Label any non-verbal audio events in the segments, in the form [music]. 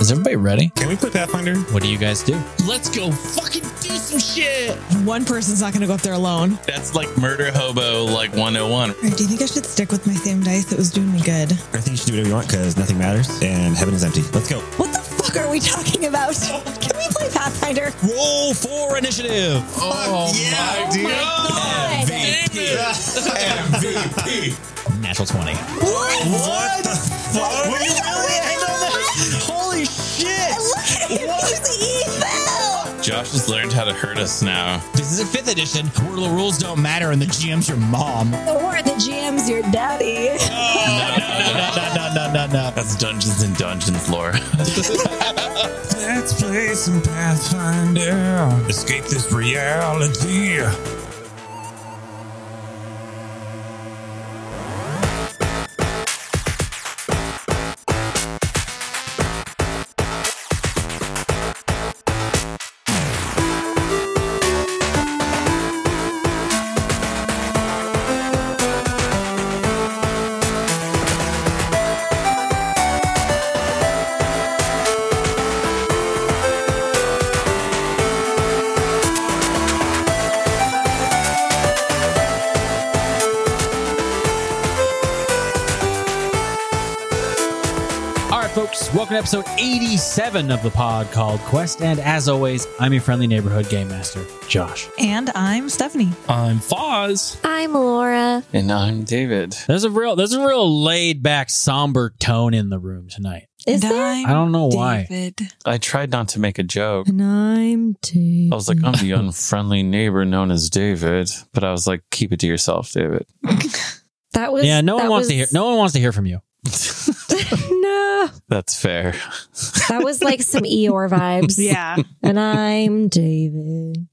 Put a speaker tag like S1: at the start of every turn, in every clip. S1: Is everybody ready?
S2: Can we play Pathfinder?
S1: What do you guys do?
S3: Let's go fucking do some shit.
S4: One person's not going to go up there alone.
S3: That's like murder hobo like 101.
S4: All right, do you think I should stick with my same dice? It was doing me good.
S2: I think you should do whatever you want because nothing matters and heaven is empty. Let's go.
S5: What the fuck are we talking about? Can we play Pathfinder?
S1: Roll for initiative.
S2: Oh, yeah, dude.
S5: God.
S2: MVP.
S1: Natural 20.
S5: What?
S2: What the fuck? Were you really hang on that? Holy shit.
S5: Look at him. He's evil.
S3: Josh has learned how to hurt us now.
S1: This is a fifth edition where the rules don't matter and the GM's your [laughs] mom. No,
S5: Or the GM's your daddy.
S1: no, no, no, no, no.
S3: That's Dungeons and Dungeons
S2: [laughs]
S3: lore.
S2: Let's play some Pathfinder. Escape this reality.
S1: All right, folks, welcome to episode 87 of the pod called Quest. And as always, I'm your friendly neighborhood game master, Josh.
S4: And I'm Stephanie.
S3: I'm Foz.
S6: I'm Laura.
S3: And I'm David.
S1: There's a real, there's a real laid back, somber tone in the room tonight.
S6: Is
S4: and
S6: there?
S4: I'm
S1: I don't know why.
S4: David.
S3: I tried not to make a joke.
S6: And I'm David.
S3: I was like, I'm the unfriendly neighbor known as David. But I was like, keep it to yourself, David.
S6: that was
S1: Yeah, no one
S6: that
S1: wants to hear.
S6: was-
S1: No one wants to hear from you.
S6: [laughs] no,
S3: That's fair.
S6: that was like some Eeyore vibes.
S4: [laughs] Yeah.
S6: and
S4: [laughs]
S6: I'm David.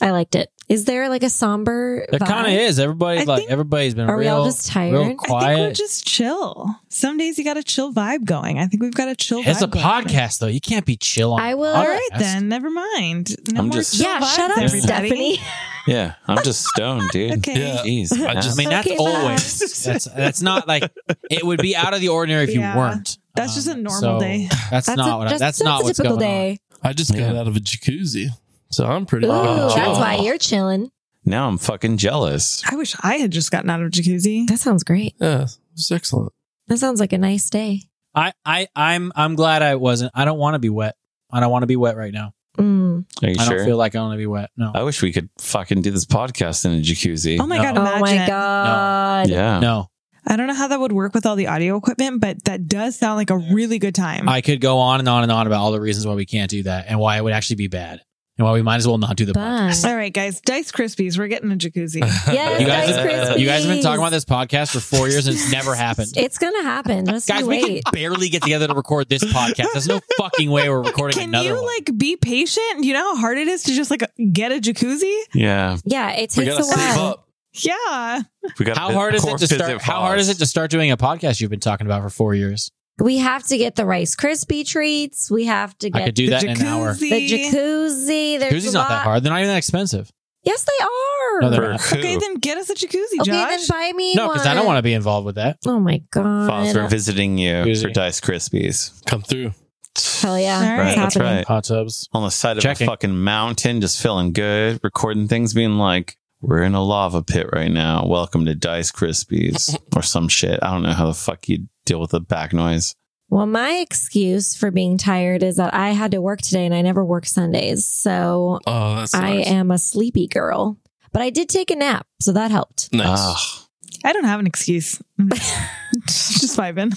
S6: I liked it. Is there like a somber?
S1: There kind of
S6: vibe?
S1: is. Everybody,
S4: I
S1: like
S4: think-
S1: everybody's been
S6: Are we
S1: real,
S6: all just tired?
S1: real
S4: I think
S1: [laughs]
S4: we're
S1: quiet.
S4: just chill. Some days you got a chill vibe going. I think we've got a chill vibe.
S1: It's a
S4: going.
S1: podcast, though. You can't be chill on.
S6: I
S1: a
S6: will-
S4: All
S1: podcast.
S4: right, then. Never mind. No
S3: I'm
S4: more
S3: just-
S4: chill
S6: Yeah,
S4: vibes,
S6: shut up,
S4: everybody.
S6: Stephanie.
S3: Yeah, I'm just stoned, dude.
S4: Okay. Yeah.
S3: Jeez.
S1: I
S3: man.
S1: mean, that's
S6: Okay, bye.
S3: [laughs]
S1: always. That's that's not like it would be out of the ordinary if
S4: Yeah.
S1: you weren't. Um,
S4: That's just a
S1: so
S4: normal day.
S1: [laughs] That's,
S6: That's
S1: not
S6: a,
S1: what. I,
S6: just,
S1: that's not
S6: a
S1: what's
S6: typical
S1: going on.
S6: day.
S7: I just got
S3: Yeah.
S7: out of a jacuzzi, so I'm pretty.
S6: Ooh,
S3: Oh,
S6: that's
S3: chill.
S6: why you're chilling.
S3: now I'm fucking jealous.
S4: I wish I had just gotten out of jacuzzi.
S6: That sounds great.
S7: Yeah, it's excellent.
S6: That sounds like a nice day.
S1: I, I I'm I'm glad I wasn't. I don't want to be wet. I don't want to be wet right now.
S6: Mm.
S3: Are you
S1: I
S3: sure? Oh,
S1: don't feel like I want to be wet. No.
S3: I wish we could fucking do this podcast in a jacuzzi.
S4: Oh my
S1: No.
S4: god! Imagine.
S6: Oh my god.
S3: yeah.
S1: no,
S4: I don't know how that would work with all the audio equipment, but that does sound like a really good
S3: Hmm.
S4: time.
S1: I could go on and on and on about all the reasons why we can't do that and why it would actually be bad and why we might as well not do the podcast.
S6: But
S1: [laughs]
S4: all right, guys, Dice Krispies, we're getting a jacuzzi.
S6: yes,
S1: You guys,
S6: Dice
S3: have-
S1: you guys have been talking
S6: Krispies.
S1: about this podcast for four years and it's never happened.
S6: It's gonna happen. Just
S1: Guys,
S6: you
S1: we
S6: wait.
S1: can barely get together to record this podcast. There's
S6: [laughs]
S1: no fucking way we're recording
S4: Can
S1: another
S4: you
S1: one.
S4: like be patient? You know how hard it is to just like get a jacuzzi?
S3: Yeah.
S6: Yeah, it
S3: We
S6: takes
S3: gotta
S6: a
S3: save
S6: while.
S3: up.
S4: Yeah.
S3: We gotta
S1: how
S3: bit-
S1: hard is it
S3: core
S1: to
S3: visit
S1: start? How hard
S3: pause.
S1: is it to start doing a podcast you've been talking about for four years?
S6: We have to get the Rice Krispie treats. We have to
S1: I
S6: get
S1: could do
S4: The
S1: that in an hour.
S4: jacuzzi.
S6: the jacuzzi. There's
S1: Jacuzzi's
S6: a
S1: not that
S6: lot-
S1: hard. They're not even that expensive.
S6: Yes, they are.
S1: No, they're
S3: For
S1: not.
S3: who?
S4: Okay, then get us a jacuzzi,
S6: okay,
S4: Josh.
S6: then buy me
S1: No,
S6: one.
S1: because I don't want to be involved with
S3: [laughs]
S1: that.
S6: to. Oh my
S3: Foz, we're
S6: god.
S3: visiting you
S1: Jacuzzi.
S3: for Dice Krispies.
S7: Come through.
S6: Hell yeah.
S4: All right.
S6: It's
S3: That's
S6: happening.
S3: right.
S1: Hot tubs.
S3: On the side of
S1: Checking.
S3: a fucking mountain, just feeling good, recording things, being like, we're in a lava pit right now. Welcome to
S1: [laughs]
S3: Dice Krispies or some shit. I don't know how the fuck you deal with the back noise.
S6: Well, my excuse for being tired is that I had to work today and I never work Sundays. So
S7: Oh, that's
S6: I
S7: nice.
S6: am a sleepy girl. But I did take a nap, so that helped.
S7: Nice.
S3: Ah,
S4: I don't have an
S6: [laughs]
S4: excuse. just vibing.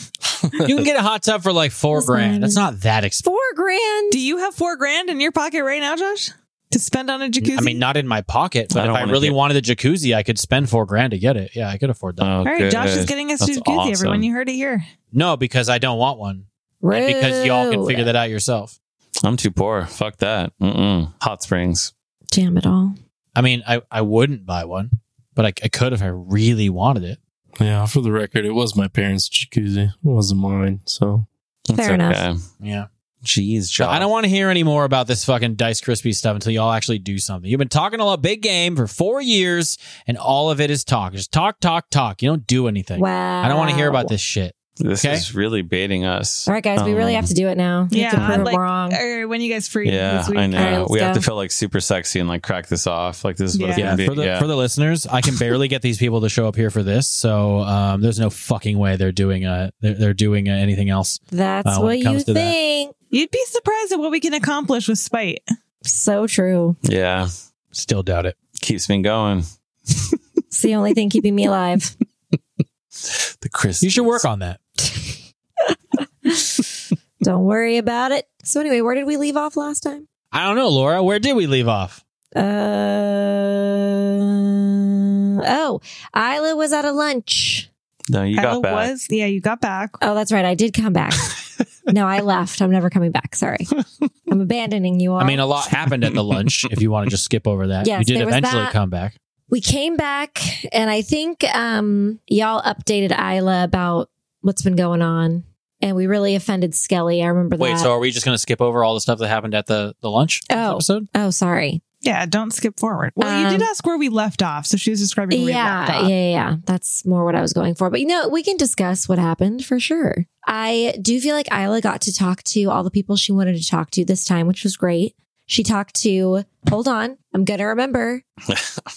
S1: You can get a hot tub for like four
S6: That's
S1: grand.
S6: not
S1: That's not that expensive.
S6: Four grand.
S4: Do you have four grand in your pocket right now, Josh? To spend on a jacuzzi?
S1: I mean, not in my pocket,
S3: I
S1: but if
S3: don't
S1: I
S3: wanna
S1: really
S3: get-
S1: wanted a jacuzzi, I could spend four grand to get it. Yeah, I could afford that.
S3: oh,
S4: all right, Josh is
S3: good.
S4: getting us a
S3: That's
S4: jacuzzi,
S3: awesome.
S4: everyone. You heard it here.
S1: no, because I don't want one. And because y'all can figure that out yourself.
S3: I'm too poor. Fuck that. Mm-mm. Hot springs.
S6: Jam it all.
S1: I mean, I, I wouldn't buy one, but I, I could if I really wanted it.
S7: yeah, for the record, it was my parents' jacuzzi. It wasn't mine. So
S3: That's
S6: Fair enough.
S1: Yeah.
S3: Jeez,
S1: So
S3: Josh.
S1: I don't want to hear any more about this fucking Dice Krispie stuff until y'all actually do something. You've been talking a lot big game for four years, and all of it is talk. Just talk, talk, talk. You don't do anything.
S6: Wow.
S1: I don't want to hear about this shit.
S3: This
S1: Okay.
S3: is really baiting us.
S6: All right, guys, we really
S3: Um,
S6: have to do it now. We have to
S4: Yeah,
S6: prove
S4: I'd like-
S6: them wrong.
S4: Or when you guys free
S3: Yeah,
S4: this week.
S3: I know.
S6: All right, let's
S3: we have
S6: go.
S3: to feel like super sexy and like crack this off. Like this is what it's
S1: Yeah,
S3: gonna be.
S1: for the
S3: yeah.
S1: for the listeners, I can barely get these people to show up here for this, so um, there's no fucking way they're doing a they're, they're doing uh anything else.
S6: That's
S1: Uh, when
S6: what
S1: it comes
S6: you
S1: to that.
S6: think.
S4: You'd be surprised at what we can accomplish with spite.
S6: So true.
S3: yeah,
S1: Still doubt it.
S3: keeps me going.
S6: It's the only thing keeping me alive.
S1: [laughs]
S3: The Chris.
S1: You should work on that.
S6: Don't worry about it. So anyway, where did we leave off last time?
S1: I don't know, Laura. Where did we leave off?
S6: Uh oh, Isla was at a lunch.
S3: No, you
S4: Kyla
S3: got back.
S4: was yeah, you got back.
S6: Oh, that's right. I did
S1: [laughs]
S6: come back. no, I left. I'm never coming back. Sorry. I'm abandoning you all.
S1: I mean, a lot happened
S6: [laughs]
S1: at the lunch. if you want to just skip over that,
S6: Yes,
S1: you did
S6: there was
S1: eventually
S6: that.
S1: come back.
S6: we came back and I think um y'all updated Isla about what's been going on. And we really offended Skelly. I remember
S1: Wait,
S6: that.
S1: so are we just going to skip over all the stuff that happened at the the lunch
S6: Oh.
S1: episode?
S6: oh, sorry.
S4: Yeah, don't skip forward. Well, you did
S6: Um,
S4: ask where we left off, so she was describing where we left
S6: yeah, yeah,
S4: off.
S6: yeah, yeah. That's more what I was going for. But you know, we can discuss what happened for sure. I do feel like Isla got to talk to all the people she wanted to talk to this time, which was great. She talked to, hold on, I'm going to remember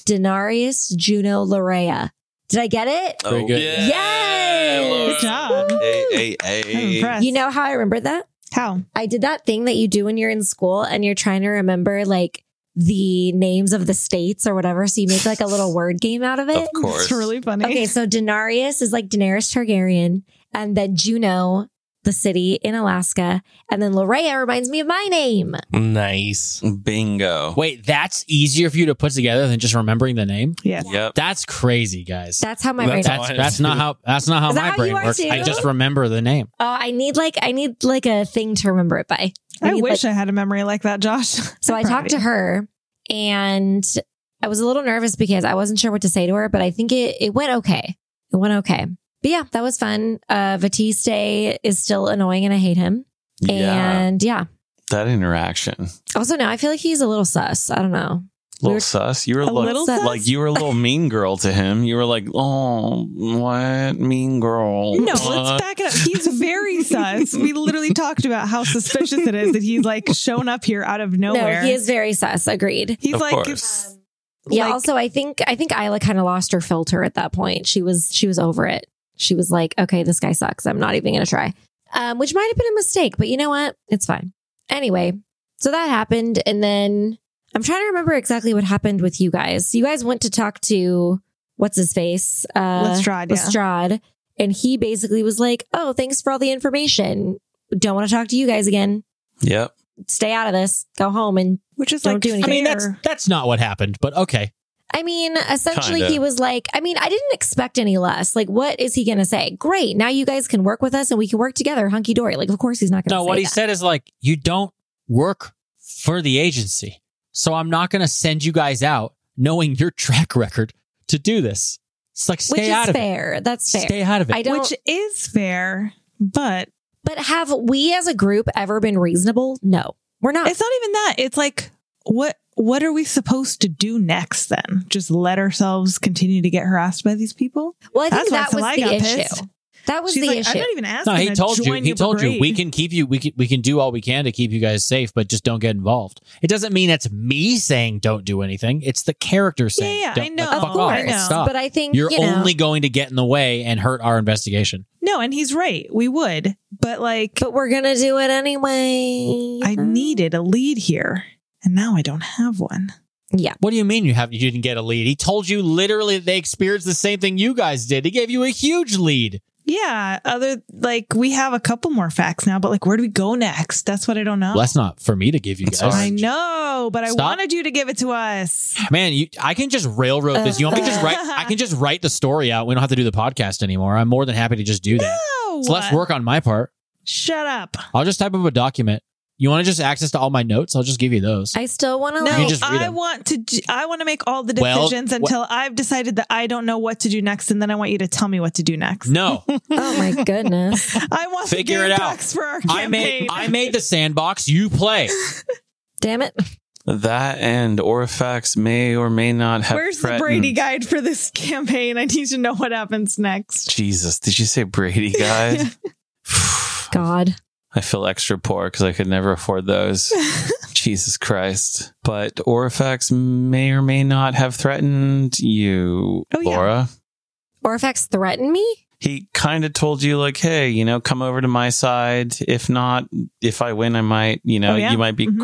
S6: Denarius Juno Larea. Did I get it?
S1: Very good.
S3: Oh, Yeah,
S6: Yes!
S3: Laura.
S4: Good job.
S3: Hey, hey, hey.
S4: I'm impressed.
S6: You know how I remembered that?
S4: [laughs] how?
S6: I did that thing that you do when you're in school and you're trying to remember like the names of the states or whatever. So you make like a little word game out of it.
S3: Of course.
S4: It's really funny.
S6: Okay, so Denarius is like Daenerys Targaryen, and then Juno, the city in Alaska, and then Larea reminds me of my name.
S7: Nice.
S3: Bingo.
S1: Wait, that's easier for you to put together than just remembering the name.
S4: Yeah.
S3: Yep.
S1: That's crazy, guys.
S6: That's how my
S7: That's
S6: brain.
S7: how
S6: Works.
S1: That's
S7: I am
S1: that's not
S7: too.
S1: how that's not how
S6: Is that
S1: my
S6: how
S1: brain
S6: you are
S1: works. I
S6: too?
S1: just remember the name.
S6: Oh, I need like I need like a thing to remember it by.
S4: I
S6: need,
S4: wish
S6: like-
S4: I had a memory like that, Josh. [laughs]
S6: So I talked to her, and I was a little nervous because I wasn't sure what to say to her, but I think it it went okay. It went okay. But yeah, that was fun. Uh, Batiste is still annoying, and I hate him.
S3: Yeah.
S6: And yeah,
S3: That interaction.
S6: also now I feel like he's a little sus. I don't know.
S3: Little
S6: We're-
S3: sus. You were
S4: A
S3: like,
S4: little
S6: sus?
S3: like you were a little mean girl to him. You were like, oh, what mean girl?
S4: No,
S3: What?"
S4: let's back it up. He's
S6: [laughs]
S4: very sus. We literally talked about how suspicious it is that he's like shown up here out of nowhere.
S6: No, he is very sus. Agreed.
S4: He's
S3: Of
S4: like,
S3: course.
S6: Yeah.
S4: Like-
S6: also, I think I think Isla kind of lost her filter at that point. She was she was over it. She was like, okay, this guy sucks. I'm not even gonna try. Um, which might have been a mistake, but you know what? It's fine. Anyway, so that happened, and then I'm trying to remember exactly what happened with you guys. You guys went to talk to what's his face, uh,
S4: Lestrade. Yeah.
S6: Lestrade, and he basically was like, "Oh, thanks for all the information. Don't want to talk to you guys again.
S3: Yep.
S6: Stay out of this. Go home and
S4: Which is
S6: Don't
S4: like,
S6: do anything.
S1: I mean, that's
S4: fair.
S1: that's not what happened, but okay.
S6: I mean, essentially,
S3: Kinda.
S6: he was like, I mean, I didn't expect any less. Like, what is he going to say? Great. Now you guys can work with us and we can work together, hunky dory. Like, of course, he's not going to
S1: No,
S6: say
S1: what he
S6: that.
S1: said is like, you don't work for the agency, so I'm not going to send you guys out knowing your track record to do this. It's like
S6: Which
S1: stay out
S6: is
S1: of
S6: fair.
S1: it.
S6: That's fair.
S1: Stay out of it.
S6: I don't.
S4: which is fair, but
S6: but have we as a group ever been reasonable? No, we're not.
S4: it's not even that. It's like, what what are we supposed to do next then? Just let ourselves continue to get harassed by these people?
S6: well, I think
S4: That's
S6: that
S4: why Celai
S6: was the
S4: got
S6: issue.
S4: pissed.
S6: That was
S4: She's
S6: the
S4: like, I'm
S6: issue.
S4: not even asking.
S1: No, he
S4: to
S1: told you.
S4: join
S1: He
S4: your
S1: told you
S4: brigade."
S1: we can keep you. We can we can do all we can to keep you guys safe, but just don't get involved. It doesn't mean it's me saying don't do anything. It's the character saying.
S4: yeah, I
S1: don't, like,
S4: know.
S1: fuck
S4: Of
S1: off,
S4: course. I know.
S1: stop.
S6: But I think
S1: You're
S6: you know,
S1: only going to get in the way and hurt our investigation.
S4: No, and he's right. We would, but like,
S6: But we're gonna do it anyway.
S4: I needed a lead here, and now I don't have one.
S1: What do you mean you have you didn't get a lead? He told you literally they experienced the same thing you guys did. He gave you a huge lead.
S4: Yeah, other like we have a couple more facts now, but like, where do we go next? That's what I don't know.
S1: Well, that's not for me to give you
S3: It's
S1: guys.
S3: all
S4: Oh. I
S3: right.
S4: know, but I
S1: Stop.
S4: wanted you to give it to us.
S1: Man, you, I can just railroad this. You want me to just
S4: [laughs]
S1: write? I can just write the story out. We don't have to do the podcast anymore. I'm more than happy to just do that.
S4: No,
S1: So less work on my part.
S4: Shut up.
S1: I'll just type up a document. You want to just access to all my notes? I'll just give you those.
S6: I still want to.
S4: No,
S1: You
S6: like,
S1: can just read
S4: I
S1: 'em.
S4: want to. d- I want to make all the
S1: Well,
S4: decisions until I've decided that I don't know what to do next, and then I want you to tell me what to do
S1: [laughs]
S4: next.
S6: [laughs]
S1: no,
S6: oh my goodness.
S4: I want
S1: Figure
S4: the
S1: it
S4: game
S1: out.
S4: box for our
S1: I
S4: campaign.
S6: [laughs]
S1: made I made the sandbox. You play.
S6: Damn it.
S3: That and Orifax may or may not have.
S4: Where's the
S3: threatened-
S4: Brady guide for this campaign? I need to know what happens next. [laughs]
S3: Jesus, did you say Brady guide?
S6: God.
S3: I feel extra poor because I could never afford
S4: [laughs]
S3: those. Jesus Christ. But Orifax may or may not have threatened you,
S4: Oh, yeah.
S3: Laura.
S6: Orfax threatened me?
S3: He kind of told you, like, hey, you know, come over to my side. If not, if I win, I might, you know,
S4: Oh, yeah?
S3: you might be
S4: Mhm.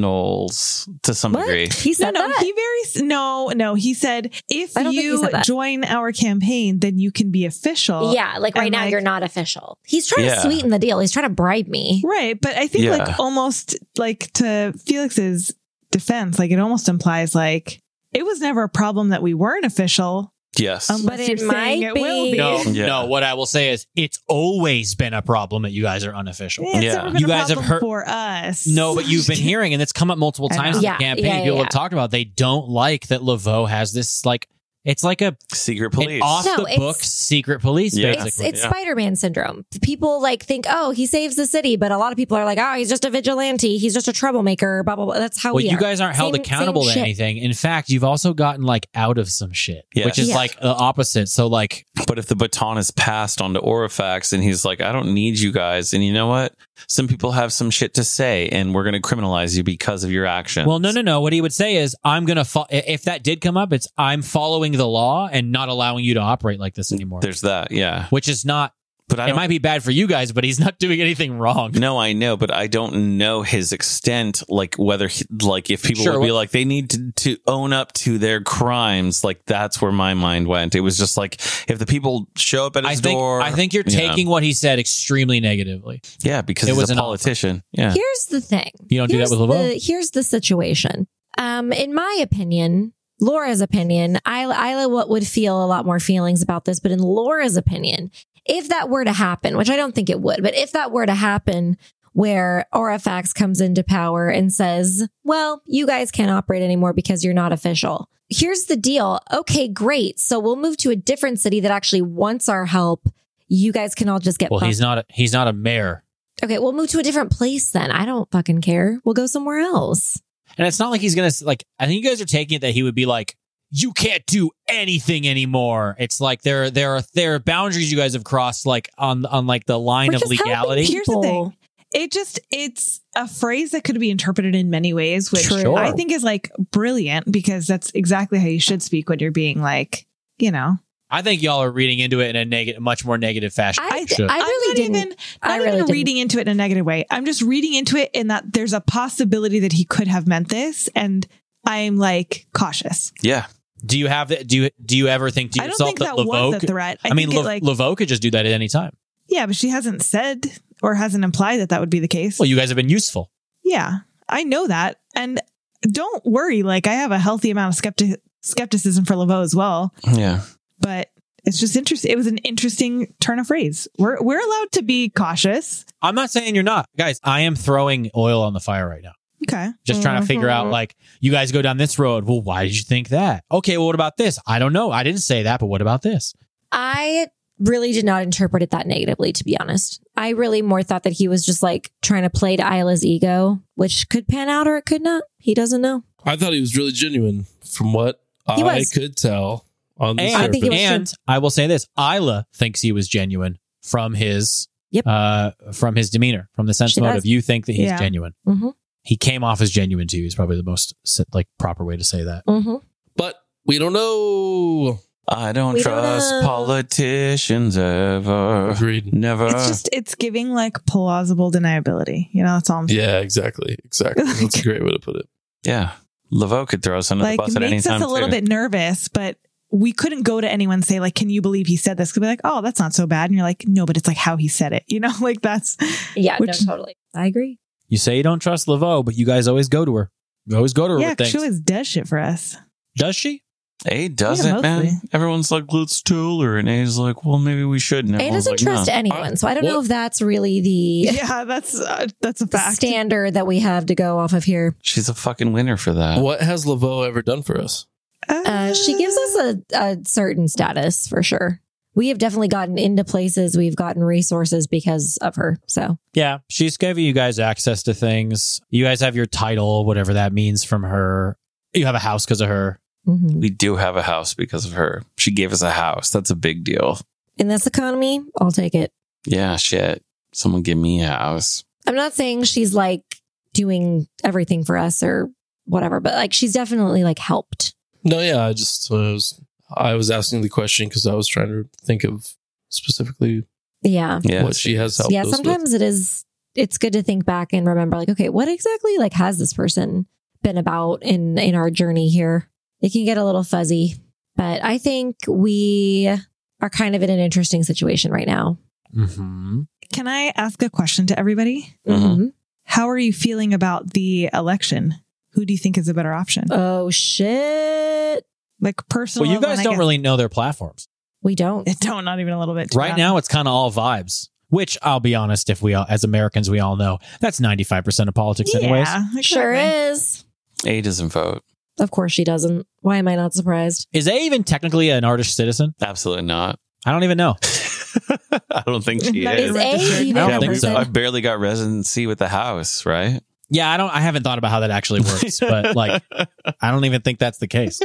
S3: criminals to some
S6: What?
S3: degree.
S6: He
S4: No,
S6: said
S4: no,
S6: that?
S4: he very s- no, no. He said if
S6: I don't think he
S4: you
S6: said that.
S4: join our campaign, then you can be official.
S6: yeah, like right
S4: and,
S6: now
S4: like-
S6: you're not official. He's trying
S3: Yeah.
S6: to sweeten the deal. He's trying to bribe me.
S4: Right. But I think
S3: Yeah.
S4: like almost like to Felix's defense, like it almost implies like it was never a problem that we weren't official
S3: Yes.
S4: unless
S6: But
S4: you're
S6: it
S4: saying
S6: might
S4: it will
S6: be.
S4: be.
S1: No,
S3: Yeah.
S1: no. What I will say is, it's always been a problem that you guys are unofficial.
S4: Yeah, it's
S3: Yeah.
S4: never been
S1: You
S4: a
S1: guys have
S4: problem
S1: heard-
S4: for us.
S1: No, but
S6: [laughs]
S1: you've been hearing, and it's come up multiple
S4: I
S1: times in
S4: know.
S1: the
S6: Yeah,
S1: campaign.
S6: yeah, yeah,
S1: People
S6: yeah.
S1: have talked about they don't like that Laveau has this like it's like a
S3: Secret
S1: an
S3: police.
S1: off
S6: No,
S1: the
S6: it's-
S1: books secret police.
S3: Yeah.
S1: Basically.
S6: It's it's
S3: yeah.
S6: Spider Man syndrome. People like think, oh, he saves the city, but a lot of people are like, oh, he's just a vigilante. He's just a troublemaker. Blah blah blah. That's how
S1: well,
S6: we
S1: you
S6: are.
S1: guys aren't held
S6: Same- same
S1: accountable to
S6: shit.
S1: anything. In fact, you've also gotten like out of some shit,
S3: Yes.
S1: which is
S6: Yeah.
S1: like the opposite. So, like,
S3: But if the baton is passed on to Orifax and he's like, I don't need you guys. And you know what? Some people have some shit to say and we're going to criminalize you because of your actions.
S1: well, no, no, no. What he would say is, I'm gonna fo- if that did come up, it's I'm following the law and not allowing you to operate like this anymore.
S3: There's that. Yeah.
S1: which is not.
S3: But I
S1: It
S3: don't,
S1: might be bad for you guys, but he's not [laughs] doing anything wrong.
S3: no, I know, but I don't know his extent. Like whether, he, like if people
S1: Sure,
S3: would be
S1: what-
S3: like, they need to, to own up to their crimes. Like that's where my mind went. It was just like, if the people show up at
S1: I
S3: his
S1: think
S3: door,
S1: I think you're
S3: Yeah.
S1: taking what he said extremely negatively.
S3: yeah, because
S1: it
S3: he's
S1: was
S3: a
S1: an offer.
S3: politician. Yeah.
S6: Here's the thing.
S1: You don't
S6: here's
S1: do that with Laveau.
S6: The, here's the situation. Um, in my opinion, Laura's opinion, I- Isla what would feel a lot more feelings about this, but in Laura's opinion, if that were to happen, which I don't think it would, but if that were to happen, where Aurafax comes into power and says, "Well, you guys can't operate anymore because you're not official." Here's the deal. Okay, great. So we'll move to a different city that actually wants our help. You guys can all just get
S1: well,
S6: fucked
S1: he's not. A, he's not a mayor,
S6: Okay, we'll move to a different place then. I don't fucking care. We'll go somewhere else.
S1: and it's not like he's gonna s- like. I think you guys are taking it that he would be like, "You can't do anything anymore." It's like there, there are there are boundaries you guys have crossed, like on on like the line
S6: We're
S1: of
S6: just helping
S1: legality.
S4: Here's the
S6: people.
S4: thing. It just it's a phrase that could be interpreted in many ways, which
S1: True.
S4: I think is like brilliant because that's exactly how you should speak when you're being like, you know,
S1: I think y'all are reading into it in a negative, much more negative fashion.
S6: I,
S1: Sure.
S6: I
S4: I'm
S6: really
S4: not
S6: didn't.
S4: even
S6: I
S4: not
S6: really
S4: even
S6: didn't.
S4: reading into it in a negative way. I'm just reading into it in that there's a possibility that he could have meant this, and I'm like cautious.
S3: Yeah.
S1: do you have the, do you do you ever think to
S4: I don't
S1: yourself
S4: think
S1: that
S4: that was a
S1: Lavoke?
S4: threat. I,
S1: I mean,
S4: think
S1: La,
S4: it, like
S1: Laveau could just do that at any time.
S4: yeah, but she hasn't said or hasn't implied that that would be the case.
S1: Well, you guys have been useful.
S4: yeah, I know that, and don't worry. Like I have a healthy amount of skeptic skepticism for Laveau as well,
S3: Yeah.
S4: but. It's just interesting. It was an interesting turn of phrase. We're we're allowed to be cautious.
S1: I'm not saying you're not, guys. I am throwing oil on the fire right now.
S4: Okay.
S1: Just
S4: Mm-hmm.
S1: trying to figure out,
S6: Mhm.
S1: like, you guys go down this road. Well, why did you think that? Okay, well, what about this? I don't know. I didn't say that, but what about this?
S6: I really did not interpret it that negatively, to be honest. I really more thought that he was just like trying to play to Isla's ego, which could pan out or it could not. He doesn't know.
S7: I thought he was really genuine from what I
S6: was.
S7: could tell on the
S1: And,
S7: surface.
S1: I,
S6: I think he was
S1: will say this: Isla thinks he was genuine from his,
S6: Yep.
S1: uh, from his demeanor, from the sense
S6: She
S1: motive.
S6: does.
S1: You think that he's
S4: Yeah. Mm-hmm.
S1: genuine.
S6: Mhm.
S1: He came off as genuine to you. Is probably the most like proper way to say that.
S6: Mm-hmm.
S7: but we don't know.
S3: I don't
S6: We don't
S3: trust
S6: know.
S3: politicians ever.
S7: Agreed.
S3: Never.
S4: Mm. it's just it's giving like plausible deniability. You know, that's all I'm saying.
S7: Yeah, exactly.
S6: [laughs]
S7: Exactly. That's a great way to put it.
S3: Yeah. Laveau could throw us under
S4: like
S3: the bus at any
S4: makes
S3: time.
S4: us a little
S3: too.
S4: bit nervous, but we couldn't go to anyone and say like, "Can you believe he said this?" Could be like, "Oh, that's not so bad," and you're like, "No, but it's like how he said it." You know, [laughs] like that's
S6: Yeah,
S4: Which-
S6: no, totally. I agree.
S1: You say you don't trust Laveau, but you guys always go to her. You always go to her
S4: yeah,
S1: with things.
S4: she always does shit for us.
S1: Does she?
S3: A doesn't,
S4: Yeah, mostly.
S3: man. Everyone's like, let's duel her. And A's like, well, maybe we should. And
S6: A
S3: everyone's
S6: doesn't
S3: like,
S6: trust
S3: no.
S6: anyone, so I don't
S7: What-
S6: know if that's really the,
S4: Yeah, that's uh, that's a
S6: [laughs] the
S4: fact.
S6: standard that we have to go off of here.
S3: She's a fucking winner for that.
S7: What has Laveau ever done for us?
S6: Uh, she gives us a, a certain status for sure. we have definitely gotten into places, we've gotten resources because of her. So
S1: Yeah, she's giving you guys access to things. You guys have your title, whatever that means from her. You have a house because of her.
S6: mhm.
S3: We do have a house because of her. She gave us a house. That's a big deal.
S6: in this economy, I'll take it.
S3: Yeah, shit. Someone give me a house.
S6: I'm not saying she's like doing everything for us or whatever, but like she's definitely like helped.
S7: No, yeah, I just uh, was I was asking the question because I was trying to think of specifically
S6: Yeah.
S3: Yeah.
S7: what she has helped.
S6: yeah.
S7: us with.
S6: Sometimes it is, it's good to think back and remember like, okay, what exactly like has this person been about in, in our journey here? It can get a little fuzzy, but I think we are kind of in an interesting situation right now.
S1: Mm-hmm.
S4: Can I ask a question to everybody?
S3: Mhm.
S4: How are you feeling about the election? Who do you think is a better option?
S6: Oh shit.
S4: Like personal.
S1: Well, you
S4: one,
S1: guys
S4: I
S1: don't
S4: guess-
S1: really know their platforms.
S6: We don't.
S4: [laughs] don't not even a little bit. to be
S1: Right
S4: honest.
S1: now, it's kind of all vibes, which I'll be honest, if we all, as Americans, we all know that's 95% of politics, anyways.
S4: yeah, it
S6: Sure
S4: could be.
S6: is.
S3: A doesn't vote.
S6: Of course she doesn't. Why am I not surprised?
S1: Is A even technically an artist citizen?
S3: Absolutely not. [laughs]
S1: I don't even know.
S3: I don't think she
S4: Not
S3: is.
S6: Is A
S4: registered.
S6: even
S1: I don't
S6: a
S1: think
S3: we-
S1: so.
S6: person?
S3: I barely got residency with the house, right?
S1: Yeah, I don't, I haven't thought about how that actually
S4: [laughs]
S1: works, but like, I don't even think that's the case.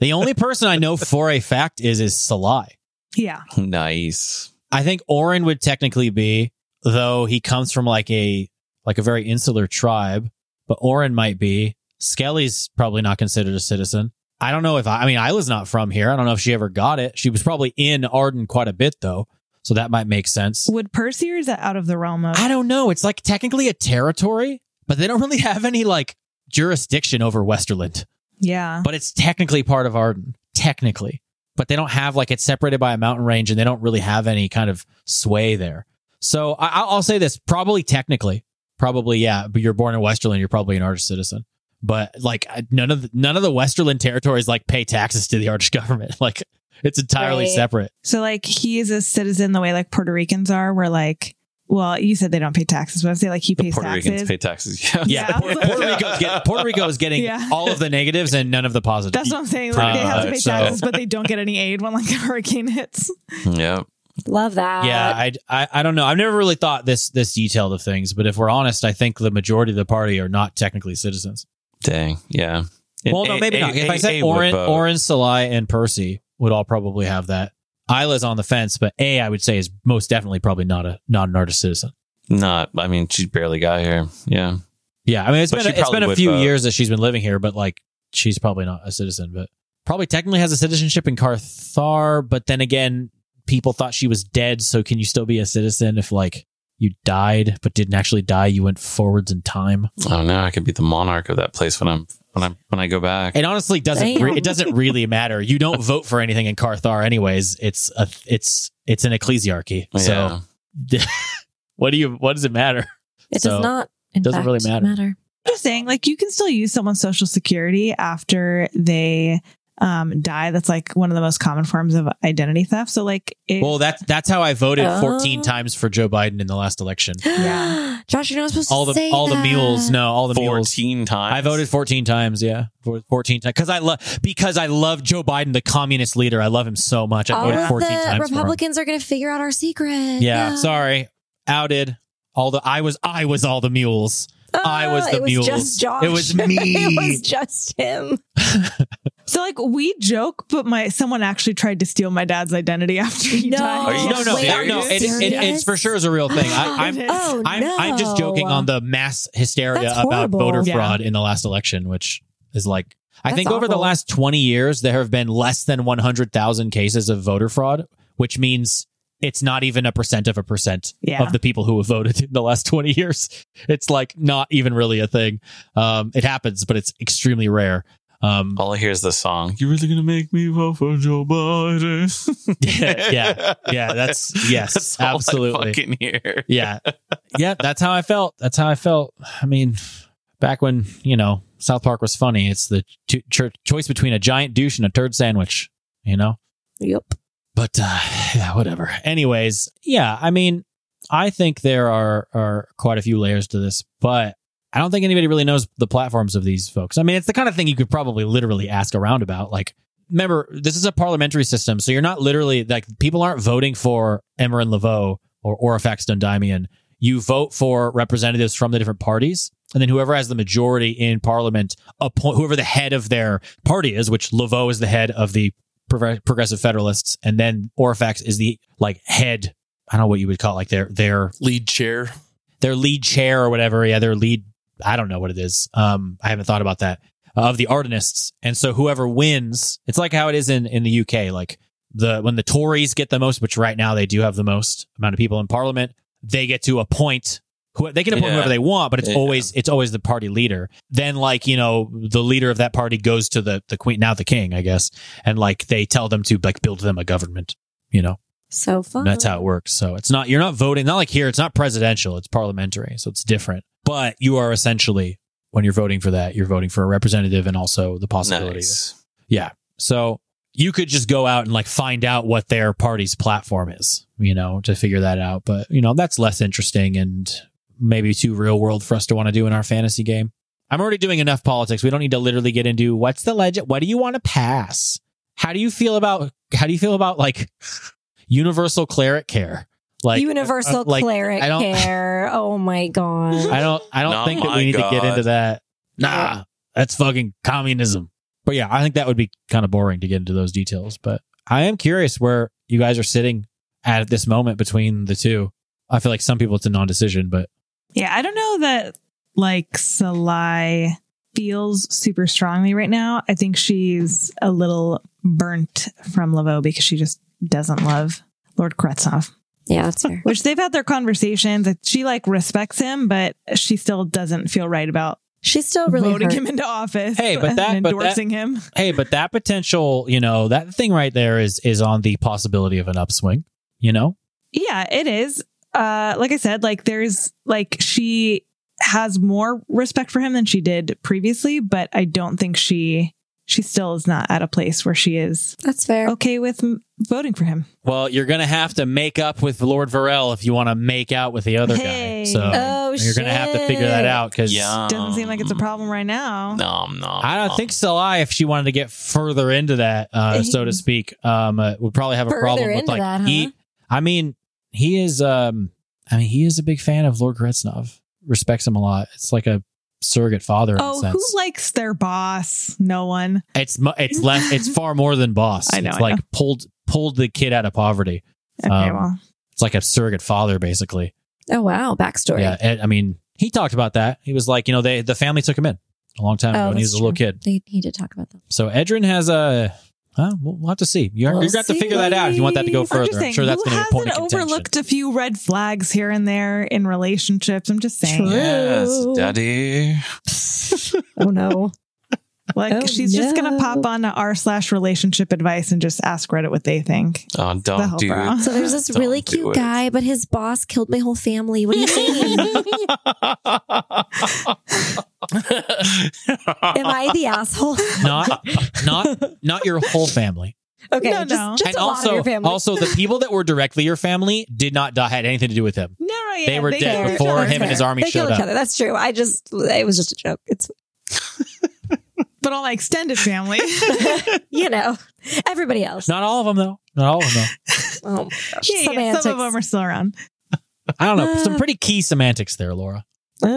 S1: the only person I know for a fact is, is Salai.
S4: Yeah,
S3: [laughs] nice.
S1: I think Orin would technically be, though he comes from like a like a very insular tribe, but Orin might be. Skelly's probably not considered a citizen. I don't know if I, I mean Isla's not from here. I don't know if she ever got it. She was probably in Arden quite a bit though, so that might make sense.
S4: would Percy or is that out of the realm of?
S1: I don't know. It's like technically a territory, but they don't really have any like jurisdiction over Westerland.
S4: Yeah,
S1: But it's technically part of Arden, technically. But they don't have like it's separated by a mountain range, and they don't really have any kind of sway there. So I, I'll I'll say this: probably technically, probably yeah. But you're born in Westerland, you're probably an artist citizen. But like I- none of the, none of the Westerland territories like pay taxes to the Arch [laughs] government. Like it's entirely
S6: Right.
S1: separate.
S4: so like he is a citizen the way like Puerto Ricans are, where like, well, you said they don't pay taxes, but I say like he
S3: The
S4: pays
S3: Puerto
S4: taxes.
S3: Ricans pay taxes. [laughs] Yeah.
S1: Yeah,
S4: Yeah.
S1: Puerto, Puerto Rico's get, Puerto Rico is getting
S4: [laughs] Yeah.
S1: all of the negatives and none of the positives.
S4: That's what I'm saying. Like, they have to
S3: Uh,
S4: pay
S1: so-
S4: taxes, but they don't get any aid when like [laughs] a hurricane hits.
S3: Yep.
S6: Love that.
S1: yeah I, I I don't know i've never really thought this this detailed of things but if we're honest i think the majority of the party are not technically citizens
S3: Dang. Yeah. And
S1: well no
S3: A-
S1: maybe
S3: A-
S1: not if
S3: A-
S1: I said
S3: A would
S1: orin
S3: vote.
S1: orin salai and percy would all probably have that isla's on the fence but a i would say is most definitely probably not a not an artist citizen
S3: Not. I mean, she barely got here. Yeah.
S1: yeah i mean it's
S3: But
S1: been
S3: she
S1: a, it's
S3: probably
S1: been a
S3: would
S1: few
S3: vote.
S1: years that she's been living here but like she's probably not a citizen but probably technically has a citizenship in carthar but then again people thought she was dead so can you still be a citizen if like you died but didn't actually die you went forwards in time
S3: I don't know. I could be the monarch of that place when I'm when I'm when I go back.
S1: It honestly doesn't.
S6: Damn.
S1: Re- it doesn't really matter. You don't [laughs] vote for anything in Carthar, anyways. It's a it's it's an ecclesiarchy.
S3: yeah.
S1: So what do you? What does it matter?
S6: It
S1: So,
S6: does not. In
S1: doesn't
S6: fact,
S1: really matter.
S4: just saying, like you can still use someone's social security after they um die. That's like one of the most common forms of identity theft. So like, it,
S1: Well, that's that's how I voted
S6: Oh.
S1: 14 times for Joe Biden in the last election.
S4: Yeah.
S6: [gasps] Josh, you're not supposed
S1: All
S6: to
S1: the
S6: say
S1: all the
S6: that.
S1: mules. No, all the mules.
S3: Fourteen times.
S1: I voted 14 times. Yeah, For- 14 times because I love because I love Joe Biden, the communist leader. I love him so much. I
S6: All
S1: voted
S6: of
S1: 14
S6: Oh, the
S1: times. for him.
S6: Republicans are going to figure out our secret.
S1: Yeah, sorry, outed. All the I was I was all the mules.
S6: Oh,
S1: I was the
S6: it
S1: mules.
S6: Just Josh.
S1: It was me.
S6: [laughs] it was just him.
S4: so like we joke, but my someone actually tried to steal my dad's identity [laughs] after he
S6: No.
S4: died.
S3: Are you
S1: no, no,
S3: Wait,
S1: no, no. It,
S6: serious?
S1: it, it's for sure is a real thing.
S6: [laughs]
S1: I, I'm,
S4: It is.
S6: oh,
S1: I'm,
S6: no.
S1: I'm just joking on the mass hysteria
S6: That's
S1: about
S6: horrible.
S1: voter
S4: Yeah.
S1: fraud in the last election, which is like, I
S6: That's
S1: think over the
S6: awful.
S1: last 20 years, there have been less than 100,000 cases of voter fraud, which means it's not even a percent of a percent
S4: Yeah.
S1: of the people who have voted in the last 20 years. It's like not even really a thing. Um, it happens, but it's extremely rare. Um,
S3: [laughs] All I hear is the song. You really gonna make me vote for Joe Biden?
S1: [laughs]
S3: [laughs]
S1: Yeah, yeah, that's- yes,
S3: That's all I
S1: absolutely.
S3: fucking [laughs] hear.
S1: yeah yeah that's how i felt that's how i felt i mean back when you know south park was funny it's the cho- cho- choice between a giant douche and a turd sandwich you know
S6: Yep.
S1: but uh, yeah, whatever. Anyways, yeah, I mean, I think there are are quite a few layers to this, but I don't think anybody really knows the platforms of these folks. I mean, it's the kind of thing you could probably literally ask around about. Like, remember, this is a parliamentary system, so you're not literally like people aren't voting for Emmer and Laveau or Orifax Dundymian. You vote for representatives from the different parties, and then whoever has the majority in parliament appoint whoever the head of their party is, which Laveau is the head of the Prog- Progressive Federalists, and then Orifax is the like head. I don't know what you would call it, like their their
S7: Lead chair.
S1: their lead chair or whatever. Yeah, their lead. I don't know what it is. Um, I haven't thought about that uh, of the Ardenists. And so whoever wins, it's like how it is in in the UK. Like the when the Tories get the most, which right now they do have the most amount of people in Parliament, they get to appoint. Who, they can appoint
S7: Yeah.
S1: whoever they want, but it's
S7: Yeah.
S1: always it's always the party leader. Then, like you know, the leader of that party goes to the the queen, now the king, I guess, and like they tell them to like build them a government. You know,
S6: So fun.
S1: and that's how it works. So it's not you're not voting. Not like here, it's not presidential. It's parliamentary, so it's different. But you are essentially when you're voting for that, you're voting for a representative and also the possibility.
S3: Nice.
S1: So you could just go out and like find out what their party's platform is, you know, to figure that out. But you know, that's less interesting and maybe too real world for us to want to do in our fantasy game. I'm already doing enough politics. We don't need to literally get into what's the legend. What do you want to pass? How do you feel about how do you feel about like universal cleric care? Like
S6: Universal
S1: uh, like,
S6: cleric
S1: I don't- [laughs]
S6: care. Oh my god.
S1: I don't I don't
S3: Oh
S1: think that
S3: my
S1: we need to get
S3: God.
S1: into that. Nah, that's fucking communism. But yeah, I think that would be kind of boring to get into those details. But I am curious where you guys are sitting at this moment between the two. I feel like some people it's a non-decision, but
S4: Yeah, I don't know that like Salai feels super strongly right now. I think she's a little burnt from Laveau because she just doesn't love Lord Kretzov,
S6: Yeah, that's fair.
S4: which they've had their conversations. Like, She like respects him, but she still doesn't feel right about
S6: She's still really
S4: voting
S6: hurt.
S4: him into office.
S1: Hey, but that-
S4: and
S1: but that-
S4: endorsing him.
S1: hey, but that potential, you know, that thing right there is is on the possibility of an upswing. You know,
S4: Yeah, it is. Uh, like I said, like there's like she has more respect for him than she did previously, but I don't think she she still is not at a place where she is
S6: That's fair.
S4: okay with m- voting for him.
S1: well, you're gonna have to make up with Lord Varel if you want to make out with the other
S4: Hey.
S1: guy. So
S6: Oh,
S1: you're gonna have to figure that
S6: shit.
S1: out because
S3: Yeah.
S4: Doesn't seem like
S1: Um,
S4: it's a problem right now.
S3: Nom, nom,
S1: I don't
S3: nom.
S1: think Salai, if she wanted to get further into that, uh, so to speak, um, uh, would probably have a
S6: Further
S1: problem with
S6: into
S1: like
S6: that, huh?
S1: he. I mean, he is. Um, I mean, he is a big fan of Lord Gretznov. Respects him a lot. It's like a surrogate father in a
S4: Oh,
S1: sense.
S4: who likes their boss? No one.
S1: it's mu- it's less.
S6: [laughs]
S1: It's far more than boss.
S4: I know,
S1: It's
S4: I know.
S1: like pulled pulled the kid out of poverty.
S4: Okay,
S1: Um,
S4: well,
S1: It's like a surrogate father, basically.
S6: Oh wow, backstory.
S1: Yeah, and, I mean, he talked about that. He was like, you know, they the family took him in a long time
S6: Oh,
S1: ago when he
S6: that's
S1: was a little
S6: true.
S1: kid.
S6: They, he did talk about that.
S1: So Edrin has a. Huh, we'll we'll have to see. You're,
S6: We'll
S1: you're going to have to
S6: see.
S1: figure that out if you want that to go
S6: I'm
S1: further. I'm,
S4: saying,
S1: sure that's
S4: who
S1: going to be a point of
S4: hasn't
S1: contention.
S4: overlooked a few red flags here and there in relationships. I'm just saying.
S3: Yes,
S6: True.
S3: daddy.
S6: Oh no.
S4: Like
S6: Oh,
S4: she's just gonna
S6: no.
S4: pop on to r slash relationship advice and just ask Reddit what they think.
S3: Oh,
S4: The
S3: don't
S4: whole
S3: do
S4: bra.
S3: it.
S6: So
S1: [laughs]
S6: there's this
S3: Don't
S6: really
S3: do
S6: cute
S3: it.
S6: guy, but his boss killed my whole family. What do
S1: [laughs]
S6: you think? Am I the asshole?
S1: not, not, not your whole family.
S6: [laughs] Okay,
S4: No,
S6: just,
S4: no.
S6: [laughs] just
S1: and
S6: a lot of
S1: also,
S6: your family.
S1: also the people that were directly your family did not die, had anything to do with him.
S4: No, [laughs] no, yeah,
S1: They were dead
S4: killed each
S1: before
S4: other.
S1: him and his
S6: Fair.
S1: army
S6: they kill
S1: showed
S6: each
S1: up.
S6: Other. That's true. I just it was just a joke. It's
S4: but all my extended family. [laughs]
S6: you know [laughs] everybody else.
S1: Not all of them though. Not all of them.
S6: Oh, gosh.
S4: Yeah, yeah,
S6: Semantics.
S4: some of them are still around.
S1: Though. I don't know. Some
S6: Uh,
S1: pretty key semantics there, Laura. So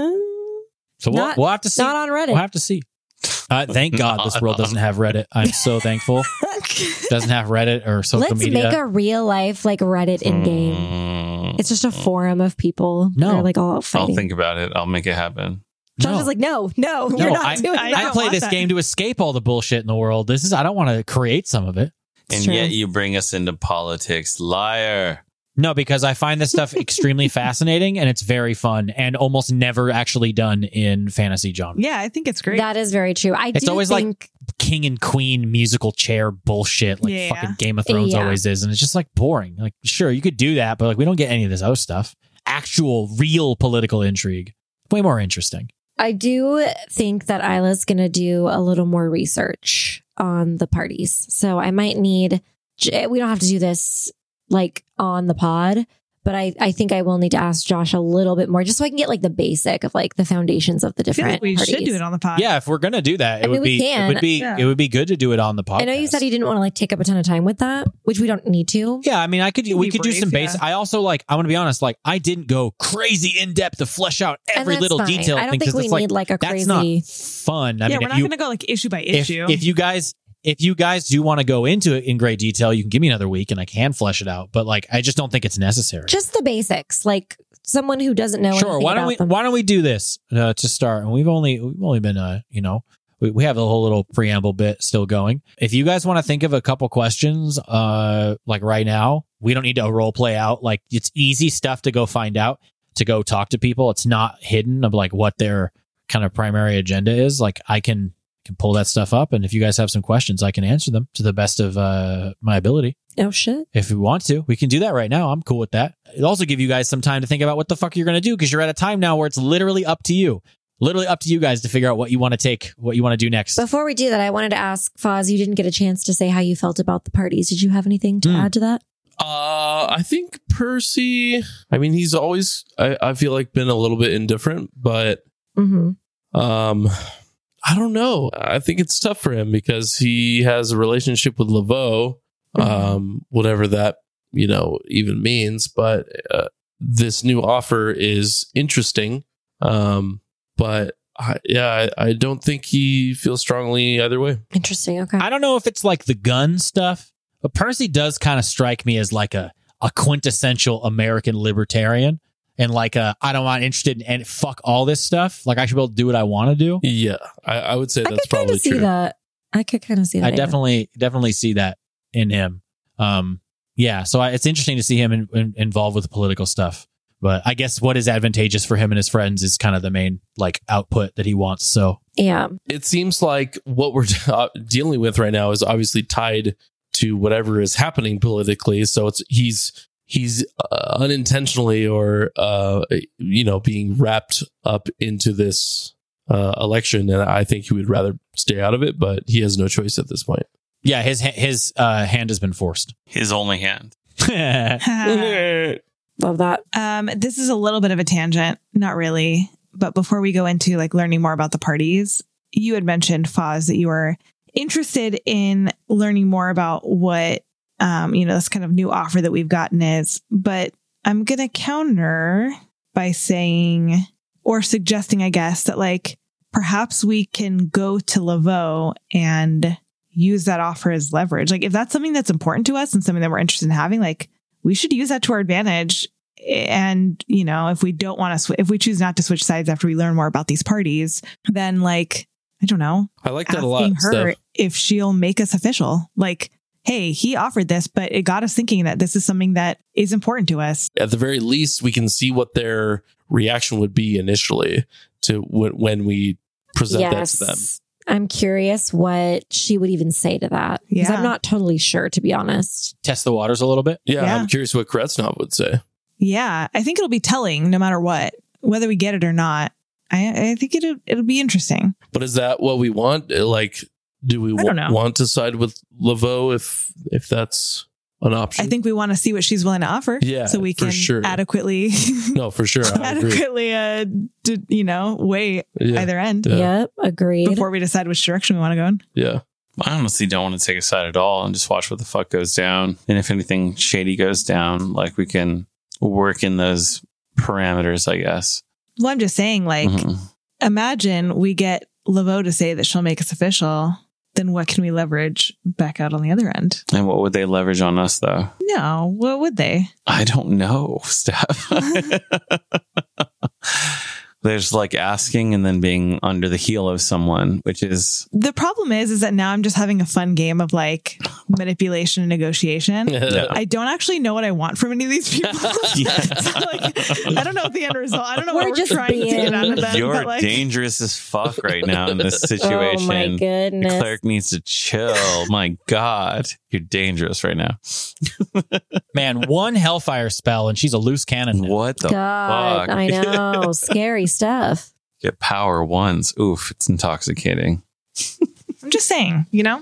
S1: we'll,
S6: Not-
S1: we'll have to see.
S6: Uh, not on Reddit.
S1: We'll have to see. Uh, thank God this world doesn't have Reddit. I'm so
S6: [laughs]
S1: thankful. doesn't have Reddit or social
S6: Let's
S1: media.
S6: make a real life like Reddit in game.
S3: Mm,
S6: It's just a forum of people.
S1: No.
S6: that are, like all
S3: I'll
S6: fighting.
S3: think about it. I'll make it happen.
S6: Josh
S1: No.
S6: is like, no, no, you're not
S1: I-
S6: doing
S4: I
S6: that.
S1: I
S4: don't
S1: play
S4: want
S1: this
S4: that.
S1: game to escape all the bullshit in the world. This is I don't want to create some of it.
S6: It's
S3: and
S6: true.
S3: yet you bring us into politics, liar.
S1: No, because I find this
S6: [laughs]
S1: stuff extremely fascinating and it's very fun and almost never actually done in fantasy genre.
S4: Yeah, I think it's great.
S6: That is very true. I
S1: It's
S6: do
S1: always, like,
S6: think
S1: King and queen musical chair bullshit like
S4: Yeah.
S1: fucking Game of Thrones
S6: Yeah.
S1: always is and it's just like boring. Like sure, you could do that, but like we don't get any of this other stuff. Actual real political intrigue. Way more interesting.
S6: I do think that Isla's going to do a little more research on the parties. So I might need, j- we don't have to do this like on the pod, But I, I think I will need to ask Josh a little bit more just so I can get like the basic of like the foundations of the
S4: I feel
S6: different
S4: like we
S6: parties.
S4: should do it on the pod.
S1: Yeah, if we're gonna do that, it
S6: I mean,
S1: would
S6: we
S1: be
S6: can.
S1: it would be
S4: Yeah.
S1: it would be good to do it on the podcast.
S6: I know you said you didn't want to like take up a ton of time with that, which we don't need to.
S1: Yeah, I mean, I could we
S4: Be
S1: could do
S4: brief,
S1: some base.
S4: yeah.
S1: I also like I'm gonna be honest, like I didn't go crazy in depth to flesh out
S6: And
S1: every
S6: that's
S1: little
S6: fine.
S1: detail.
S6: I don't
S1: thing,
S6: think
S1: 'cause
S6: we
S1: it's like,
S6: need like a
S1: that's
S6: crazy.
S1: not fun. I
S4: yeah,
S1: mean,
S4: we're
S1: if
S4: not
S1: you
S4: going to go like issue by
S1: if,
S4: issue.
S1: if you guys if you guys do want to go into it in great detail, you can give me another week and I can flesh it out. But like, I just don't think it's necessary.
S6: just the basics, like someone who doesn't know.
S1: sure.
S6: anything
S1: Why don't
S6: about
S1: we
S6: them.
S1: Why don't we do this uh, to start? And we've only we've only been uh you know we, we have a whole little preamble bit still going. If you guys want to think of a couple questions, uh, like right now, we don't need to role play out. Like it's easy stuff to go find out to go talk to people. It's not hidden of like what their kind of primary agenda is. Like I can can pull that stuff up, and if you guys have some questions, I can answer them to the best of uh, my ability.
S6: Oh shit!
S1: If we want to, we can do that right now. I'm cool with that. It'll also give you guys some time to think about what the fuck you're going to do because you're at a time now where it's literally up to you. Literally up to you guys to figure out what you want to take, what you want to do next.
S6: Before we do that, I wanted to ask Foz. You didn't get a chance to say how you felt about the parties. Did you have anything to
S1: Hmm.
S6: add to that?
S7: Uh, I think Percy. I mean, he's always. I, I feel like been a little bit indifferent, but
S6: Mm-hmm.
S7: um, I don't know. I think it's tough for him because he has a relationship with Laveau, um, whatever that you know even means. But uh, this new offer is interesting. Um, but I, yeah, I, I don't think he feels strongly either way.
S6: Interesting. Okay.
S1: I don't know if it's like the gun stuff, but Percy does kind of strike me as like a, a quintessential American libertarian and like a, I don't want interested in any, fuck all this stuff. Like I should be able to do what I want to do.
S7: Yeah, I, I would say
S6: I
S7: that's
S6: could kind
S7: probably
S6: of see
S7: true.
S6: that. I could
S4: [laughs]
S6: kind of [laughs] see that.
S1: I
S6: yeah.
S1: definitely definitely see that in him. Um, yeah, so I, it's interesting to see him in, in, involved with political stuff. But I guess what is advantageous for him and his friends is kind of the main like output that he wants. So
S6: Yeah.
S7: it seems like what we're [laughs] uh, dealing with right now is obviously tied to whatever is happening politically. So it's he's he's uh, unintentionally or uh, you know being wrapped up into this uh, election, and I think he would rather stay out of it, but he has no choice at this point.
S1: yeah, his ha- his uh, hand has been forced. [laughs]
S3: His only hand.
S6: Love that.
S4: Um, this is a little bit of a tangent, not really, but before we go into like learning more about the parties, you had mentioned Foz that you were interested in learning more about what um, you know, this kind of new offer that we've gotten is, but I'm gonna counter by saying or suggesting, I guess, that like perhaps we can go to Laveau and use that offer as leverage. Like if that's something that's important to us and something that we're interested in having, like we should use that to our advantage and you know if we don't want to sw- if we choose not to switch sides after we learn more about these parties then like i don't know
S7: [laughs] I like that
S4: asking
S7: a lot.
S4: her
S7: Steph.
S4: if she'll make us official like hey he offered this but it got us thinking that this is something that is important to us
S7: At the very least, we can see what their reaction would be initially to when when we present that to them.
S6: I'm curious what she would even say to that. Because
S4: Yeah.
S6: I'm not totally sure, to be honest.
S1: Test the waters a little bit.
S7: Yeah,
S4: Yeah.
S7: I'm curious what Kretznov would say.
S4: yeah i think it'll be telling no matter what whether we get it or not i, I think it'll, it'll be interesting
S7: But is that what we want? Uh, Like, do we
S4: I don't know.
S7: want to side with Laveau if if that's an option?
S4: i think we want to see what she's willing to offer
S7: Yeah,
S4: so we
S7: for
S4: can
S7: sure.
S4: adequately [laughs]
S7: no, for sure. I agree.
S4: adequately uh d- you know weigh
S7: Yeah,
S4: either end
S7: Yeah.
S6: Yep. Agreed.
S4: before we decide which direction we want to go in.
S7: yeah.
S3: I honestly don't want to take a side at all and just watch what the fuck goes down. And if anything shady goes down, like we can work in those parameters, I guess.
S4: Well, I'm just saying, like,
S3: Mhm.
S4: imagine we get Laveau to say that she'll make us official. Then what can we leverage back out on the other end?
S3: And what would they leverage on us, though?
S4: No, what would they?
S3: I don't know, [laughs] Steph. There's like asking and then being under the heel of someone, which
S6: [laughs]
S3: is
S4: The problem is, is that now I'm just having a fun game of like manipulation and negotiation. I don't actually know what I want from any of these people. [laughs] so, like, I don't know what the end result. I don't know what
S6: We're
S4: we're
S6: just
S4: trying to
S6: being-
S4: get out of them.
S3: you're
S4: but, like,
S3: dangerous as fuck right now in this situation.
S6: [laughs] Oh my
S3: Your
S6: goodness.
S3: cleric needs to chill. My God, you're dangerous right now.
S1: Man, one hellfire spell and she's a loose cannon. now.
S3: What the
S6: God,
S3: fuck?
S6: I know. Scary stuff.
S3: Get power ones. Oof, it's intoxicating.
S4: I'm just saying, you know,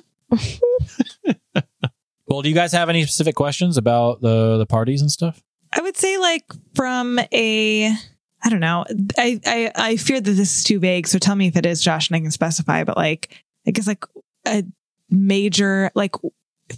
S1: Well, do you guys have any specific questions about the the parties and stuff?
S4: I would say like from a I don't know. I, I I fear that this is too vague, so tell me if it is, Josh, and I can specify. But like, I guess like a major like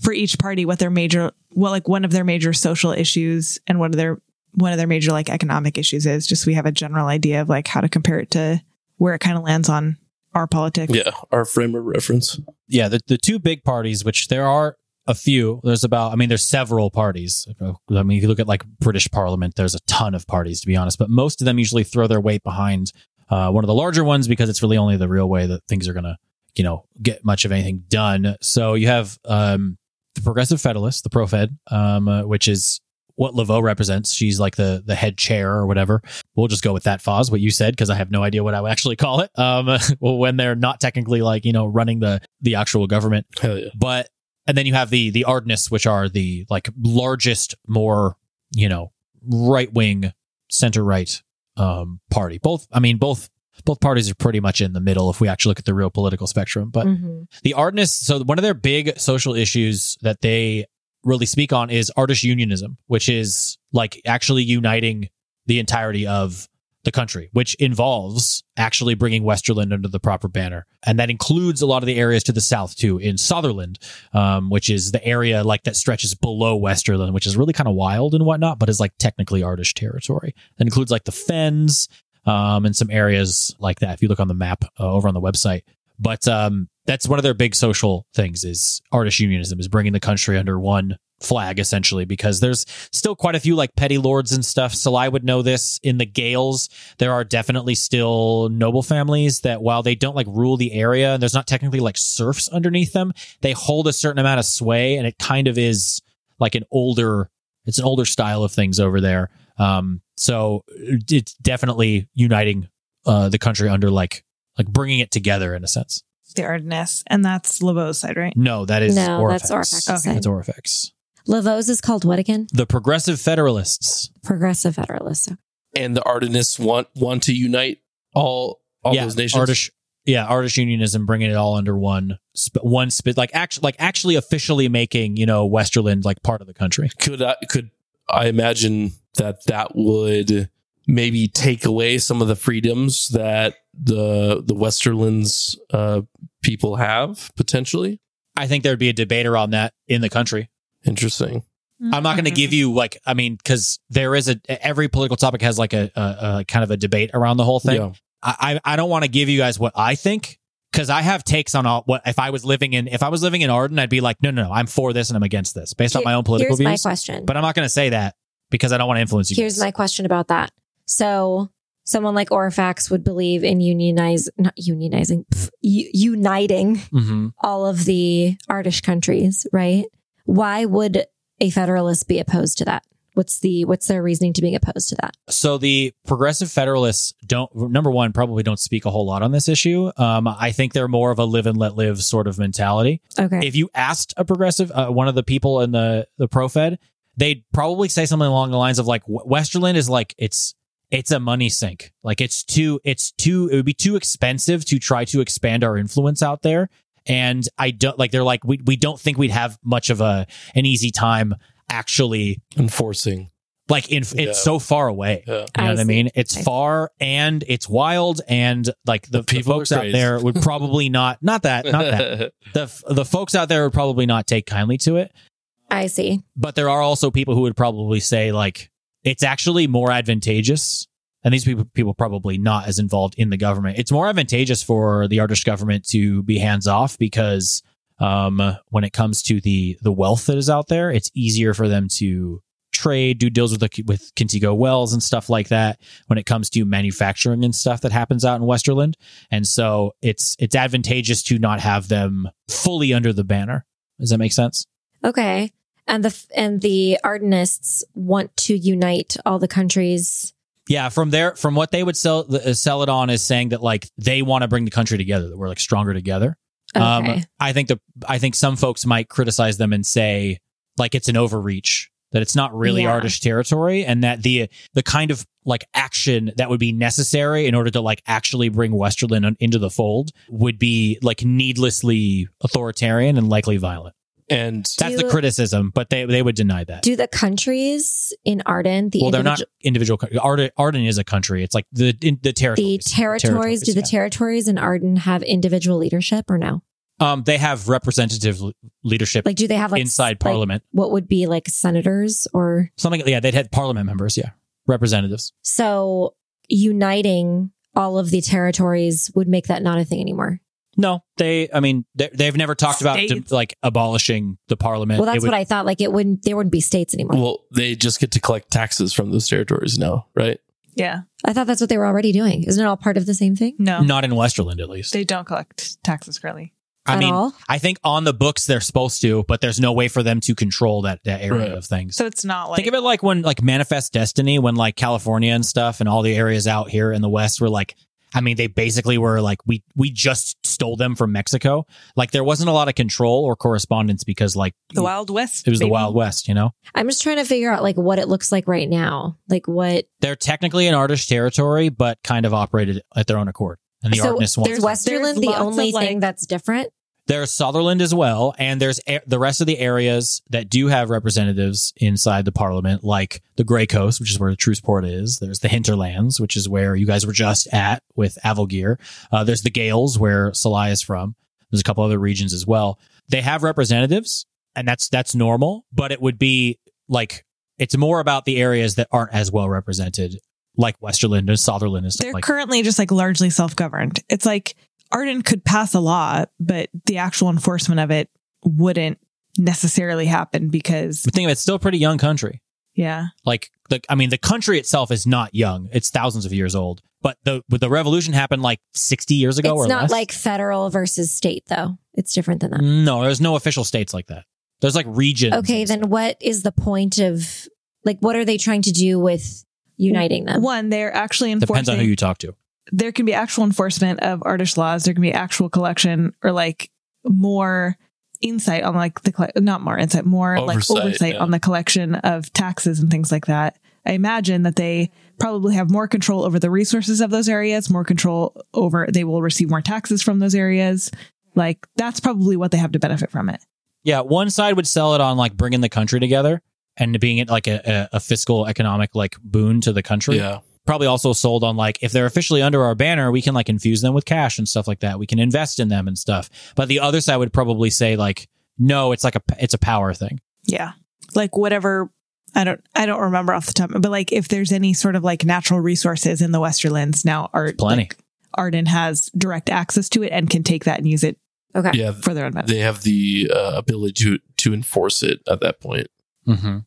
S4: for each party, what their major, well, like one of their major social issues and one of their one of their major like economic issues is. Just so we have a general idea of like how to compare it to where it kind of lands on our politics.
S7: Yeah, our frame of reference.
S1: yeah, the, the two big parties, which there are a few, there's about, I mean, there's several parties. I mean, if you look at like British Parliament, there's a ton of parties, to be honest, but most of them usually throw their weight behind uh, one of the larger ones because it's really only the real way that things are going to, you know, get much of anything done. So you have um, the Progressive Federalist, the Pro Fed, um, uh, which is what Laveau represents. She's like the the head chair or whatever. We'll just go with that, Foz, what you said, because I have no idea what I would actually call it. Um, [laughs] well, when they're not technically like you know running the the actual government,
S7: Hell yeah.
S1: but and then you have the the Ardenists, which are the like largest, more you know right wing, center right um, party. Both, I mean, both both parties are pretty much in the middle if we actually look at the real political spectrum, but.
S4: Mm-hmm.
S6: Mhm.
S1: The Ardenists, so one of their big social issues that they really speak on is artist unionism, which is like actually uniting the entirety of the country, which involves actually bringing Westerland under the proper banner. And that includes a lot of the areas to the south too, in Sutherland, um, which is the area like that stretches below Westerland, which is really kind of wild and whatnot, but is like technically Ardish territory. That includes like the Fens um, and some areas like that. If you look on the map uh, over on the website, but um, that's one of their big social things is artist unionism is bringing the country under one flag essentially because there's still quite a few like petty lords and stuff salai would know this in the gales there are definitely still noble families that while they don't like rule the area and there's not technically like serfs underneath them they hold a certain amount of sway and it kind of is like an older it's an older style of things over there um so it's definitely uniting uh the country under like like bringing it together in a sense
S4: The Ardennes, and that's Laveau's side, right?
S1: no, that is
S6: No,
S1: Orifex.
S6: that's Orifex.
S4: Okay.
S1: That's Orifex.
S6: Laveau's is called what again?
S1: The Progressive Federalists.
S6: Progressive Federalist.
S7: And the Ardenists want want to unite all all
S1: yeah,
S7: those nations.
S1: Artish, yeah, artist unionism, bringing it all under one sp- one spit, like actually, like actually officially making you know Westerland like part of the country.
S7: could I, could I imagine that that would maybe take away some of the freedoms that the the Westerlands uh, people have potentially?
S1: I think there'd be a debater on that in the country.
S7: Interesting.
S1: I'm not going to give you like I mean because there is a every political topic has like a, a, a kind of a debate around the whole thing.
S7: Yeah.
S1: I, I I don't want to give you guys what I think because I have takes on all what if I was living in if I was living in Arden I'd be like no no no I'm for this and I'm against this based on
S6: Here-
S1: my own political
S6: Here's my
S1: views.
S6: question.
S1: But I'm not going to say that because I don't want to influence you.
S6: Here's
S1: guys.
S6: my question about that. So, someone like Orifax would believe in unionize, not unionizing, pff, u- uniting
S1: Mhm.
S6: all of the artish countries, right? Why would a federalist be opposed to that? What's the what's their reasoning to being opposed to that?
S1: So the progressive federalists don't number one probably don't speak a whole lot on this issue. Um, I think they're more of a live and let live sort of mentality.
S6: Okay,
S1: If you asked a progressive, uh, one of the people in the the pro fed, they'd probably say something along the lines of like "W- Westerland is like it's it's a money sink. Like it's too it's too it would be too expensive to try to expand our influence out there. And I don't like they're like we we don't think we'd have much of a an easy time actually
S7: Enforcing.
S1: like in
S7: Yeah.
S1: it's so far away.
S7: Yeah.
S1: You know
S6: I
S1: what I
S6: see.
S1: mean? It's
S6: I see.
S1: far and it's wild and like the,
S7: The
S1: the
S7: people
S1: folks
S7: are
S1: out
S7: crazy.
S1: there would probably not not that not
S7: [laughs]
S1: that the the folks out there would probably not take kindly to it.
S6: I see.
S1: But there are also people who would probably say like it's actually more advantageous. And these people people probably not as involved in the government. It's more advantageous for the Artish government to be hands off because um, when it comes to the the wealth that is out there, it's easier for them to trade, do deals with the, with Kintigo Wells and stuff like that. When it comes to manufacturing and stuff that happens out in Westerland, and so it's it's advantageous to not have them fully under the banner. Does that make sense?
S6: Okay, and the f- and the Ardenists want to unite all the countries.
S1: Yeah, from there, from what they would sell uh, sell it on is saying that like they want to bring the country together, that we're like stronger together. Um,
S6: Okay,
S1: I think the I think some folks might criticize them and say like it's an overreach that it's not really
S6: Yeah.
S1: artist territory and that the the kind of like action that would be necessary in order to like actually bring Westerland on- into the fold would be like needlessly authoritarian and likely violent.
S7: And
S1: That's the
S6: Do-
S1: criticism, but they they would deny that.
S6: Do the countries in Arden, the
S1: well, they're
S6: individual,
S1: not individual. coun- Arden, Arden is a country. It's like the in, the
S6: the
S1: territories.
S6: territories, do the
S1: yeah.
S6: territories in Arden have individual leadership or no?
S1: um they have representative l- leadership
S6: Like, do they have like
S1: inside
S6: like,
S1: parliament.
S6: what would be like senators or
S1: Something yeah, they'd had parliament members, yeah. Representatives.
S6: so uniting all of the territories would make that not a thing anymore.
S1: No, they I mean they, they've never talked about
S4: States.
S1: to, like abolishing the parliament.
S6: well, that's
S1: It would-
S6: what I thought. Like, it wouldn't, there wouldn't be states anymore.
S7: well, they just get to collect taxes from those territories now, right?
S4: Yeah.
S6: I thought that's what they were already doing. Isn't it all part of the same thing?
S4: No.
S1: not in Westerland at least.
S4: They don't collect taxes currently.
S1: I
S6: At
S1: mean,
S6: all?
S1: I think on the books they're supposed to, but there's no way for them to control that, that area
S7: Right.
S1: of things.
S4: So it's not like
S1: Think of it like when like Manifest Destiny, when like California and stuff and all the areas out here in the West were like, I mean, they basically were like, we we just stole them from Mexico. Like there wasn't a lot of control or correspondence because like
S4: the Wild West.
S1: Mm. it was the
S4: baby.
S1: Wild West, you know?
S6: I'm just trying to figure out like what it looks like right now. Like what?
S1: They're technically in Artish territory, but kind of operated at their own accord. And the
S6: so
S1: Artness wants
S6: there's
S1: them.
S6: Westerland,
S4: There's
S6: the
S4: lots of,
S6: only
S4: like-
S6: thing that's different.
S1: There's Sutherland as well, and there's a- the rest of the areas that do have representatives inside the parliament, like the Grey Coast, which is where the Truceport is. There's the Hinterlands, which is where you guys were just at with Avalgear. Uh, there's the Gales, where Salai is from. There's a couple other regions as well. They have representatives, and that's that's normal, but it would be like it's more about the areas that aren't as well represented, like Westerland and Sutherland and stuff
S4: They're
S1: like that.
S4: currently just like largely self governed. It's like Arden could pass a law, but the actual enforcement of it wouldn't necessarily happen because,
S1: But think of it, it's still a pretty young country.
S4: yeah.
S1: like the i mean the country itself is not young it's thousands of years old but the but the revolution happened like 60 years ago
S6: It's
S1: or
S6: not
S1: less.
S6: like federal versus state though. It's different than that.
S1: no there's no official states like that there's like regions
S6: Okay,
S1: and
S6: then what is the point of like what are they trying to do with uniting them?
S4: One, they're actually
S1: stuff.
S4: enforcing.
S1: depends on who you talk to
S4: there can be actual enforcement of artist laws. There can be actual collection or like more insight on like the colle- not more insight, more
S7: Oversight,
S4: like oversight
S7: yeah.
S4: on the collection of taxes and things like that. I imagine that they probably have more control over the resources of those areas, more control over they will receive more taxes from those areas. Like that's probably what they have to benefit from it.
S1: yeah one side would sell it on like bringing the country together and being it like a, a, a fiscal economic like boon to the country
S7: Yeah.
S1: probably also sold on like if they're officially under our banner, we can like infuse them with cash and stuff like that. We can invest in them and stuff. But the other side would probably say like, no, it's like a it's a power thing.
S4: Yeah. Like whatever I don't I don't remember off the top, but like if there's any sort of like natural resources in the Westerlands now art
S1: plenty.
S4: like, Arden has direct access to it and can take that and use it
S6: Okay.
S7: Yeah.
S4: for their own benefit.
S7: They have the uh, ability to, to enforce it at that point.
S1: Mm-hmm.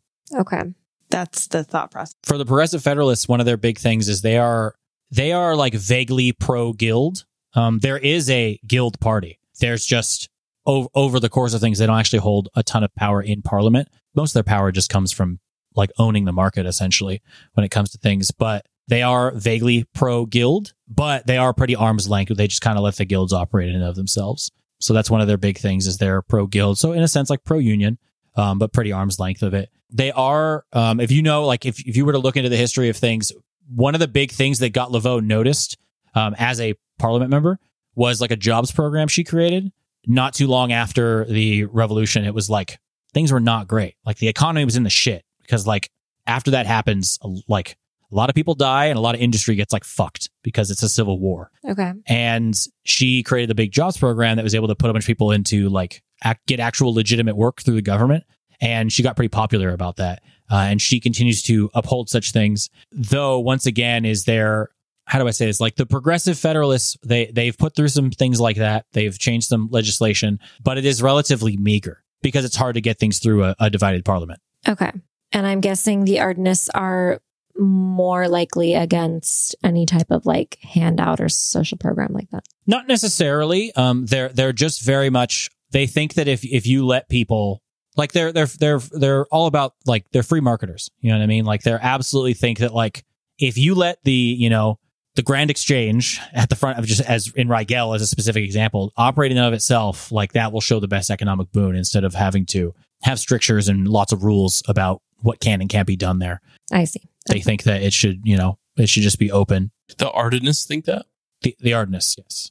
S6: Okay.
S4: That's the thought process.
S1: for the progressive federalists, one of their big things is they are they are like vaguely pro guild. Um, there is a guild party. There's just over, over the course of things, they don't actually hold a ton of power in parliament. Most of their power just comes from like owning the market, essentially, when it comes to things. But they are vaguely pro guild, but they are pretty arm's length. They just kind of let the guilds operate in and of themselves. So that's one of their big things is they're pro guild. So in a sense, like pro union um, but pretty arm's length of it. They are, um, if you know, like if, if you were to look into the history of things, one of the big things that got Laveau noticed um, as a parliament member was like a jobs program she created not too long after the revolution. It was like things were not great. Like the economy was in the shit because like after that happens, like a lot of people die and a lot of industry gets like fucked because it's a civil war
S6: Okay.
S1: and she created the big jobs program that was able to put a bunch of people into like act, get actual legitimate work through the government and she got pretty popular about that uh, and she continues to uphold such things though once again is there how do i say this like the progressive federalists they they've put through some things like that they've changed some legislation but it is relatively meager because it's hard to get things through a, a divided parliament
S6: Okay. And I'm guessing the Ardenists are more likely against any type of like handout or social program like that.
S1: Not necessarily. Um, they're they're just very much. They think that if if you let people like they're they're they're they're all about like they're free marketers. You know what I mean? Like they're absolutely think that like if you let the you know the Grand Exchange at the front of just as in Rigel as a specific example operate in and of itself, like that will show the best economic boon instead of having to have strictures and lots of rules about what can and can't be done there.
S6: I see.
S1: They think that it should you know it should just be open.
S7: The Ardenists think that?
S1: The the Ardenists, yes.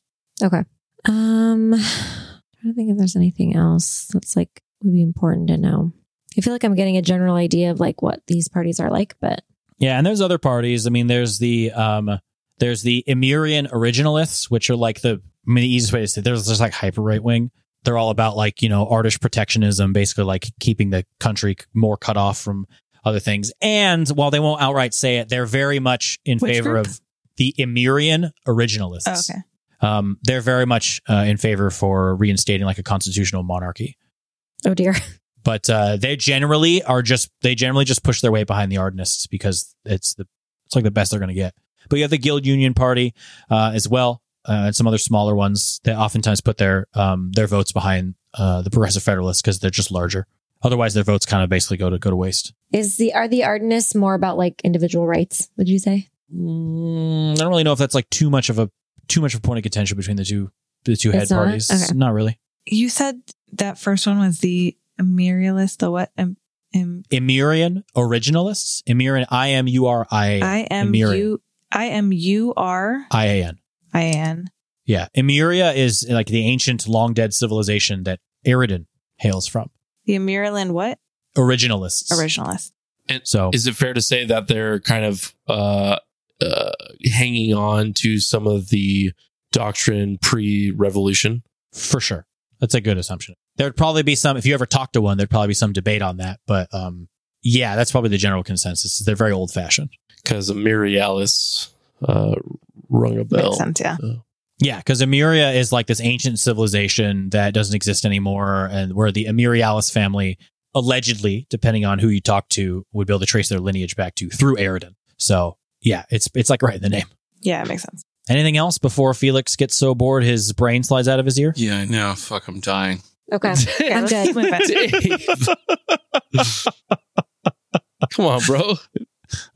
S6: [sighs] Um, I don't think if there's anything else that's like would be important to know. I feel like I'm getting a general idea of like what these parties are like, but
S1: Yeah, and there's other parties. I mean, there's the um, there's the Emirian originalists, which are like the I mean, the easiest way to say there's just like hyper right wing. They're all about like you know artist protectionism, basically like keeping the country more cut off from other things. And while they won't outright say it, they're very much in
S4: Which
S1: favor
S4: group?
S1: of the Emirian originalists.
S4: Oh, okay.
S1: Um, they're very much uh, in favor for reinstating like a constitutional monarchy
S6: oh dear. [laughs]
S1: but uh, they generally are just they generally just push their way behind the Ardenists because it's the it's like the best they're going to get. But you have the Guild Union Party uh, as well, uh, and some other smaller ones that oftentimes put their um, their votes behind uh, the Progressive Federalists because they're just larger. Otherwise, their votes kind of basically go to go to waste.
S6: Is the are the Ardenists more about like individual rights, would you say?
S1: Mm, I don't really know if that's like too much of a too much of a point of contention between the two the two head
S6: It's not?
S1: parties.
S6: Okay.
S1: Not really.
S4: You said that first one was the Emirialist, the what? Em, em,
S1: Emirian originalists. Emirian. I M U R I A N.
S4: I M U I M U R
S1: I A N.
S4: I N.
S1: Yeah. Emeria is like the ancient, long dead civilization that Eridan hails from.
S4: The Emirialin what?
S1: Originalists.
S4: Originalist.
S1: so,
S7: Is it fair to say that they're kind of uh, uh, hanging on to some of the doctrine pre revolution?
S1: for sure. That's a good assumption. There'd probably be some, if you ever talk to one, there'd probably be some debate on that. But um, yeah, that's probably the general consensus. is They're very old fashioned.
S7: Because Mirialis uh, rung a bell.
S4: Makes sense, yeah.
S1: Yeah, because Emeria is like this ancient civilization that doesn't exist anymore, and where the Emerialis family allegedly, depending on who you talk to, would be able to trace their lineage back to through Eridan. So yeah, it's it's like right in the name.
S4: Yeah, it makes
S7: [laughs]
S4: sense.
S1: Anything else before Felix gets so bored his brain slides out of his ear?
S3: Yeah, I know. Fuck, I'm dying.
S6: Okay. I'm
S4: let's
S6: good.
S4: keep moving.
S7: [laughs] Come on, bro.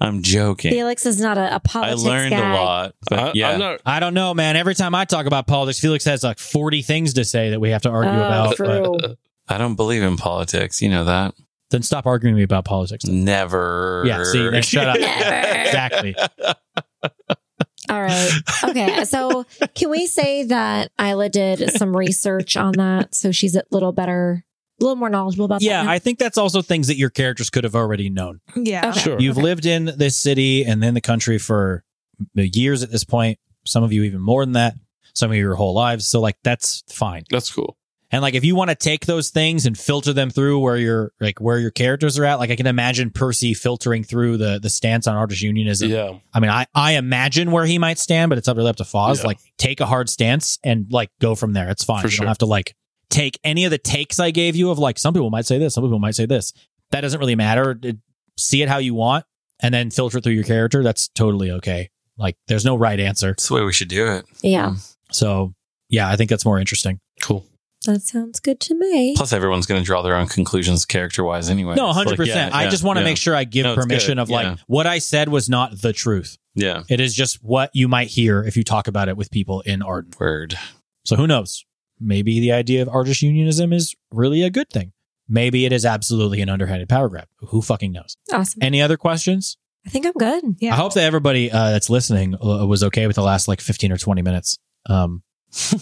S3: I'm joking.
S6: Felix is not a, a
S3: I
S6: politics
S3: learned
S6: guy.
S3: a lot. But
S1: Uh,
S7: I,
S3: yeah,
S7: am not.
S1: [laughs] I don't know, man. Every time I talk about politics, Felix has like 40 things to say that we have to argue
S6: Oh,
S1: about.
S6: true.
S1: but- [laughs]
S3: I don't believe in politics. You know that.
S1: then stop arguing with me about politics.
S3: Never.
S1: Yeah, see, then shut
S3: [laughs]
S1: up. [laughs]
S6: Never. [laughs]
S1: exactly.
S6: All right. Okay. So can we say that Isla did some research on that? So she's a little better, a little more knowledgeable about
S1: Yeah,
S6: that. now?
S1: I think that's also things that your characters could have already known.
S4: Yeah.
S6: Okay.
S7: Sure.
S1: You've lived in this city and then the country for years at this point. Some of you even more than that. Some of you your whole lives. So like that's fine.
S7: That's cool.
S1: And like if you want to take those things and filter them through where your like where your characters are at, like I can imagine Percy filtering through the the stance on artist unionism.
S7: Yeah.
S1: I mean, I I imagine where he might stand, but it's up really up to Foz.
S7: Yeah.
S1: Like take a hard stance and like go from there. It's fine.
S7: For
S1: you
S7: sure.
S1: don't have to like take any of the takes I gave you of like some people might say this, some people might say this. That doesn't really matter. It- see it how you want and then filter it through your character. That's totally okay. Like there's no right answer.
S3: That's the way we should do it.
S6: Yeah.
S1: So yeah, I think that's more interesting.
S7: Cool.
S6: That sounds good to me.
S3: Plus, everyone's going to draw their own conclusions character wise anyway.
S1: No,
S3: It's like,
S1: hundred percent.
S3: yeah,
S1: I
S3: yeah,
S1: just want to
S3: yeah.
S1: make sure I give
S3: No, it's
S1: permission
S3: good.
S1: of like
S3: Yeah.
S1: what I said was not the truth.
S3: Yeah.
S1: It is just what you might hear if you talk about it with people in Arden.
S3: Word.
S1: So who knows? Maybe the idea of artist unionism is really a good thing. Maybe it is absolutely an underhanded power grab. Who fucking knows?
S6: Awesome.
S1: Any other questions?
S6: I think I'm
S1: [laughs]
S6: good.
S4: Yeah.
S1: I hope that everybody uh, that's listening uh, was okay with the last like 15 or 20 minutes. Um,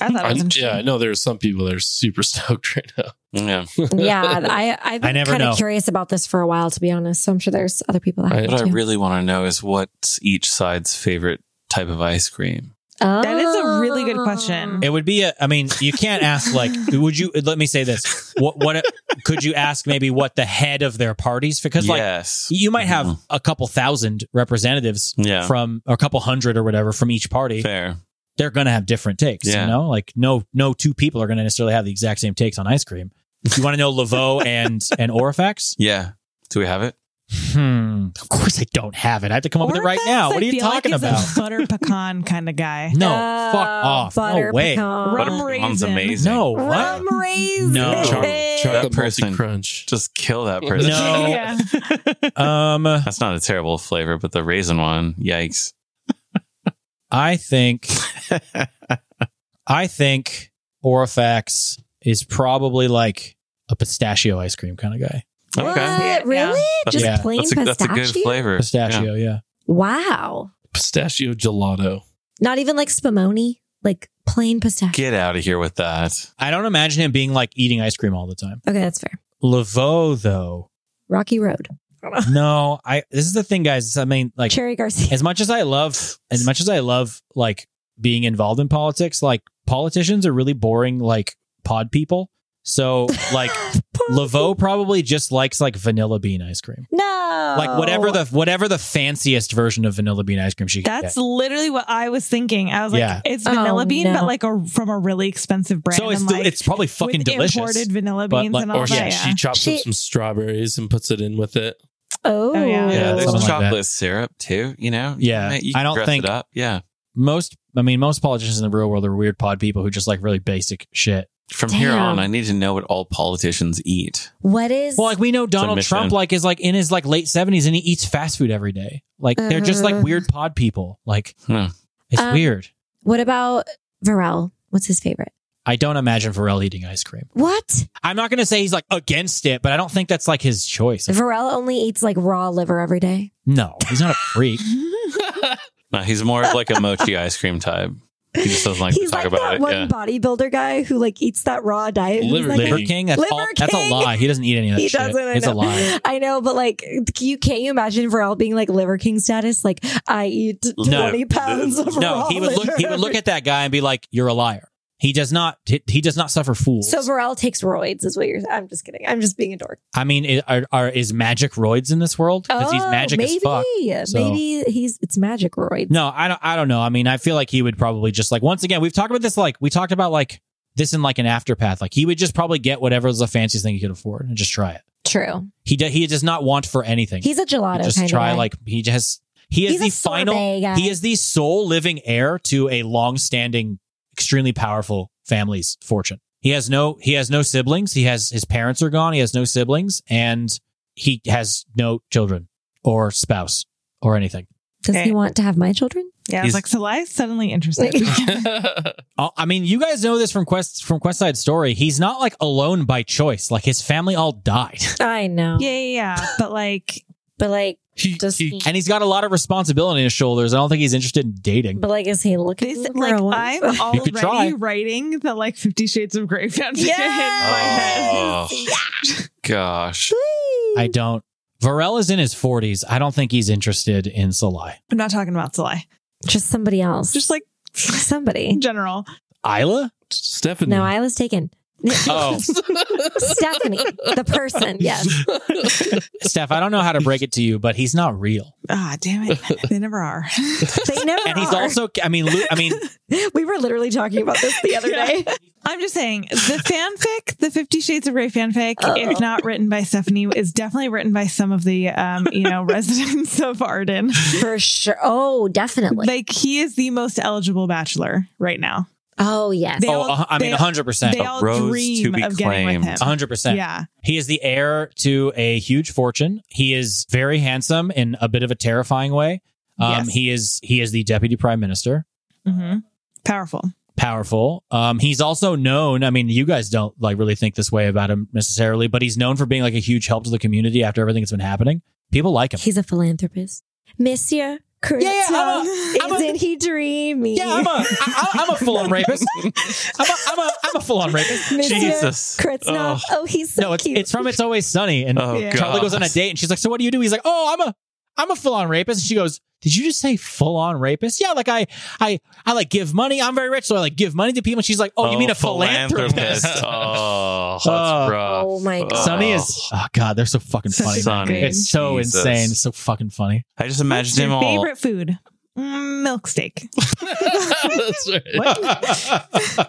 S4: I thought it
S7: I,
S4: was interesting.
S7: yeah, I know there's some people that are super [laughs] stoked right now.
S3: Yeah.
S6: Yeah. I, I've
S1: I
S6: been
S1: never
S6: kind
S1: know.
S6: of curious about this for a while, to be honest. So I'm sure there's other people that
S7: I-
S6: have
S3: What I
S6: too.
S3: really want to know is what's each side's favorite type of ice cream?
S6: Oh.
S4: That is a really good question.
S1: it would be a, I mean, you can't ask like, would you, let me say this. What, what, could you ask maybe what the head of their parties? Because like, e-
S3: yes.
S1: you might have
S3: Mhm.
S1: a couple thousand representatives
S3: Yeah.
S1: from, or a couple hundred or whatever from each party.
S3: Fair.
S1: they're going to have different takes.
S3: Yeah.
S1: You know, like no no two people are going to necessarily have the exact same takes on ice cream. If you want to know
S3: [laughs]
S1: Laveau and and Orifax,
S3: Yeah. Do we have it?
S1: hmm, of course I don't have it. I have to come up with it right
S4: Orfax,
S1: now.
S4: I
S1: What are you
S4: feel like
S1: talking
S4: he's a [laughs]
S1: about? [laughs]
S4: butter pecan kind of guy.
S1: No,
S6: Uh,
S1: fuck off. No
S6: butter
S1: way.
S6: pecan.
S4: Rum
S3: Butter pecan's
S4: raisin.
S3: amazing.
S1: No, what?
S6: Rum raisin.
S1: No.
S7: Chocolate, chocolate
S3: person-
S7: multi crunch.
S3: Just kill that person.
S1: No.
S3: [laughs]
S4: Yeah.
S1: Um,
S3: That's not a terrible flavor, but the raisin one, yikes.
S1: I think I think Orifax is probably like a pistachio ice cream kind of guy.
S6: What?
S3: Okay.
S6: Really? Just
S1: Yeah.
S6: plain
S3: That's a, that's a
S6: pistachio?
S3: good flavor.
S1: Pistachio, yeah.
S6: Wow.
S7: Pistachio gelato.
S6: Not even like spumoni, like plain
S3: Yeah.
S6: pistachio.
S3: Get out of here with that.
S1: I don't imagine him being like eating ice cream all the time.
S6: okay, that's fair.
S1: Laveau though.
S6: Rocky Road.
S1: No, I this is the thing, guys. I mean, like
S6: Cherry Garcia.
S1: as much as I love as much as I love like being involved in politics, like politicians are really boring like pod people. So
S6: [laughs] [gasps]
S1: like Laveau probably just likes like vanilla bean ice cream.
S6: No.
S1: Like whatever the whatever the fanciest version of vanilla bean ice cream she can
S4: That's literally what I was thinking. I was like,
S1: Yeah.
S4: it's
S6: Oh,
S4: vanilla bean,
S6: no.
S4: but like a from a really expensive
S1: get.
S4: brand.
S1: So it's
S4: I'm
S1: del-
S4: like,
S1: it's probably
S4: with
S1: fucking delicious.
S4: Imported vanilla
S1: But,
S4: beans
S1: like-
S4: and all
S7: Or
S4: that.
S7: yeah,
S4: Yeah,
S7: she chops
S6: She-
S7: up some strawberries and puts it in
S6: [laughs]
S7: with it. [laughs]
S6: Oh.
S4: Oh, yeah.
S3: Yeah, there's
S1: Something like
S3: chocolate
S1: that.
S3: syrup too. You know.
S1: Yeah,
S3: You
S1: I don't
S3: dress
S1: think-
S3: it up. Yeah,
S1: Most I mean most politicians in the real world are weird pod people who just like really basic shit.
S3: from here
S6: Damn.
S3: on, I need to know what all politicians eat.
S6: What is
S1: Well, like we know Donald
S3: mission.
S1: Trump like is like in his like late seventies and he eats fast food every day. Like they're just like
S6: Uh-huh.
S1: weird pod people. Like
S3: Hmm.
S1: it's
S6: Um,
S1: weird.
S6: what about Varel? What's his favorite?
S1: I don't imagine Pharrell eating ice cream.
S6: What?
S1: I'm not going to say he's like against it, but I don't think that's like his choice.
S6: Varel only eats like raw liver every day.
S1: No, he's not a freak.
S3: No, he's more of like a mochi ice cream type. He just doesn't like to
S6: He's
S3: talk
S6: like
S3: about
S6: that
S3: it.
S6: one
S3: Yeah.
S6: bodybuilder guy who like eats that raw diet. He's [laughs]
S7: Liver
S6: like,
S1: Liver
S7: King.
S1: King, that's
S6: Liver
S1: all. That's a
S6: King.
S1: lie. He doesn't eat any of that
S6: [laughs] He
S1: shit.
S6: doesn't. I
S1: It's
S6: know.
S1: a lie.
S6: [laughs] I know, but like, you can't you imagine Varel being like liver king status? Like, I eat
S1: No.
S6: twenty pounds of [laughs]
S1: No,
S6: raw
S1: he would look.
S6: liver
S1: He would look at that guy and be like, "You're a liar." He does not. He, he does not suffer
S6: every-
S1: fools.
S6: So Varel takes roids, is what you're. I'm just kidding. I'm just being a dork.
S1: I mean, i- are, are is magic roids in this world? Because he's
S6: Oh,
S1: magic
S6: maybe,
S1: as fuck. so-
S6: Maybe he's it's magic roids.
S1: No, I don't. I don't know. I mean, I feel like he would probably just like once again. We've talked about this. Like we talked about like this in like an afterpath. Like he would just probably get whatever was the fanciest thing he could afford and just try it.
S6: True.
S1: He do, he does not want for anything.
S6: He's a gelato.
S1: just
S6: kind
S1: try
S6: of guy.
S1: like he just he is
S6: He's a
S1: the final.
S6: sorbet guy.
S1: He is the sole living heir to a long-standing, extremely powerful family's fortune. He has no he has no siblings. He has his parents are gone. He has no siblings, and he has no children or spouse or anything.
S6: Does
S4: Okay.
S6: he want to have my children?
S4: yeah. I was
S3: He's-
S4: like, Salai's suddenly [laughs] interested.
S1: Uh, I mean, you guys know this from Quest from Quest Side Story. He's not like alone by choice. Like his family all died, [laughs]
S6: I know.
S4: yeah, yeah, yeah. But like,
S6: But like,
S7: he,
S6: does he?
S1: and he's got a lot of responsibility on his shoulders. I don't think he's interested in dating.
S6: But like, is he
S4: this,
S6: looking for
S4: like
S6: a wife? [laughs]
S4: I'm
S1: You could try.
S4: already writing the like Fifty Shades of Grey fanfiction in my head.
S3: Oh, gosh.
S1: I don't. Varel is in his forties. I don't think he's interested in Salai.
S4: I'm not talking about Salai.
S6: Just somebody else.
S4: Just like
S6: [laughs]
S4: [laughs]
S6: somebody.
S4: in general.
S1: Isla?
S7: Stephanie. [laughs]
S6: No, I was taken.
S1: Oh,
S6: Stephanie, the
S1: [laughs]
S6: person. Yes.
S1: Steph, I don't know how to break it to you, but he's not real.
S4: Ah,
S1: [laughs]
S4: damn it. They never are.
S6: They never
S1: And he's
S6: are.
S1: also. I mean, Lu- I mean,
S6: [laughs] we were literally talking about this the
S4: [laughs]
S6: other
S4: Yeah.
S6: day.
S4: I'm just saying the fanfic, the Fifty Shades of Grey fanfic,
S6: Oh.
S4: if not written by Stephanie, is definitely written by some of the um, you know, residents of Arden.
S6: For sure. Oh, definitely.
S4: Like he is the most eligible bachelor right now.
S6: oh, yes.
S4: They
S1: oh,
S4: all-
S1: uh, I mean,
S4: they-
S1: hundred percent,
S4: They all
S3: rose to
S4: dream
S3: be
S4: of getting with
S3: claimed.
S4: him.
S1: hundred percent.
S4: Yeah.
S1: He is the heir to a huge fortune. He is very handsome in a bit of a terrifying way. Um,
S4: Yes.
S1: He is he is the deputy prime minister.
S4: hmm Powerful.
S1: powerful. Um, he's also known. I mean, you guys don't like really think this way about him necessarily, but he's known for being like a huge help to the community after everything that's been happening. People like him.
S6: He's a philanthropist. Monsieur Cruton.
S1: Yeah, I'm I'm a-
S6: Isn't he dreamy?
S1: Yeah, I'm a, I, I'm a full on rapist. [laughs] I'm a, I'm a, I'm a full on rapist.
S6: Monsieur
S3: Jesus.
S6: Kretznov.
S3: Oh.
S6: Oh. he's so
S1: No, it's
S6: cute.
S1: it's from It's Always Sunny, and
S3: Oh,
S4: Yeah.
S1: Charlie
S3: God.
S1: goes on a date, and she's like, "So what do you do?" He's like, "Oh, I'm a, I'm a full on rapist." And she goes, "Did you just say full on rapist?" Yeah, like I, I, I like give money. I'm very rich, so I like give money to people. And she's like, "Oh, you mean a philanthropist?"
S3: [laughs]
S7: philanthropist.
S3: oh, that's
S1: Oh.
S3: rough.
S6: Oh my
S1: [laughs]
S6: God.
S1: Sunny is, oh god, they're so fucking
S4: Such
S1: funny.
S4: a Sunny. good
S1: It's so
S3: Jesus.
S1: insane. It's so fucking funny.
S3: I just
S4: What's
S3: imagined
S4: your
S3: him all.
S4: favorite food? Mm,
S1: [laughs]
S4: Milk steak.
S7: That's
S6: [laughs]
S7: right.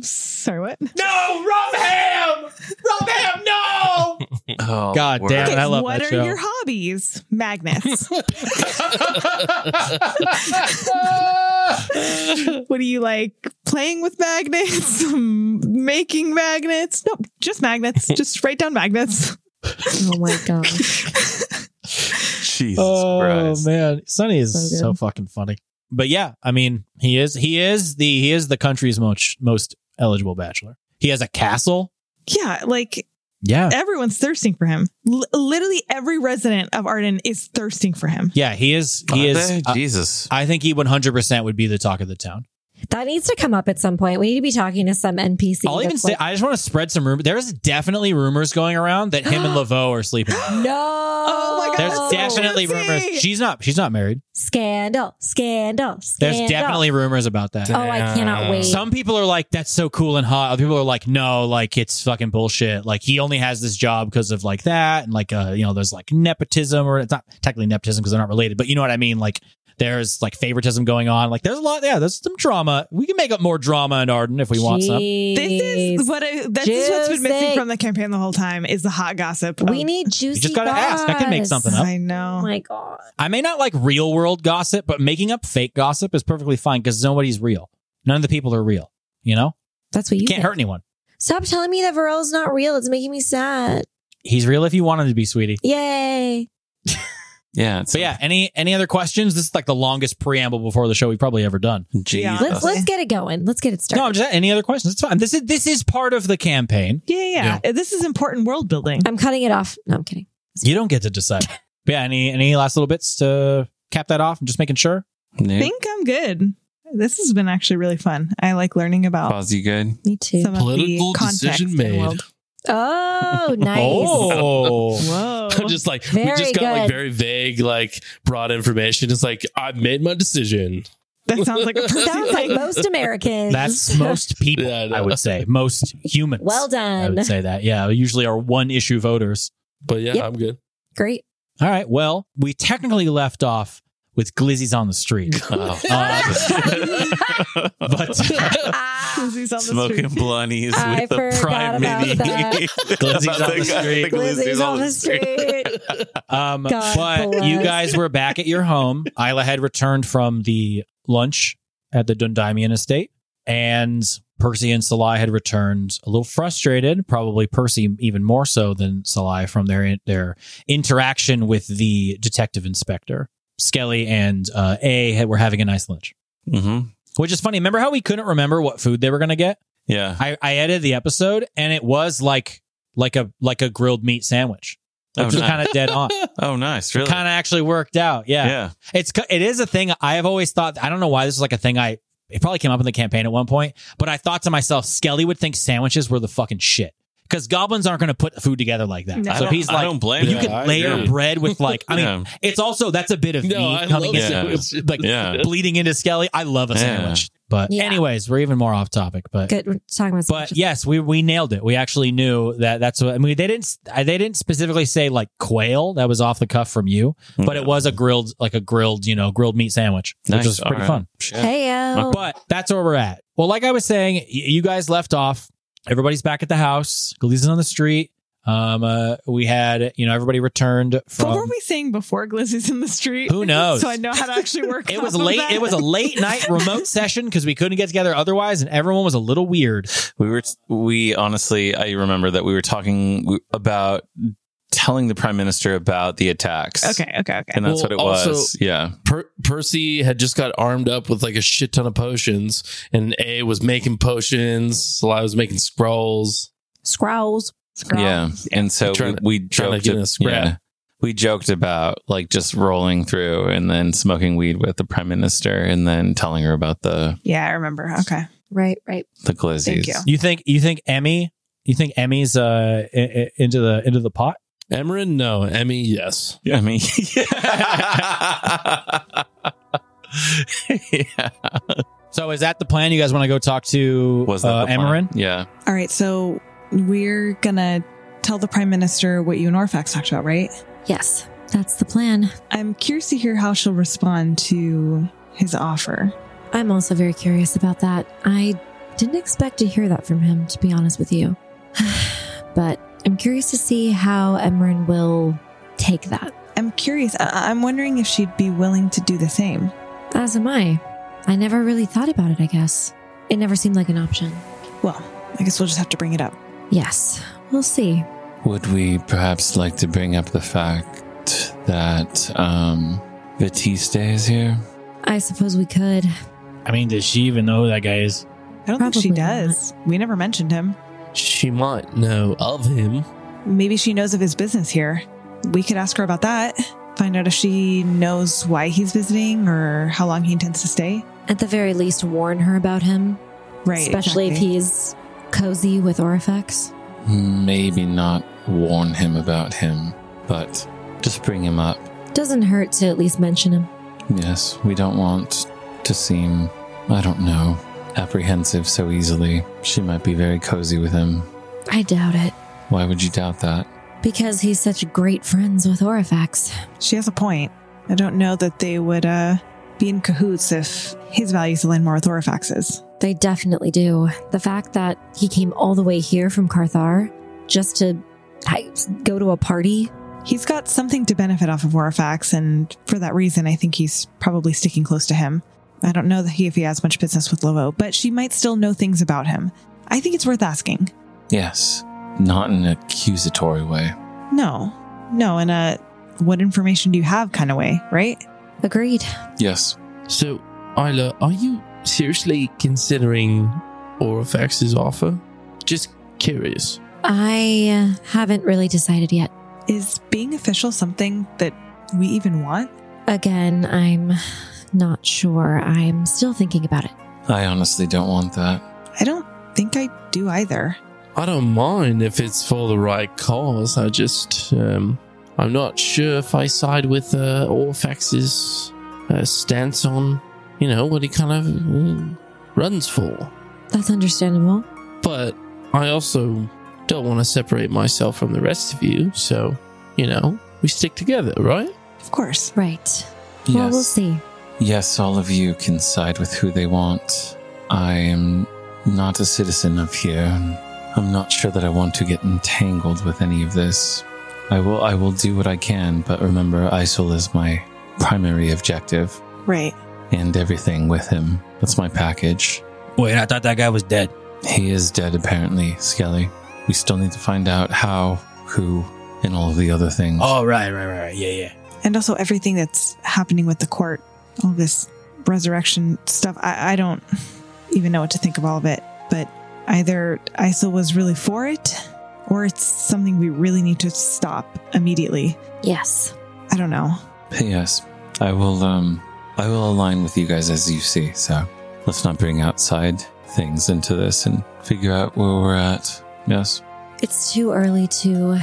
S4: Sorry, what?
S1: no, Rob Ham! Rob Ham, no!
S3: [laughs] Oh,
S1: God damn it, I love
S4: what
S1: that
S4: are
S1: show.
S4: your hobbies?
S1: [laughs]
S4: Magnets. what do you like? Playing with magnets? [laughs] Making magnets? Nope, just magnets. just write down magnets.
S6: oh my God.
S3: [laughs] Jesus
S1: oh
S3: Christ.
S1: man, Sunny is
S6: So
S1: so,
S6: good.
S1: fucking funny. But yeah, I mean, he is he is the he is the country's most most eligible bachelor. He has a castle.
S4: Yeah, like
S1: Yeah.
S4: everyone's thirsting for him. L- literally every resident of Arden is thirsting for him.
S1: Yeah, he is he
S3: Are
S1: is
S3: they?
S1: uh,
S3: Jesus.
S1: I think he 100% would be the talk of the town.
S6: That needs to come up at some point. We need to be talking to some NPC.
S1: I'll even
S6: that's
S1: say
S6: like-
S1: I just want to spread some rumor. There's definitely rumors going around that him and Laveau are sleeping.
S6: no.
S4: Oh my God,
S1: There's
S4: that's so
S1: definitely rumors.
S4: fancy.
S1: She's not. She's not married.
S6: scandal, scandal,
S1: There's
S6: scandal.
S1: definitely rumors about that.
S6: Oh, I cannot wait.
S1: Some people are like, "That's so cool and hot." Other people are like, "No, like it's fucking bullshit. Like he only has this job because of like that, and like uh, you know, there's like nepotism, or it's not technically nepotism because they're not related, but you know what I mean. Like there's like favoritism going on. Like there's a lot. Yeah, there's some drama. We can make up more drama in Arden if we want some.
S4: This is
S6: Jeez.
S4: what I, this is what's been missing
S6: Juicy.
S4: from the campaign the whole time is the hot gossip. of-
S6: we need juicy.
S1: Um, just gotta ask. I can make
S6: bars.
S1: something up.
S4: I know.
S6: Oh my god.
S1: I may not like real world gossip, but making up fake gossip is perfectly fine because nobody's real. None of the people are real. You know,
S6: That's what you
S1: can't
S6: think.
S1: hurt anyone.
S6: Stop telling me that Varel's not real. It's making me sad.
S1: He's real if you want him to be, sweetie.
S6: Yay.
S3: Yeah. It's
S1: So yeah, any any other questions? This is like the longest preamble before the show we've probably ever done.
S3: Jesus.
S6: Let's
S4: Okay.
S6: let's get it going. Let's get it started.
S1: No, I'm just any other questions. It's fine. This is this is part of the campaign.
S4: Yeah, yeah, yeah. This is important world building.
S6: I'm cutting it off. No, I'm kidding.
S1: You don't get to
S6: [laughs]
S1: decide. but yeah, any any last little bits to cap that off? I'm just making sure.
S4: I
S3: Nope.
S4: think I'm good. This has been actually really fun. I like learning about
S3: Pause.
S6: [laughs]
S3: You good?
S6: Me too.
S4: some
S7: Political
S4: of the context
S7: decision
S4: in the
S7: made.
S1: [laughs]
S4: world.
S6: Oh, nice.
S1: Oh.
S4: Whoa!
S7: I'm just like we
S6: Very
S7: just got like
S6: good.
S7: very vague, like broad information. It's like I've made my decision.
S4: that
S1: [laughs]
S4: sounds like a perfect
S6: Sounds like most
S1: [laughs]
S6: Americans.
S1: That's most people,
S7: Yeah, I know.
S1: I would say. Most humans.
S6: [laughs] well
S1: I
S6: done.
S1: would say that. Yeah, usually are one issue voters.
S7: But yeah,
S6: Yep.
S7: I'm good.
S6: Great.
S1: All right. Well, we technically left off with Glizzy's on the
S6: [laughs]
S1: street. Uh,
S3: Oh. [laughs]
S7: [laughs]
S1: But
S6: Ah,
S4: Koozies on the
S3: Smoking
S4: street.
S3: blunties
S6: I
S3: with the
S6: forgot
S3: prime
S6: about
S3: mini. [laughs]
S6: that.
S1: Glizzy's on the street.
S6: Glizzy's on the street.
S1: Um,
S6: God
S1: but
S6: bless.
S1: you guys were back at your home. Isla had returned from the lunch at the Dundymian estate, and Percy and Salai had returned a little frustrated, probably Percy even more so than Salai from their their interaction with the detective inspector. Skelly and uh, A had, were having a nice lunch,
S3: hmm
S1: which is funny. Remember how we couldn't remember what food they were going to get?
S3: Yeah.
S1: I, I edited the episode, and it was like like a like a grilled meat sandwich, which
S3: Oh,
S1: was
S3: nice.
S1: kind of dead on.
S3: Oh, nice. Really?
S1: Kind of actually worked out. Yeah.
S3: yeah.
S1: It's co- it is a thing I have always thought I don't know why this is like a thing I it probably came up in the campaign at one point, but I thought to myself Skelly would think sandwiches were the fucking shit cuz goblins aren't going to put food together like that.
S4: No.
S3: I
S1: So
S3: don't-
S1: he's
S3: I
S1: like
S3: don't blame
S1: you
S7: Yeah,
S1: could
S7: I
S1: layer
S7: agree.
S1: bread with like I mean
S3: [laughs] Yeah.
S1: it's also that's a bit of
S7: No,
S1: me
S7: I
S1: coming
S7: love
S1: in
S7: sandwiches.
S1: like
S3: Yeah.
S1: bleeding into Skelly. I love a
S3: Yeah.
S1: sandwich. But
S6: Yeah.
S1: anyways, we're even more off topic, but
S6: Good. We're talking about
S1: but yes, we we nailed it. We actually knew that that's what I mean. They didn't they didn't specifically say like quail. That was off the cuff from you, but it was a grilled like a grilled you know grilled meat sandwich,
S3: Nice.
S1: which was pretty
S3: All right.
S1: fun.
S3: Shit.
S6: Hey, yo.
S1: But that's where we're at. Well, like I was saying, y- you guys left off. Everybody's back at the house. Gleason's on the street. Um, uh, we had you know everybody returned
S4: What were
S1: from.
S4: we saying before Glizzy's in the street?
S1: Who knows?
S4: So I know how to actually
S1: [laughs]
S4: work.
S1: It was
S4: off of
S1: late.
S4: that.
S1: It was a late night remote session because we couldn't get together otherwise, and everyone was a little weird.
S3: We were, we honestly, I remember that we were talking about telling the prime minister about the attacks.
S4: [laughs] Okay, okay, okay.
S3: And that's
S7: Well,
S3: what it
S7: also-
S3: was. Yeah.
S7: Per- Percy had just got armed up with like a shit ton of potions, and A was making potions. Sly was making scrolls.
S6: Scrolls.
S3: Yeah. And so
S7: Trying
S3: we,
S7: to-
S3: we
S7: trying to
S3: joked.
S7: get in a scrap.
S3: yeah. We joked about like just rolling through and then smoking weed with the prime minister and then telling her about the
S4: Yeah, I remember. Okay.
S6: Right, right.
S3: the glizzies.
S4: Thank you.
S1: You think you think Emmy? You think Emmy's uh i- i- into the into the pot?
S7: Emerin, no. Emmy, yes.
S3: Yeah, I mean, [laughs] yeah.
S1: So is that the plan? You guys want to go talk to
S3: Was that
S1: uh,
S3: the plan?
S1: Amarin?
S3: Yeah.
S4: All right. So we're gonna tell the prime minister what you and Orfax talked about, right?
S6: Yes, that's the plan.
S4: I'm curious to hear how she'll respond to his offer.
S6: I'm also very curious about that. I didn't expect to hear that from him, to be honest with you. [sighs] but I'm curious to see how Emran will take that.
S4: I'm curious. I- I'm wondering if she'd be willing to do the same.
S6: As am I. I never really thought about it, I guess. It never seemed like an option.
S4: Well, I guess we'll just have to bring it up.
S6: Yes, we'll see.
S3: Would we perhaps like to bring up the fact that um, Batiste is here?
S6: I suppose we could.
S1: I mean, does she even know who that guy is?
S4: I don't think she
S6: Probably not.
S4: does. We never mentioned him.
S7: She might know of him.
S4: Maybe she knows of his business here. We could ask her about that. Find out if she knows why he's visiting or how long he intends to stay.
S6: At the very least, warn her about him,
S4: Right.
S6: especially
S4: exactly.
S6: if he's cozy with Orifex.
S3: Maybe not warn him about him, but just bring him up.
S6: Doesn't hurt to at least mention him.
S3: Yes, we don't want to seem, I don't know, apprehensive so easily. She might be very cozy with him.
S6: I doubt it
S3: Why would you doubt that?
S6: because he's such great friends with Orifax.
S4: She has a point. I don't know that they would uh, be in cahoots if his values align more with Orifax's.
S6: They definitely do. The fact that he came all the way here from Carthar just to I, go to a party.
S4: He's got something to benefit off of Orifax, and for that reason, I think he's probably sticking close to him. I don't know that he, if he has much business with Lovo, but she might still know things about him. I think it's worth asking.
S3: Yes, not in an accusatory way.
S4: No, no, in a what information do you have kind of way, right?
S6: Agreed.
S3: Yes.
S7: So, Isla, are you seriously considering Orifax's offer? Just curious.
S6: I uh, haven't really decided yet.
S4: Is being official something that we even want?
S6: Again, I'm not sure. I'm still thinking about it.
S3: I honestly don't want that.
S4: I don't think I do either.
S7: I don't mind if it's for the right cause. I just, um, I'm not sure if I side with uh, Orfax's uh, stance on, you know, what he kind of mm, runs for.
S6: That's understandable.
S7: But I also don't want to separate myself from the rest of you. So, you know, we stick together, right?
S4: Of course.
S6: Right.
S3: Yes.
S6: Well, we'll see.
S3: Yes, all of you can side with who they want. I am not a citizen of here. and I'm not sure that I want to get entangled with any of this. I will I will do what I can, but remember ISIL is my primary objective
S4: Right.
S3: and everything with him. That's my package.
S1: Wait, I thought that guy was dead.
S3: He is dead apparently, Skelly. We still need to find out how, who, and all of the other things.
S1: Oh, right, right, right, right. Yeah, yeah.
S4: And also everything that's happening with the court, all this resurrection stuff. I, I don't even know what to think of all of it. But either ISIL was really for it, or it's something we really need to stop immediately.
S6: Yes.
S4: I don't know.
S3: Yes, I will. Um, I will align with you guys as you see. So let's not bring outside things into this and figure out where we're at. Yes,
S6: It's too early to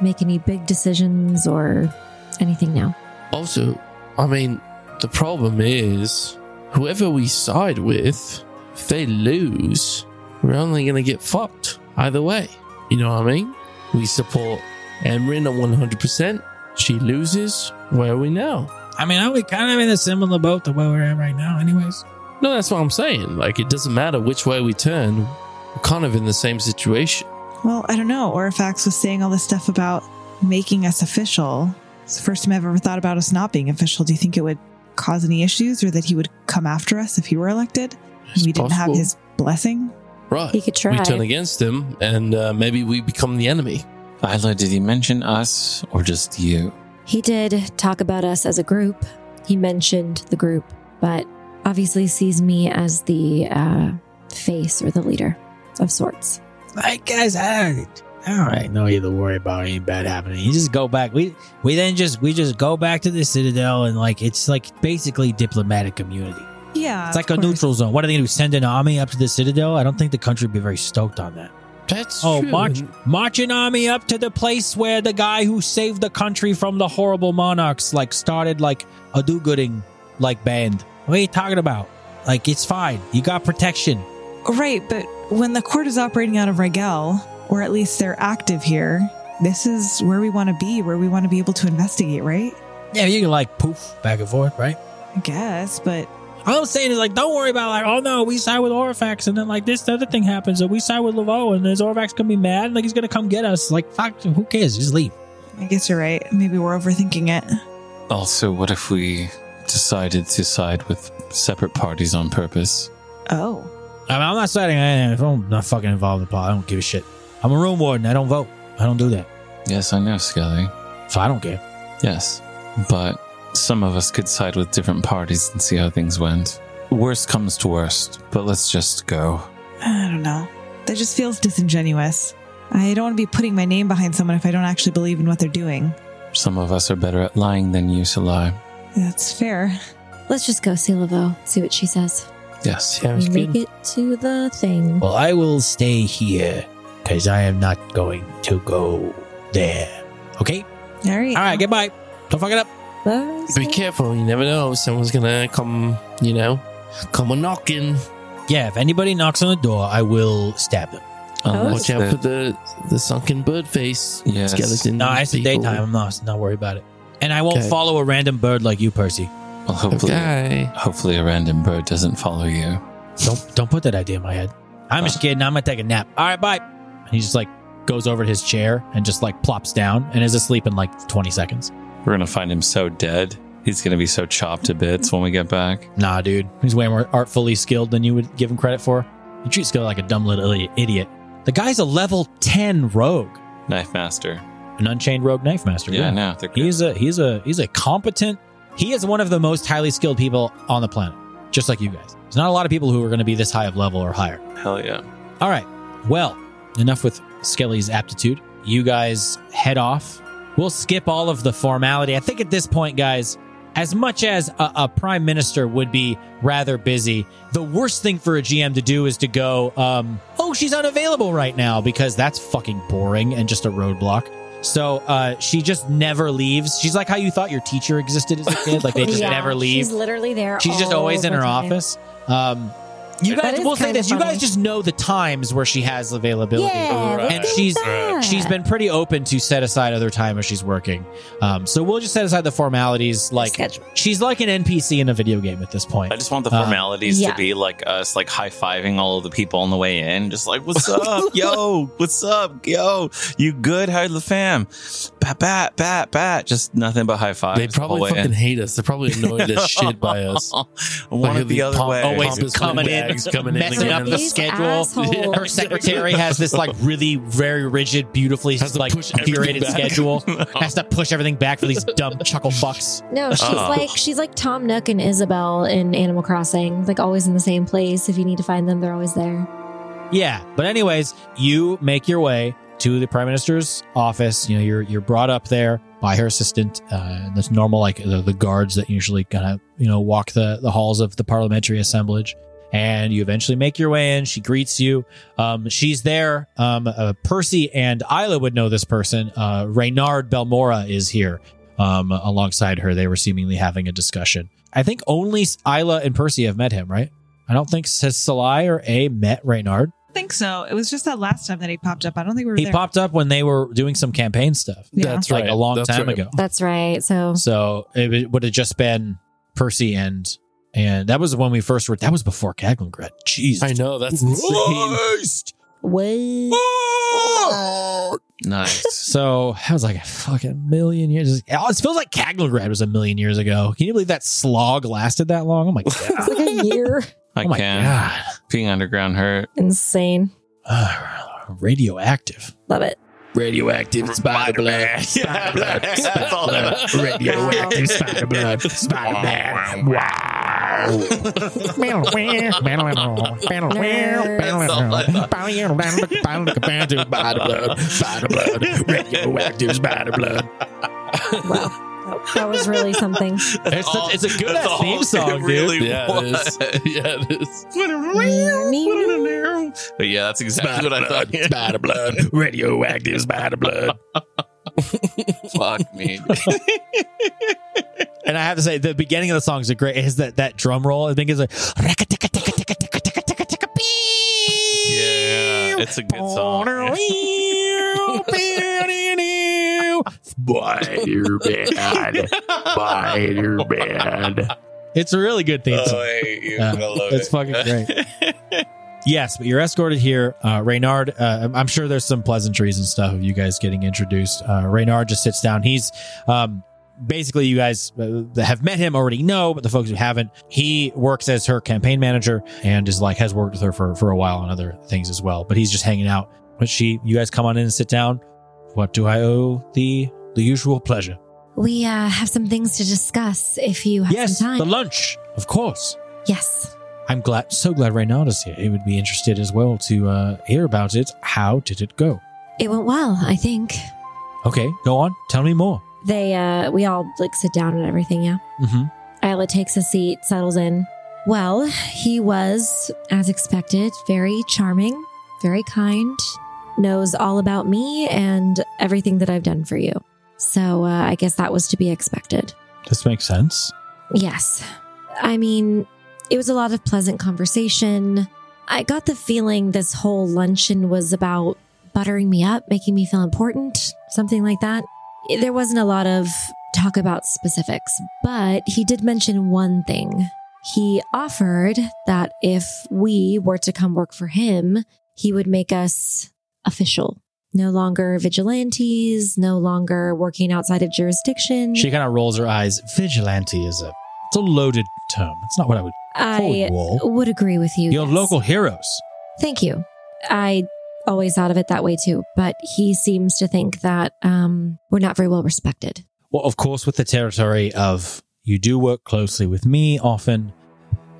S6: make any big decisions or anything now.
S7: Also, I mean, the problem is whoever we side with, if they lose, we're only going to get fucked either way. You know what I mean? We support Emrin at 100%. She loses. Where are we now?
S1: I mean, are we kind of in a similar boat to where we're at right now, anyways?
S7: No, that's what I'm saying. Like, it doesn't matter which way we turn, we're kind of in the same situation.
S4: Well, I don't know. Orifax was saying all this stuff about making us official. It's the first time I've ever thought about us not being official. Do you think it would cause any issues or that he would come after us if he were elected?
S7: It's
S4: we didn't
S7: possible.
S4: have his blessing?
S7: Right.
S6: He could try.
S7: We turn against him, and uh, maybe we become the enemy.
S3: Isla, did he mention us or just you?
S6: He did talk about us as a group. He mentioned the group, but obviously sees me as the uh, face or the leader of sorts.
S1: Hey guys, I, I don't really know you to worry about any bad happening. You just go back. We we then just we just go back to the citadel and like it's like basically diplomatic immunity.
S4: Yeah.
S1: It's like a neutral zone. What are they gonna do? Send an army up to the citadel? I don't think the country would be very stoked on that.
S7: That's
S1: Oh,
S7: true.
S1: march march an army up to the place where the guy who saved the country from the horrible monarchs like started like a do-gooding like band. What are you talking about? Like it's fine. You got protection.
S4: Right, but when the court is operating out of Regel, or at least they're active here, this is where we want to be, where we want to be able to investigate, right?
S1: Yeah, you can like poof back and forth, right?
S4: I guess, but
S1: All I'm saying is like, don't worry about like, oh no, we side with Orfax, and then like this other thing happens, and we side with Laveau, and then Orfax gonna be mad, and like he's gonna come get us. Like, fuck, who cares? Just leave.
S4: I guess you're right. Maybe we're overthinking it.
S3: Also, what if we decided to side with separate parties on purpose?
S4: Oh.
S1: I mean, I'm not siding. I- eh, I'm not fucking involved in politics. I don't give a shit. I'm a room warden. I don't vote. I don't do that.
S3: Yes, I know, Skelly.
S1: So I don't care.
S3: Yes, but some of us could side with different parties and see how things went. Worst comes to worst, but let's just go.
S4: I don't know. That just feels disingenuous. I don't want to be putting my name behind someone if I don't actually believe in what they're doing.
S3: Some of us are better at lying than you, Salai.
S4: That's fair.
S6: Let's just go see Laveau, see what she says.
S3: Yes.
S7: Yeah, it was
S6: We make
S7: good.
S6: it to the thing.
S1: Well, I will stay here because I am not going to go there. Okay?
S4: All right.
S1: All right, goodbye. Don't fuck it up.
S6: Let's
S7: Be
S6: go.
S7: careful. You never know. Someone's gonna come. You know, come a knocking.
S1: Yeah, if anybody knocks on the door, I will stab them.
S3: Unless
S7: Watch out for
S3: the-
S7: the the sunken bird face
S3: Oh, Yes.
S7: skeleton.
S1: No, it's the
S7: people.
S1: daytime. I'm not, not worried about it. And I won't
S7: Okay.
S1: follow a random bird like you, Percy.
S3: well, hopefully,
S7: Okay.
S3: hopefully a random bird doesn't follow you.
S1: Don't don't put that idea in my head. I'm just kidding. I'm gonna take a nap. All right, bye. And he just like goes over to his chair and just like plops down and is asleep in like 20 seconds.
S3: We're gonna find him so dead. He's gonna be so chopped to bits when we get back.
S1: Nah, dude, he's way more artfully skilled than you would give him credit for. You treat skill like a dumb little ili- idiot. The guy's a level 10 rogue,
S3: Knife master.
S1: an unchained rogue knife master.
S3: Yeah, I know. They're good.
S1: he's a he's a he's a competent. He is one of the most highly skilled people on the planet, just like you guys. There's not a lot of people who are going to be this high of level or higher.
S3: Hell yeah.
S1: All right. Well, enough with Skelly's aptitude. You guys head off. We'll skip all of the formality. I think at this point, guys, as much as a, a prime minister would be rather busy, the worst thing for a GM to do is to go, um, oh, she's unavailable right now, because that's fucking boring and just a roadblock. So uh, she just never leaves. She's like how you thought your teacher existed as a kid.
S6: [laughs]
S1: Like they just
S6: Yeah,
S1: never leave.
S6: She's literally there.
S1: She's just
S6: all
S1: always in
S6: the
S1: her
S6: time.
S1: office. Um, you
S6: That
S1: guys,
S6: is
S1: we'll say
S6: kinda
S1: this: you
S6: funny.
S1: guys just know the times where she has availability.
S6: Yeah, let's
S1: And
S6: do
S1: she's-
S6: that.
S1: She's been pretty open to set aside other time as she's working. Um, so we'll just set aside the formalities. Like
S6: Schedule.
S1: she's like an NPC in a video game at this point.
S3: I just want the
S7: Ah.
S1: Uh,
S3: formalities
S6: yeah.
S3: to be like us, like high fiving all of the people on the way in, just like "What's
S7: [laughs]
S3: up, yo? What's up, yo? You good? How's the fam? Bat, bat, bat, bat." Just nothing but high fives.
S7: They probably
S3: all the way
S7: fucking
S3: in.
S7: hate us. They're probably
S3: [laughs]
S7: annoyed as shit by us.
S3: I want it
S7: Like,
S3: the other
S7: pom-
S3: way.
S7: always
S3: Pompous
S7: coming
S3: little
S7: in,
S3: bags
S7: coming in
S1: messing
S7: again.
S1: up the
S6: These
S1: schedule. [laughs]
S6: assholes.
S7: Yeah.
S1: Her secretary has this like really very rigid, beautifully
S7: Has to
S1: like
S7: push everything
S1: curated
S7: back. [laughs]
S1: schedule.
S3: No.
S1: Has to push everything back for these dumb chuckle bucks.
S6: No, she's
S3: Oh.
S6: like she's like Tom Nook and Isabel in Animal Crossing. Like always in the same place. If you need to find them, they're always there.
S1: Yeah, but anyways, you make your way to the prime minister's office. You know, you're you're brought up there by her assistant. Uh, that's normal, like the, the guards that usually kind of you know walk the the halls of the parliamentary assemblage. And you eventually make your way in. She greets you. Um, she's there. Um, uh, Percy and Isla would know this person. Uh, Reynard Belmora is here um, alongside her. They were seemingly having a discussion. I think only Isla and Percy have met him, right? I don't think has Salai or A met Reynard.
S4: think so. It was just that last time that he popped up. I don't think we were
S1: He
S4: there.
S1: popped up when they were doing some campaign stuff,
S4: Yeah.
S7: That's
S1: like
S7: right.
S1: a long
S7: That's
S1: time
S7: right.
S1: ago.
S6: That's right. So
S1: So it w- would have just been Percy and and that was when we first were. That was before Gaglingrid. Jesus,
S7: I know that's insane.
S1: Christ.
S6: [laughs] wait.
S7: [laughs]
S3: Nice.
S1: So that was like a fucking million years. It always feels like Gaglingrid was a million years ago. Can you believe that slog lasted that long?
S3: [laughs]
S1: Oh my
S6: It's
S1: god.
S6: like a year.
S3: I
S1: oh my
S3: can.
S1: god.
S3: Being underground hurt.
S6: Insane.
S1: Ah, radioactive.
S6: Love it.
S1: Radioactive spider blood. [laughs] Spider blood.
S3: That's all that-
S6: Radioactive
S1: spider blood. Spider blood.
S6: Wow. That- That was really something.
S1: It's a- it's a good-ass
S3: That's all
S1: theme song,
S3: it
S1: dude.
S3: really
S7: Yeah, it
S3: was. [laughs]
S7: is. yeah, it is.
S3: But yeah, that's exactly what I thought.
S8: Spider blood, radioactive spider blood.
S3: [laughs] Fuck me.
S1: And I have to say, the beginning of the song is a great. Is that that drum roll? I think it's like
S3: [laughs] Yeah, it's a good song. [laughs]
S8: Spider bad, spider bad.
S1: it's a really good
S3: Oh,
S1: theme song. Yeah, it's
S3: [laughs]
S1: fucking
S3: great.
S1: Yes, but you're escorted here. Uh, Reynard, uh, I'm sure there's some pleasantries and stuff of you guys getting introduced. Uh, Reynard just sits down. He's um, basically, you guys uh, that have met him already know, but the folks who haven't, he works as her campaign manager and is like, has worked with her for, for a while on other things as well. But he's just hanging out. But she, you guys come on in and sit down. What do I owe the the usual pleasure?
S6: [laughs] We uh, have some things to discuss if you have
S1: yes,
S6: some time.
S1: the lunch, of course.
S6: yes.
S1: I'm glad, so glad Reynard is here. He would be interested as well to uh, hear about it. How did it go?
S6: It went well, I think.
S1: Okay, go on. Tell me more.
S6: They uh we all like sit down and everything, yeah.
S1: Mm-hmm.
S6: Isla takes a seat, settles in. Well, he was, as expected, very charming, very kind, knows all about me and everything that I've done for you. So uh, I guess that was to be expected.
S1: This makes sense.
S6: Yes. I mean, it was a lot of pleasant conversation. I got the feeling this whole luncheon was about buttering me up, making me feel important, something like that. There wasn't a lot of talk about specifics, but he did mention one thing. He offered that if we were to come work for him, he would make us official. No longer vigilantes, no longer working outside of jurisdiction.
S1: She kind of rolls her eyes. Vigilante is a it's a loaded term. It's not what I would call
S6: I
S1: you all.
S6: would agree with you.
S1: You're
S6: yes.
S1: local heroes.
S6: Thank you. I always thought of it that way too, but he seems to think that um, we're not very well respected.
S1: Well, of course, with the territory of you do work closely with me often.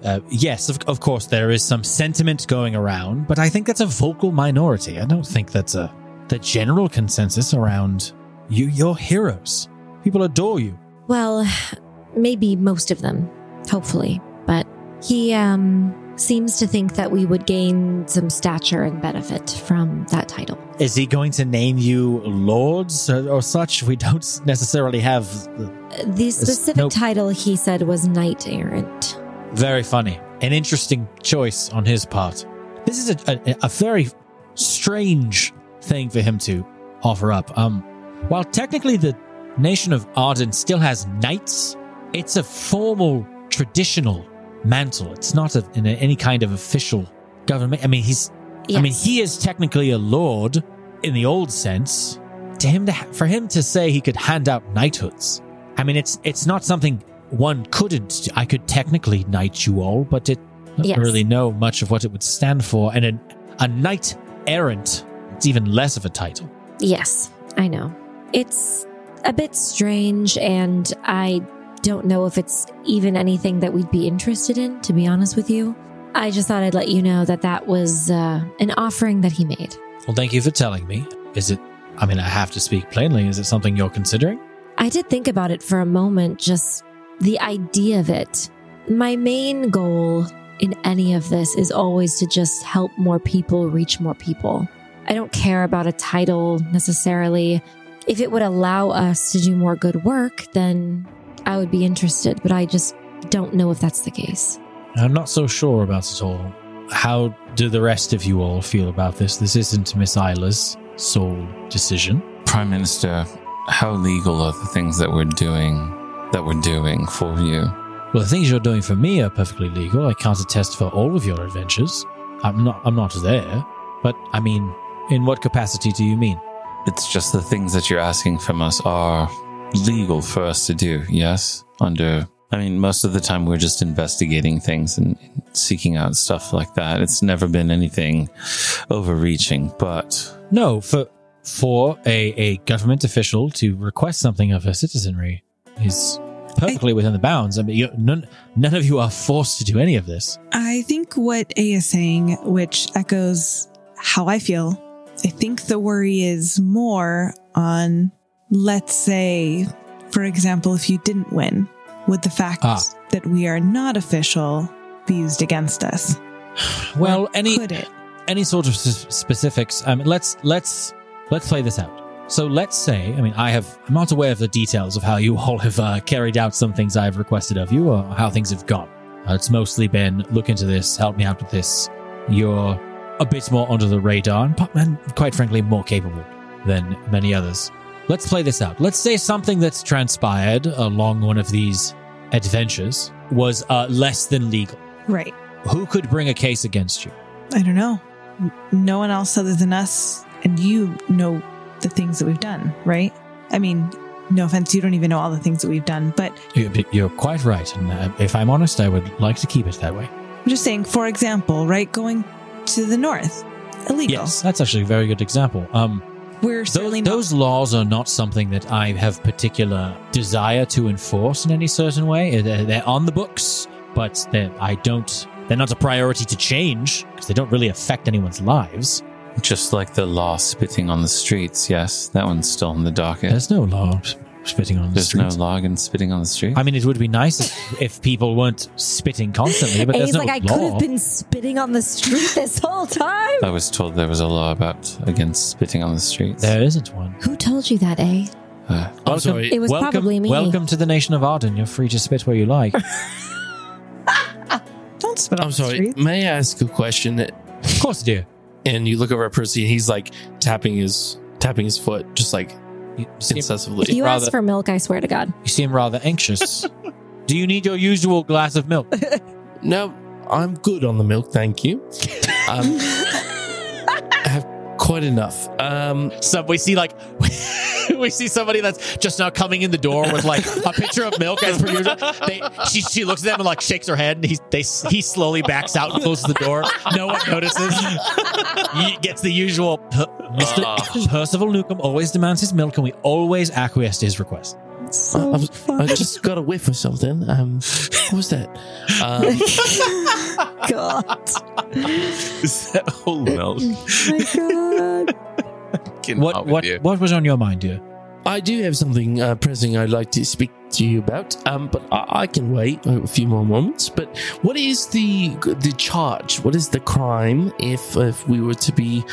S1: Uh, yes, of, of course, there is some sentiment going around, but I think that's a vocal minority. I don't think that's a the general consensus around you. You're heroes. People adore you.
S6: Well, maybe most of them, hopefully, but he um, seems to think that we would gain some stature and benefit from that title.
S1: Is he going to name you lords or, or such? We don't necessarily have.
S6: The specific
S1: nope.
S6: title he said was knight errant.
S1: Very funny. An interesting choice on his part. This is a, a, a very strange thing for him to offer up. Um, while technically the nation of Arden still has knights, it's a formal, traditional mantle. It's not a, in a- any kind of official government. I mean, he's. I mean,
S6: Yes.
S1: he is technically a lord in the old sense. To him, to ha- for him to say he could hand out knighthoods, I mean, it's it's not something one couldn't. I could technically knight you all, but it I don't
S6: Yes.
S1: really know much of what it would stand for. And a, a knight errant, it's even less of a title.
S6: Yes, I know. It's a bit strange, and I don't know if it's even anything that we'd be interested in, to be honest with you. I just thought I'd let you know that that was uh, an offering that he made.
S1: Well, thank you for telling me. Is it? I mean, I have to speak plainly. Is it something you're considering?
S6: I did think about it for a moment, just the idea of it. My main goal in any of this is always to just help more people reach more people. I don't care about a title necessarily. If it would allow us to do more good work, then I would be interested, but I just don't know if that's the case.
S1: I'm not so sure about it all. How do the rest of you all feel about this? This isn't Miss Isla's sole decision.
S3: Prime Minister, how legal are the things that we're doing that we're doing for you?
S1: Well, the things you're doing for me are perfectly legal. I can't attest for all of your adventures. I'm not. I'm not there. But I mean, in what capacity do you mean?
S3: It's just the things that you're asking from us are legal for us to do, yes? Under, I mean, most of the time we're just investigating things and seeking out stuff like that. It's never been anything overreaching, but
S1: No, for for a, a government official to request something of her citizenry is perfectly within the bounds. I mean, you, none none of you are forced to do any of this.
S4: I think what A is saying, which echoes how I feel, I think the worry is more on, let's say, for example, if you didn't win, would the fact
S1: Ah.
S4: that we are not official be used against us?
S1: Well, any
S4: Could it?
S1: any sort of s- specifics um, let's let's let's play this out so let's say i mean i have i'm not aware of the details of how you all have uh, carried out some things i've requested of you or how things have gone uh, it's mostly been look into this help me out with this you're a bit more under the radar and, po- and quite frankly more capable than many others let's play this out let's say something that's transpired along one of these adventures was uh, less than legal
S4: Right.
S1: who could bring a case against you
S4: I don't know. N- No one else other than us and you know the things that we've done, right? I mean, no offense, you don't even know all the things that we've done, but
S1: You're, you're quite right, and uh, if I'm honest, I would like to keep it that way.
S4: I'm just saying, for example, right, going to the north, illegal.
S1: Yes, that's actually a very good example. Um,
S4: We're
S1: tho-
S4: certainly not.
S1: those laws are not something that I have particular desire to enforce in any certain way. Uh, They're, they're on the books, but they're, I don't. They're not a priority to change because they don't really affect anyone's lives.
S3: just like the law spitting on the streets, yes? That one's still in the docket.
S1: There's no law spitting on the
S3: There's no
S1: streets.
S3: log spitting on the street.
S1: I mean, it would be nice if, if people weren't spitting constantly, but
S6: and
S1: there's
S6: he's
S1: no
S6: like, I could
S1: law.
S6: have been spitting on the street [laughs] this whole time.
S3: I was told there was a law about against spitting on the streets.
S1: There isn't one.
S6: Who told you that, eh?
S3: Uh,
S7: I'm sorry.
S6: It was
S1: welcome,
S6: probably me.
S1: Welcome to the nation of Arden. You're free to spit where you like. of
S4: Don't spit on
S7: I'm
S4: the
S7: sorry.
S4: street.
S7: May I ask a question?
S1: course, dear.
S7: And you look over at Percy, and he's like tapping his tapping his foot, just like
S1: You seem,
S7: incessantly.
S6: If you
S7: Rather-
S6: ask for milk, I swear to God.
S1: you seem rather [laughs] anxious. Do you need your usual glass of milk?
S7: No, I'm good on the milk, thank you. Um, I have quite enough. Um,
S1: So we see like [laughs] we see somebody that's just now coming in the door with like a pitcher of milk as per usual. They, she she looks at them and like shakes her head, and he they he slowly backs out and closes the door. No one notices. He gets the usual. "Per- Mr. Percival Newcomb always demands his milk, and we always acquiesce to his request.
S4: It's
S7: I,
S4: so
S7: I was- [laughs] I
S4: funny.
S7: just got a whiff of something. Um, what was that? Um,
S4: God.
S9: Is that whole milk?
S4: My God.
S1: What what what was on your mind, dear?
S7: I do have something uh, pressing I'd like to speak to you about, um, but I, I can wait a few more moments. But what is the the charge? What is the crime if if we were to be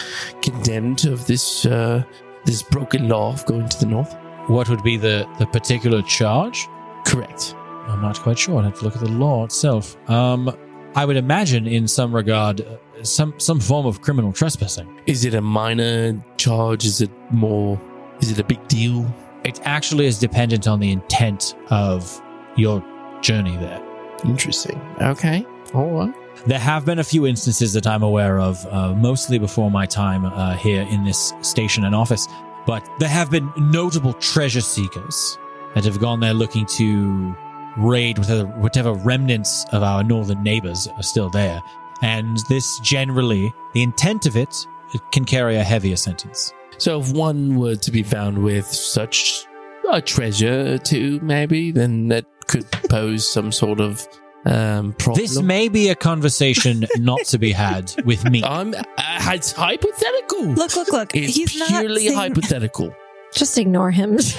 S7: condemned of this uh, this broken law of going to the north?
S1: What would be the the particular charge?
S7: Correct.
S1: I'm not quite sure. I'd have to look at the law itself. Um, I would imagine, in some regard, uh, some some form of criminal trespassing.
S7: Is it a minor charge? Is it more? Is it a big deal?
S1: It actually is dependent on the intent of your journey there.
S7: Interesting. Okay. All right.
S1: There have been a few instances that I'm aware of, uh, mostly before my time uh, here in this station and office, but there have been notable treasure seekers that have gone there looking to raid whatever, whatever remnants of our northern neighbors are still there. And this generally, the intent of it, it can carry a heavier sentence.
S7: So if one were to be found with such a treasure too, maybe, then that could pose some sort of um, problem.
S1: This may be a conversation not to be had with me.
S7: [laughs] I'm uh, it's hypothetical.
S4: Look, look, look.
S7: it's
S4: He's not
S7: purely
S4: saying-
S7: hypothetical.
S6: Just ignore him. [laughs]
S4: Let's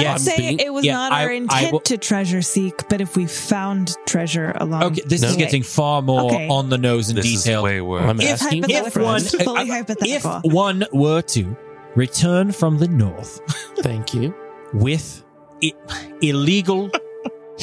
S1: yeah, I'm
S4: say
S7: being-
S4: it was
S1: yeah,
S4: not
S1: I-
S4: our
S1: I
S4: intent
S1: will-
S4: to treasure seek, but if we found treasure along,
S1: Okay, this is
S4: No.
S1: getting far more
S4: Okay.
S1: on the nose and
S9: This is
S1: detailed.
S9: way worse.
S7: I'm
S4: if
S7: asking
S1: If
S4: hypothetical,
S1: one-
S4: fully
S1: I- If
S4: hypothetical,
S1: one were to return from the north
S7: Thank you.
S1: with I- illegal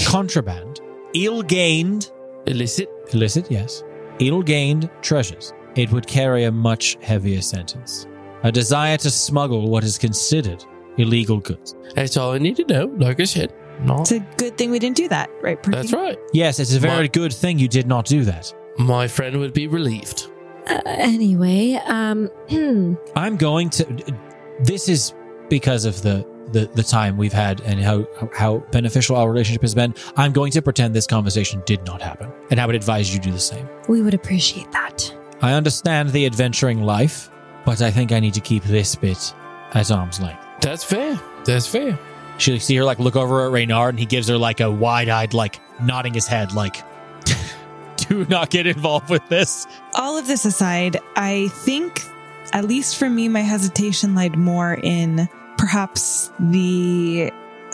S1: contraband, ill-gained,
S7: Illicit.
S1: illicit, yes, ill-gained treasures, it would carry a much heavier sentence. A desire to smuggle what is considered illegal goods.
S7: That's all I need to know. Like I said, not.
S4: it's a good thing we didn't do that, right? Perky?
S7: That's right.
S1: Yes, it's a very
S7: My-
S1: good thing you did not do that.
S7: My friend would be relieved.
S6: uh, anyway, um, [clears throat] hmm.
S1: I'm going to. This is because of the the, the time we've had and how how beneficial our relationship has been. I'm going to pretend this conversation did not happen, and I would advise you do the same.
S6: we would appreciate that. [clears throat]
S1: I understand the adventuring life, but I think I need to keep this bit at arm's length.
S7: That's fair. That's fair.
S1: She'll see her like look over at Reynard, and he gives her like a wide eyed like nodding his head like. [laughs] Do not get involved with this.
S4: all of this aside, I think, at least for me, my hesitation lied more in perhaps the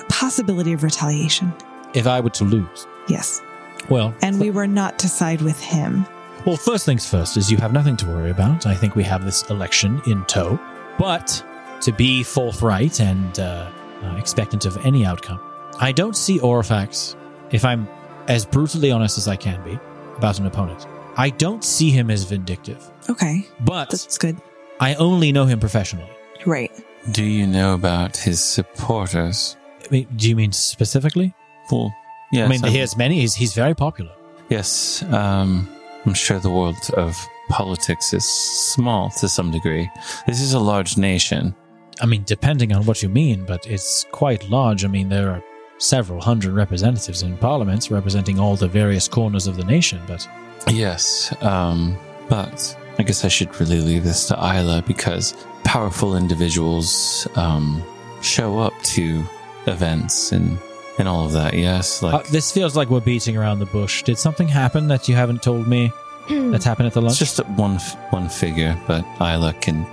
S4: possibility of retaliation.
S1: If I were to lose,
S4: Yes.
S1: well,
S4: And we were not to side with him.
S1: Well, first things first is you have nothing to worry about. I think we have this election in tow. But to be forthright and uh, uh, expectant of any outcome, I don't see Orifax, if I'm as brutally honest as I can be about an opponent, I don't see him as vindictive.
S4: Okay.
S1: But
S4: That's good.
S1: I only know him professionally.
S4: Right.
S3: Do you know about his supporters?
S1: I mean, do you mean specifically?
S3: Well, yes.
S1: I mean,
S3: I'm-
S1: he has many. He's, he's very popular.
S3: Yes, um, I'm sure the world of politics is small to some degree. This is a large nation.
S1: I mean, depending on what you mean, but it's quite large. I mean, there are several hundred representatives in parliaments representing all the various corners of the nation, but
S3: Yes, um, but I guess I should really leave this to Isla because powerful individuals um, show up to events and, and all of that. Yes, like
S1: Uh, this feels like we're beating around the bush. Did something happen that you haven't told me that happened at the lunch?
S3: it's just one f- one figure, but Isla can.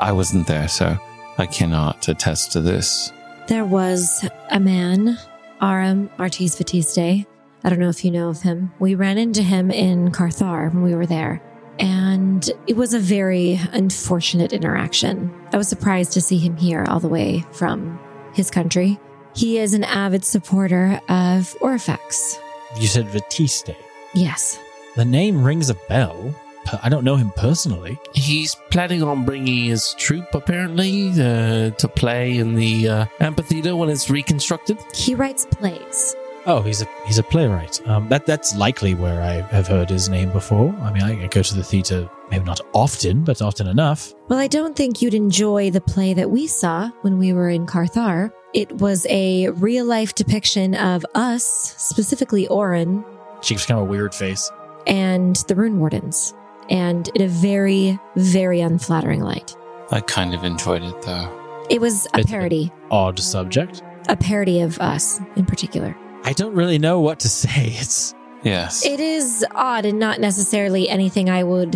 S3: I wasn't there, so I cannot attest to this.
S6: There was a man, Aram Artis Fatiste. I don't know if you know of him. We ran into him in Carthar when we were there, and it was a very unfortunate interaction. I was surprised to see him here all the way from his country. He is an avid supporter of Orfax.
S1: You said Batiste.
S6: Yes.
S1: The name rings a bell. P- I don't know him personally.
S7: He's planning on bringing his troupe, apparently, uh, to play in the uh, amphitheater when it's reconstructed.
S6: He writes plays.
S1: Oh, he's a he's a playwright. Um, that that's likely where I have heard his name before. I mean, I, I go to the theater maybe not often, but often enough.
S6: Well, I don't think you'd enjoy the play that we saw when we were in Carthar. It was a real life depiction of us, specifically Orin,
S1: She gives kind of a weird face.
S6: and the Rune Wardens, and in a very, very unflattering light.
S3: I kind of enjoyed it though.
S6: It was a
S1: It's a-
S6: parody,
S1: Odd subject.
S6: a parody of us in particular.
S1: I don't really know what to [laughs] say. It's
S3: Yes.
S6: It is odd and not necessarily anything I would.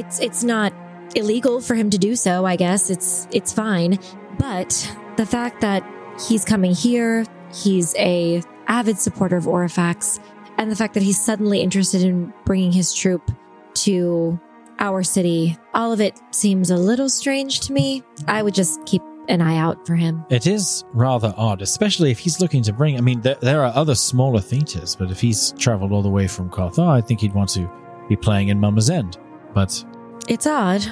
S6: It's it's not illegal for him to do so. I guess it's it's fine. But the fact that he's coming here, he's a avid supporter of Orifax, and the fact that he's suddenly interested in bringing his troop to our city, all of it seems a little strange to me. I would just keep an eye out for him.
S1: it is rather odd, especially if he's looking to bring. I mean, there, there are other smaller theaters, but if he's traveled all the way from Carthar, I think he'd want to be playing in Mama's End. But
S6: It's odd.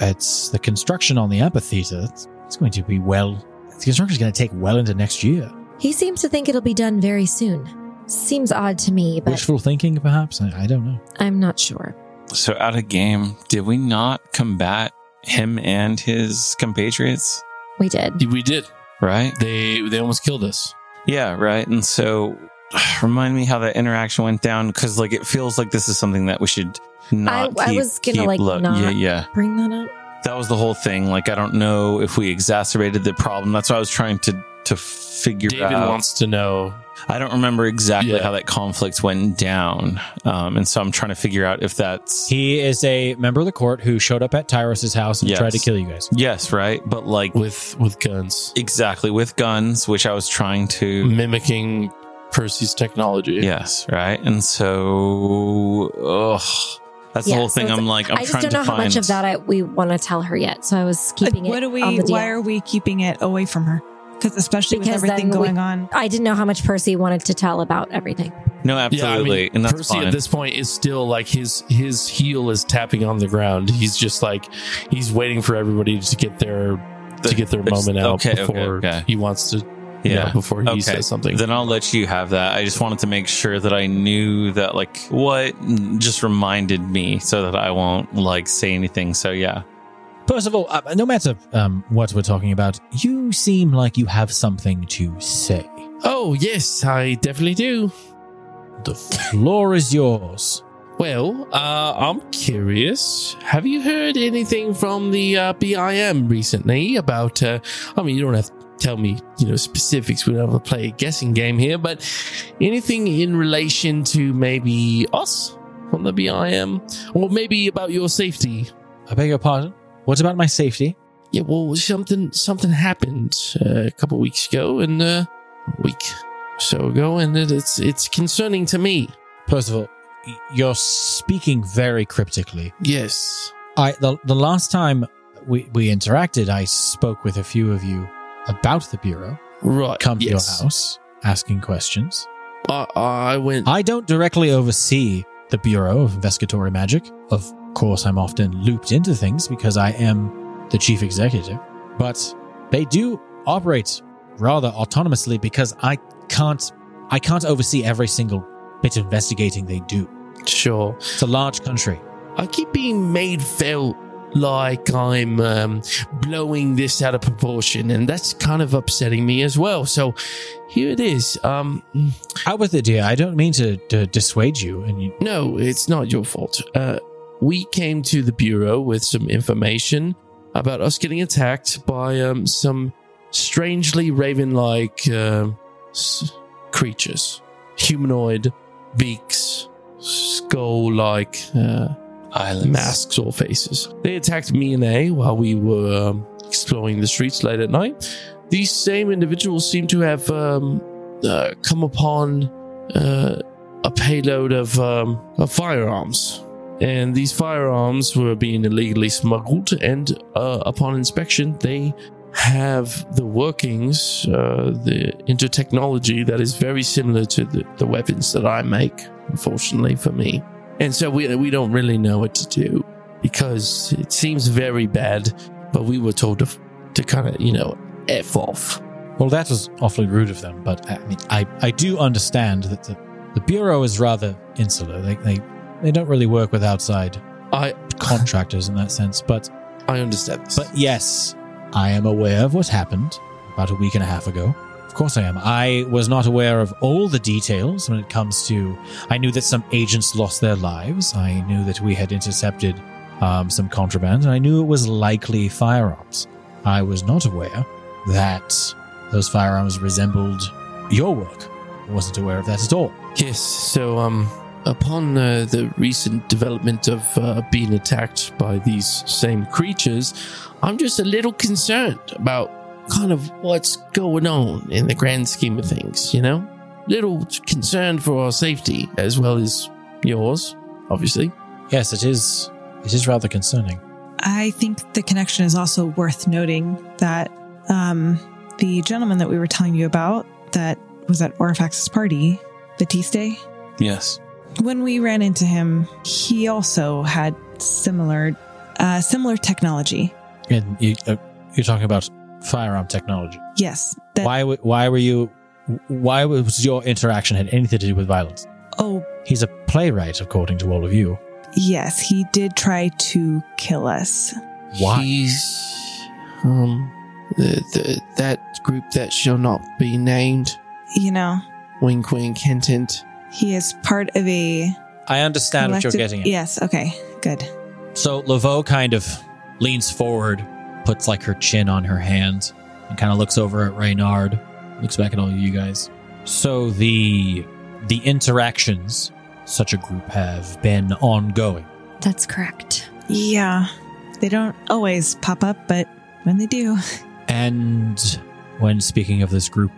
S1: it's the construction on the amphitheater. It's, it's going to be well. The construction's going to take well into next year.
S6: He seems to think it'll be done very soon. Seems odd to me, but
S1: Wishful thinking, perhaps. I, I don't know.
S6: I'm not sure.
S3: So out of game, did we not combat him and his compatriots?
S6: We did.
S7: We did.
S3: Right?
S7: They they almost killed us.
S3: Yeah, right. And so [sighs] remind me how that interaction went down because like it feels like this is something that we should not
S6: I
S3: keep-
S6: was gonna,
S3: keep
S6: like, not-
S3: yeah yeah
S6: Bring that up.
S3: that was the whole thing like i don't know if we exacerbated the problem that's what i was trying to to figure
S7: David
S3: out
S7: wants to know.
S3: i don't remember exactly
S7: Yeah.
S3: how that conflict went down um and so i'm trying to figure out if that's
S1: He is a member of the court who showed up at Tyrus's house and
S3: Yes.
S1: tried to kill you guys.
S3: yes right but like
S7: with with guns,
S3: exactly with guns which i was trying to
S7: Mm-hmm. mimicking Percy's technology.
S3: Yes, right. And so, ugh, that's
S6: Yeah,
S3: the whole
S6: so
S3: thing.
S6: it's-
S3: I'm like, I'm
S6: i just
S3: trying
S6: don't know
S3: to
S6: how
S3: find
S6: much of that I, we want to tell her yet. So I was keeping
S4: Like,
S6: it
S4: what do we?
S6: on the DL.
S4: Why are we keeping it away from her? Because especially
S6: Because
S4: with
S6: then
S4: everything
S6: we-
S4: going on,
S6: I didn't know how much Percy wanted to tell about everything.
S3: No, absolutely,
S7: Yeah, I mean,
S3: and that's
S7: Percy
S3: fine.
S7: at this point is still like his his heel is tapping on the ground. He's just like he's waiting for everybody to get their
S3: The-
S7: to get their
S3: it's-
S7: moment out
S3: okay, okay,
S7: before
S3: okay.
S7: he wants to. Yeah,
S3: Yeah.
S7: before he
S3: Okay.
S7: says something.
S3: Then I'll let you have that. I just wanted to make sure that I knew that, like, what just reminded me, so that I won't like say anything. So yeah,
S1: Percival, uh, no matter um, what we're talking about, you seem like you have something to say.
S7: oh yes, I definitely do.
S1: The floor is yours.
S7: Well, uh, I'm curious. Have you heard anything from the uh, BIM recently about? Uh, I mean, you don't have to tell me, you know, specifics. We don't have to play a guessing game here, but anything in relation to maybe us on the BIM, or maybe about your safety?
S1: I beg your pardon. What about my safety?
S7: Yeah, well, something something happened uh, a couple weeks ago, and uh, a week or so ago, and it, it's it's concerning to me.
S1: Percival, y- you're speaking very cryptically.
S7: Yes.
S1: I the, the last time we, we interacted, I spoke with a few of you about the Bureau.
S7: Right.
S1: Come to
S7: yes.
S1: your house, asking questions.
S7: I, I went.
S1: I don't directly oversee the Bureau of Investigatory Magic. Of course, I'm often looped into things because I am the chief executive, but they do operate rather autonomously because I can't I can't oversee every single bit of investigating they do.
S7: Sure.
S1: It's a large country.
S7: I keep being made felt like I'm um, blowing this out of proportion, and that's kind of upsetting me as well. So here it is. Um,
S1: Out with it, dear. I don't mean to, to dissuade you and you,
S7: no, it's not your fault. Uh, we came to the bureau with some information about us getting attacked by um, some strangely raven-like uh, s- creatures, humanoid beaks, skull-like. Uh,
S3: islands.
S7: masks or faces. They attacked me and A while we were um, exploring the streets late at night. These same individuals seem to have um, uh, come upon uh, a payload of, um, of firearms. And these firearms were being illegally smuggled, and uh, upon inspection, they have the workings, uh, the intertechnology that is very similar to the, the weapons that I make, unfortunately for me. And so we, we don't really know what to do because it seems very bad, but we were told to, to kind of, you know, F off.
S1: Well, that was awfully rude of them, but I mean, I, I do understand that the, the Bureau is rather insular. They, they, they don't really work with outside
S7: I,
S1: contractors in that sense. But,
S7: I understand this.
S1: but yes, I am aware of what happened about a week and a half ago. Of course I am. I was not aware of all the details when it comes to. I knew that some agents lost their lives. I knew that we had intercepted um, some contraband, and I knew it was likely firearms. I was not aware that those firearms resembled your work. I wasn't aware of that at all.
S7: Yes. So, um, upon uh, the recent development of uh, being attacked by these same creatures, I'm just a little concerned about kind of what's going on in the grand scheme of things. You know, little concerned for our safety as well as yours, obviously.
S1: Yes, it is. It is rather concerning.
S4: I think the connection is also worth noting that um, the gentleman that we were telling you about that was at Orifax's party, Batiste,
S3: Yes.
S4: when we ran into him, he also had similar uh, similar technology.
S1: And you, uh, you're talking about firearm technology.
S4: Yes, that
S1: why? w- Why were you? Why was your interaction had anything to do with violence?
S4: oh
S1: He's a playwright, according to all of you.
S4: yes, he did try to kill us.
S1: Why?
S7: He's, um, the, the, that group that shall not be named.
S4: You know,
S7: Wink, wink, hint, hint.
S4: he is part of a
S1: I understand what you're
S4: collective-
S1: getting at.
S4: Yes, okay, good.
S1: So Laveau kind of leans forward, puts like her chin on her hand, and kind of looks over at Reynard, looks back at all of you guys. So the the interactions such a group have been ongoing.
S6: That's correct.
S4: Yeah, they don't always pop up, but when they do,
S1: And when speaking of this group,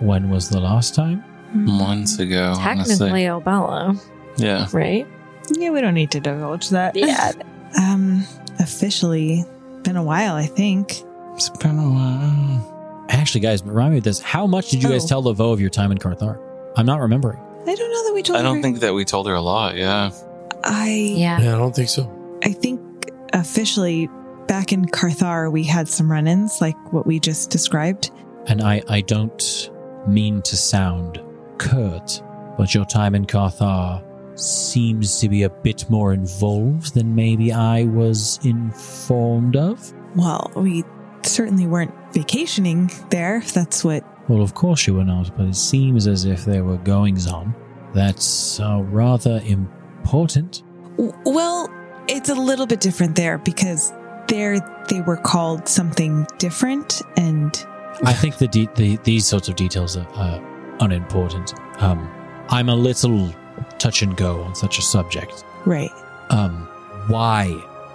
S1: when was the last time?
S3: Months ago, honestly.
S6: Technically, Obella,
S3: Yeah.
S6: right?
S4: yeah, we don't need to divulge that. [laughs] um, officially, been a while, I think.
S3: It's been a while.
S1: Actually, guys, remind me of this. How much did you guys
S4: Oh.
S1: tell Laveau of your time in Carthar? I'm not remembering.
S4: I don't know that we told.
S3: I don't
S4: her-
S3: think that we told her a lot. Yeah.
S4: I.
S6: Yeah.
S7: Yeah, I don't think so.
S4: I think officially back in Carthar, we had some run ins like what we just described.
S1: And I, I don't mean to sound curt, but your time in Carthar seems to be a bit more involved than maybe I was informed of.
S4: Well, we certainly weren't vacationing there. If that's what.
S1: Well, of course you were not, but it seems as if there were goings on that are rather important.
S4: w- Well, it's a little bit different there because there they were called something different. And
S1: I think the, de- the these sorts of details are, are unimportant. Um, I'm a little touch and go on such a subject.
S4: right.
S1: Um, why?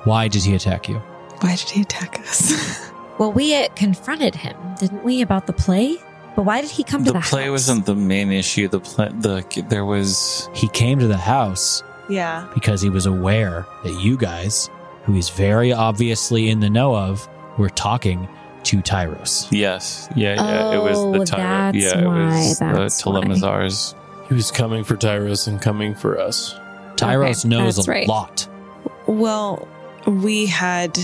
S1: Why did he attack you?
S4: Why did he attack us? [laughs]
S6: Well, we uh, confronted him, didn't we, about the play? But why did he come to
S3: The
S6: the
S3: play
S6: house?
S3: wasn't the main issue. The play, the there was.
S1: He came to the house
S4: yeah.
S1: because he was aware that you guys, who he's very obviously in the know of, were talking to Tyros.
S3: Yes. Yeah. Yeah. it was
S6: Oh,
S3: the tyrant.
S6: that's
S3: Yeah. It was
S6: why,
S3: the
S6: that's why.
S3: Telemazars.
S7: He was coming for Tyrus and coming for us.
S1: Tyros knows
S6: that's
S1: a
S6: right.
S1: lot.
S4: Well, we had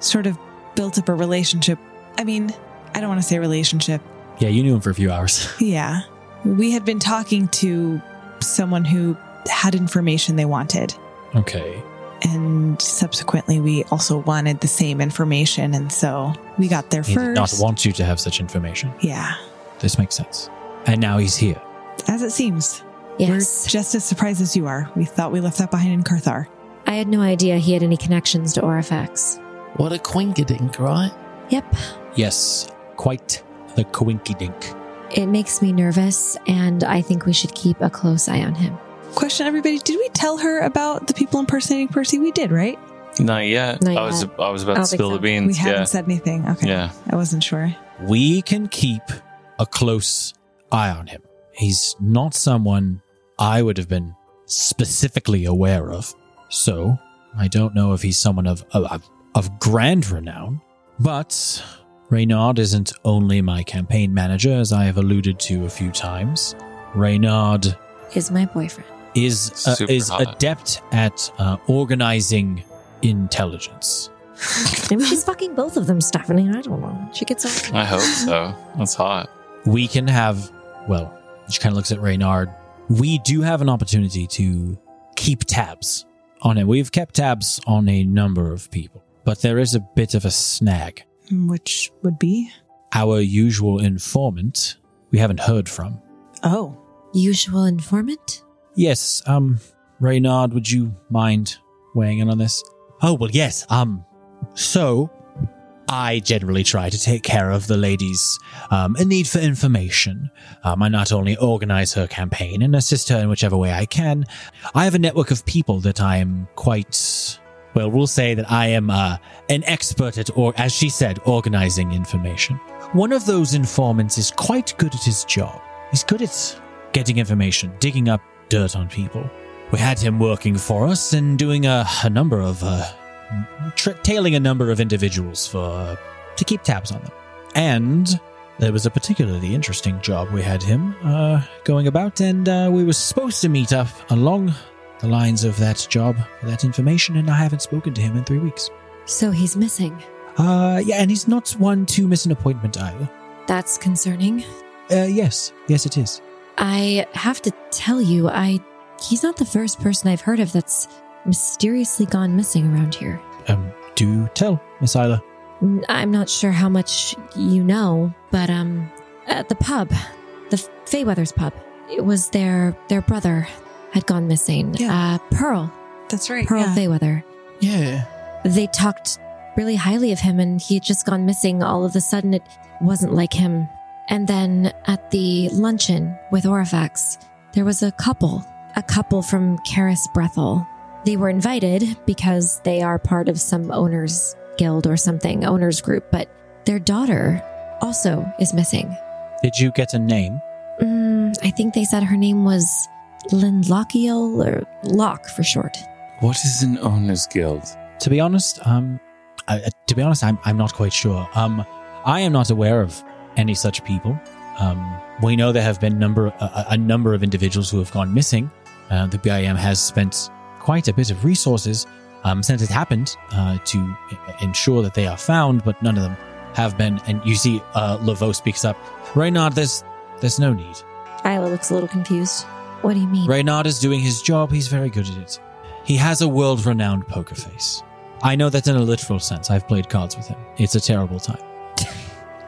S4: sort of built up a relationship. I mean, I don't want to say relationship.
S1: Yeah, you knew him for a few hours. [laughs]
S4: Yeah. We had been talking to someone who had information they wanted.
S1: okay.
S4: And subsequently, we also wanted the same information. And so we got there
S1: He did
S4: first.
S1: not want you to have such information.
S4: yeah.
S1: This makes sense. And now he's here.
S4: As it seems,
S6: Yes.
S4: we're just as surprised as you are. We thought we left that behind in Carthar.
S6: I had no idea he had any connections to Orifax.
S7: What a quinkadink, right?
S6: Yep.
S1: Yes, quite the coinky dink.
S6: It makes me nervous, and I think we should keep a close eye on him.
S4: Question everybody Did we tell her about the people impersonating Percy? We did, right?
S3: Not yet.
S6: Not
S3: I was.
S6: yet.
S3: I was about
S6: I
S3: to
S6: don't think
S3: spill
S6: so.
S3: the beans.
S4: we haven't
S3: yeah.
S4: said anything. Okay.
S3: Yeah.
S4: I wasn't sure.
S1: we can keep a close eye on him. He's not someone I would have been specifically aware of. So I don't know if he's someone of of, of grand renown, but Reynard isn't only my campaign manager, as I have alluded to a few times. Reynard
S6: Is my [laughs] boyfriend.
S1: is uh,
S3: Super
S1: is
S3: hot.
S1: adept at uh, organizing intelligence.
S6: Maybe she's fucking both of them, Stephanie. I don't know. She gets off.
S3: I
S6: [laughs]
S3: hope so. That's hot.
S1: We can have, well, she kind of looks at Reynard. We do have an opportunity to keep tabs on it. We've kept tabs on a number of people, but there is a bit of a snag.
S4: Which would be?
S1: Our usual informant, we haven't heard from.
S4: Oh.
S6: Usual informant?
S1: Yes, um, Reynard, would you mind weighing in on this? Oh, well, yes, um, so I generally try to take care of the lady's um, need for information. Um, I not only organize her campaign and assist her in whichever way I can, I have a network of people that I am quite. Well, we'll say that I am uh, an expert at, or as she said, organizing information. One of those informants is quite good at his job. He's good at getting information, digging up dirt on people. We had him working for us and doing a, a number of, uh, tra- tailing a number of individuals for to keep tabs on them. And there was a particularly interesting job we had him uh, going about, and uh, we were supposed to meet up along the lines of that job for that information, and I haven't spoken to him in three weeks.
S6: So he's missing.
S1: Uh, yeah, and he's not one to miss an appointment either.
S6: That's concerning.
S1: Uh, yes, yes, it is.
S6: I have to tell you, I he's not the first person I've heard of that's mysteriously gone missing around here.
S1: Um, do tell, Miss Isla.
S6: N- I'm not sure how much you know, but um at the pub, the Fayweather's pub, it was their their brother had gone missing.
S4: Yeah.
S6: Uh Pearl,
S4: That's right.
S6: Pearl Fayweather.
S9: Yeah.
S6: They talked really highly of him and he had just gone missing. All of a sudden, it wasn't like him. And then at the luncheon with Orifax, there was a couple, a couple from Karis Brethel. They were invited because they are part of some owner's guild or something, owner's group, but their daughter also is missing.
S1: Did you get a name?
S6: Mm, I think they said her name was Lindlockiel or Locke for short.
S3: What is an owner's guild?
S1: To be honest, um, I, I- to be honest, I'm I'm not quite sure. Um, I am not aware of any such people. Um, we know there have been number a- a, a number of individuals who have gone missing. Uh, the BIM has spent quite a bit of resources um, since it happened uh, to i- ensure that they are found, but none of them have been. And you see, uh, Laveau speaks up. Reynard, there's there's no need.
S6: Isla looks a little confused. What do you mean?
S1: Reynard is doing his job. He's very good at it. He has a world renowned poker face. I know that in a literal sense. I've played cards with him. It's a terrible time.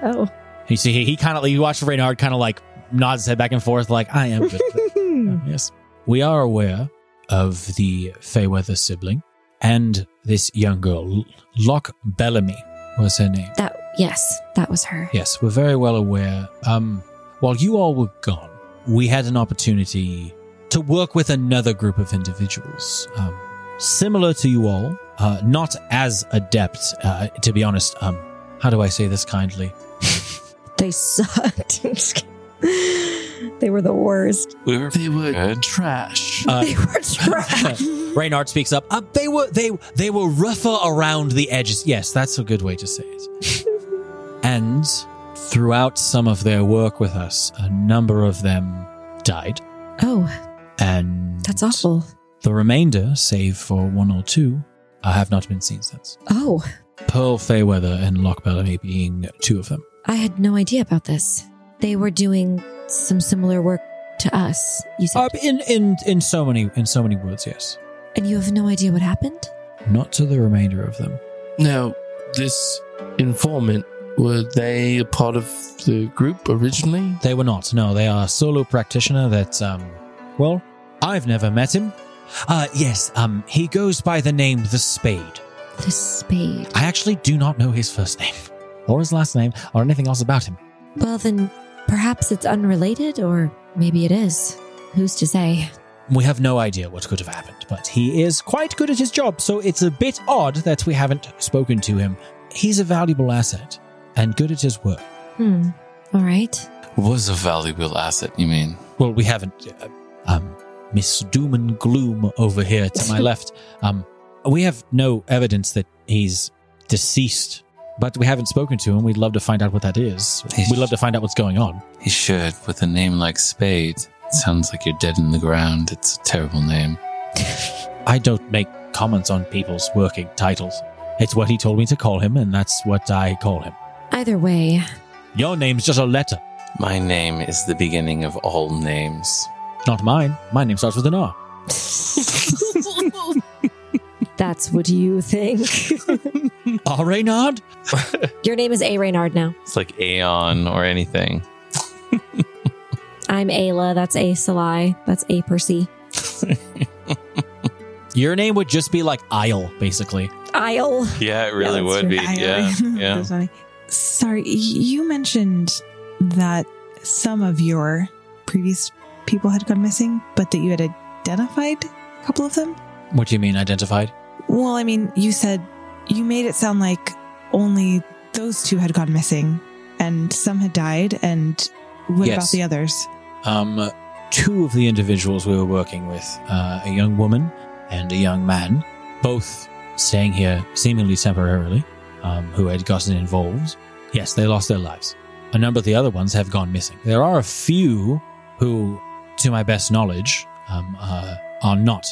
S6: Oh.
S1: You see, he, he kind of, you watch Reynard kind of like nods his head back and forth, like, I am good. at it." Um, yes. We are aware of the Fayweather sibling and this young girl, L- Locke Bellamy was her name.
S6: That yes, that was her.
S1: Yes, we're very well aware. Um, while you all were gone, we had an opportunity to work with another group of individuals, um, similar to you all, uh, not as adept, uh, to be honest. Um, how do I say this kindly?
S6: They [laughs] sucked. I'm just kidding. they were the worst.
S3: We were
S9: They were
S3: Good.
S9: trash.
S1: Uh,
S6: [laughs]
S1: [laughs]
S6: they were trash.
S1: Reynard speaks up. Uh, they were they they were rougher around the edges. Yes, that's a good way to say it.
S6: [laughs]
S1: and throughout some of their work with us, a number of them died,
S6: oh,
S1: and
S6: that's awful.
S1: The remainder, save for one or two, uh, have not been seen since.
S6: Oh,
S1: Pearl Fayweather and Loch Bellamy being two of them.
S6: I had no idea about this. They were doing some similar work to us. You said,
S1: Uh, in in in so many in so many words, yes.
S6: and you have no idea what happened.
S1: Not to the remainder of them.
S7: Now, this informant, were they a part of the group originally?
S1: They were not. No, they are a solo practitioner that um well, I've never met him. Uh yes, um he goes by the name The Spade.
S6: The spade.
S1: I actually do not know his first name [laughs] or his last name or anything else about him.
S6: Well, then perhaps it's unrelated, or maybe it is. Who's to say?
S1: We have no idea what could have happened, but he is quite good at his job, so it's a bit odd that we haven't spoken to him. He's a valuable asset and good at his work.
S6: Hmm. All right.
S3: Was a valuable asset, you mean?
S1: Well, we haven't. uh, Um, Miss Doom and Gloom over here to my left. Um, we have no evidence that he's deceased, but we haven't spoken to him. We'd love to find out what that is. We'd love to find out what's going on.
S3: He should, with a name like Spade. Sounds like you're dead in the ground. It's a terrible name.
S1: I don't make comments on people's working titles. It's what he told me to call him, and that's what I call him.
S6: Either way,
S1: Your name's just a letter,
S3: My name is the beginning of all names.
S1: not mine. My name starts with an R.
S4: [laughs]
S6: that's what you think. [laughs]
S1: R. Reynard?
S6: Your name is A. Reynard now.
S3: It's like Aeon or anything.
S6: I'm Ayla. That's A. Salai. That's A. Percy.
S1: Your name would just be like Isle, basically.
S6: Isle.
S3: Yeah, it
S4: Yeah,
S3: really
S4: that's
S3: would
S4: true.
S3: be.
S4: I-
S6: [laughs]
S3: Yeah,
S4: [laughs]
S3: yeah.
S4: That's funny. Sorry, y- you mentioned that some of your previous people had gone missing, but that you had identified a couple of them.
S1: What do you mean, identified?
S4: Well, I mean, you said you made it sound like only those two had gone missing, and some had died. And what
S1: Yes.
S4: about the others?
S1: Um, two of the individuals we were working with, uh, a young woman and a young man, both staying here seemingly temporarily, um, who had gotten involved. Yes, they lost their lives. A number of the other ones have gone missing. There are a few who, to my best knowledge, um, uh, are not.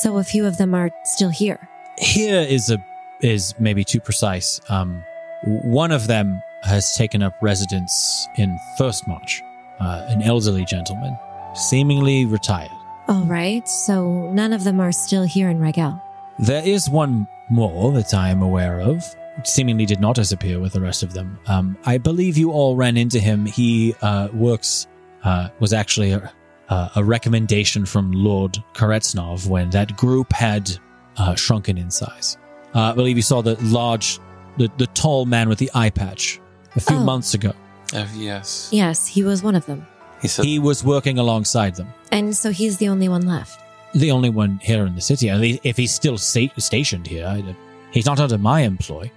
S6: So a few of them are still here.
S1: Here is a is maybe too precise. Um, w- one of them has taken up residence in First March, uh, an elderly gentleman, seemingly retired.
S6: All right. So none of them are still here in Regel.
S1: There is one more that I am aware of. Seemingly did not disappear with the rest of them. Um, I believe you all ran into him. He uh, works, uh, was actually a, uh, a recommendation from Lord Koretsnov when that group had uh, shrunken in size. Uh, I believe you saw the large, the, the tall man with the eye patch a few
S6: Oh.
S1: months ago.
S7: Oh,
S3: Uh, yes.
S6: Yes, he was one of them.
S3: He said,
S1: He was working alongside them.
S6: And so he's the only one left.
S1: The only one here in the city, at least if he's still sta- stationed here. I don't- he's not under my employ.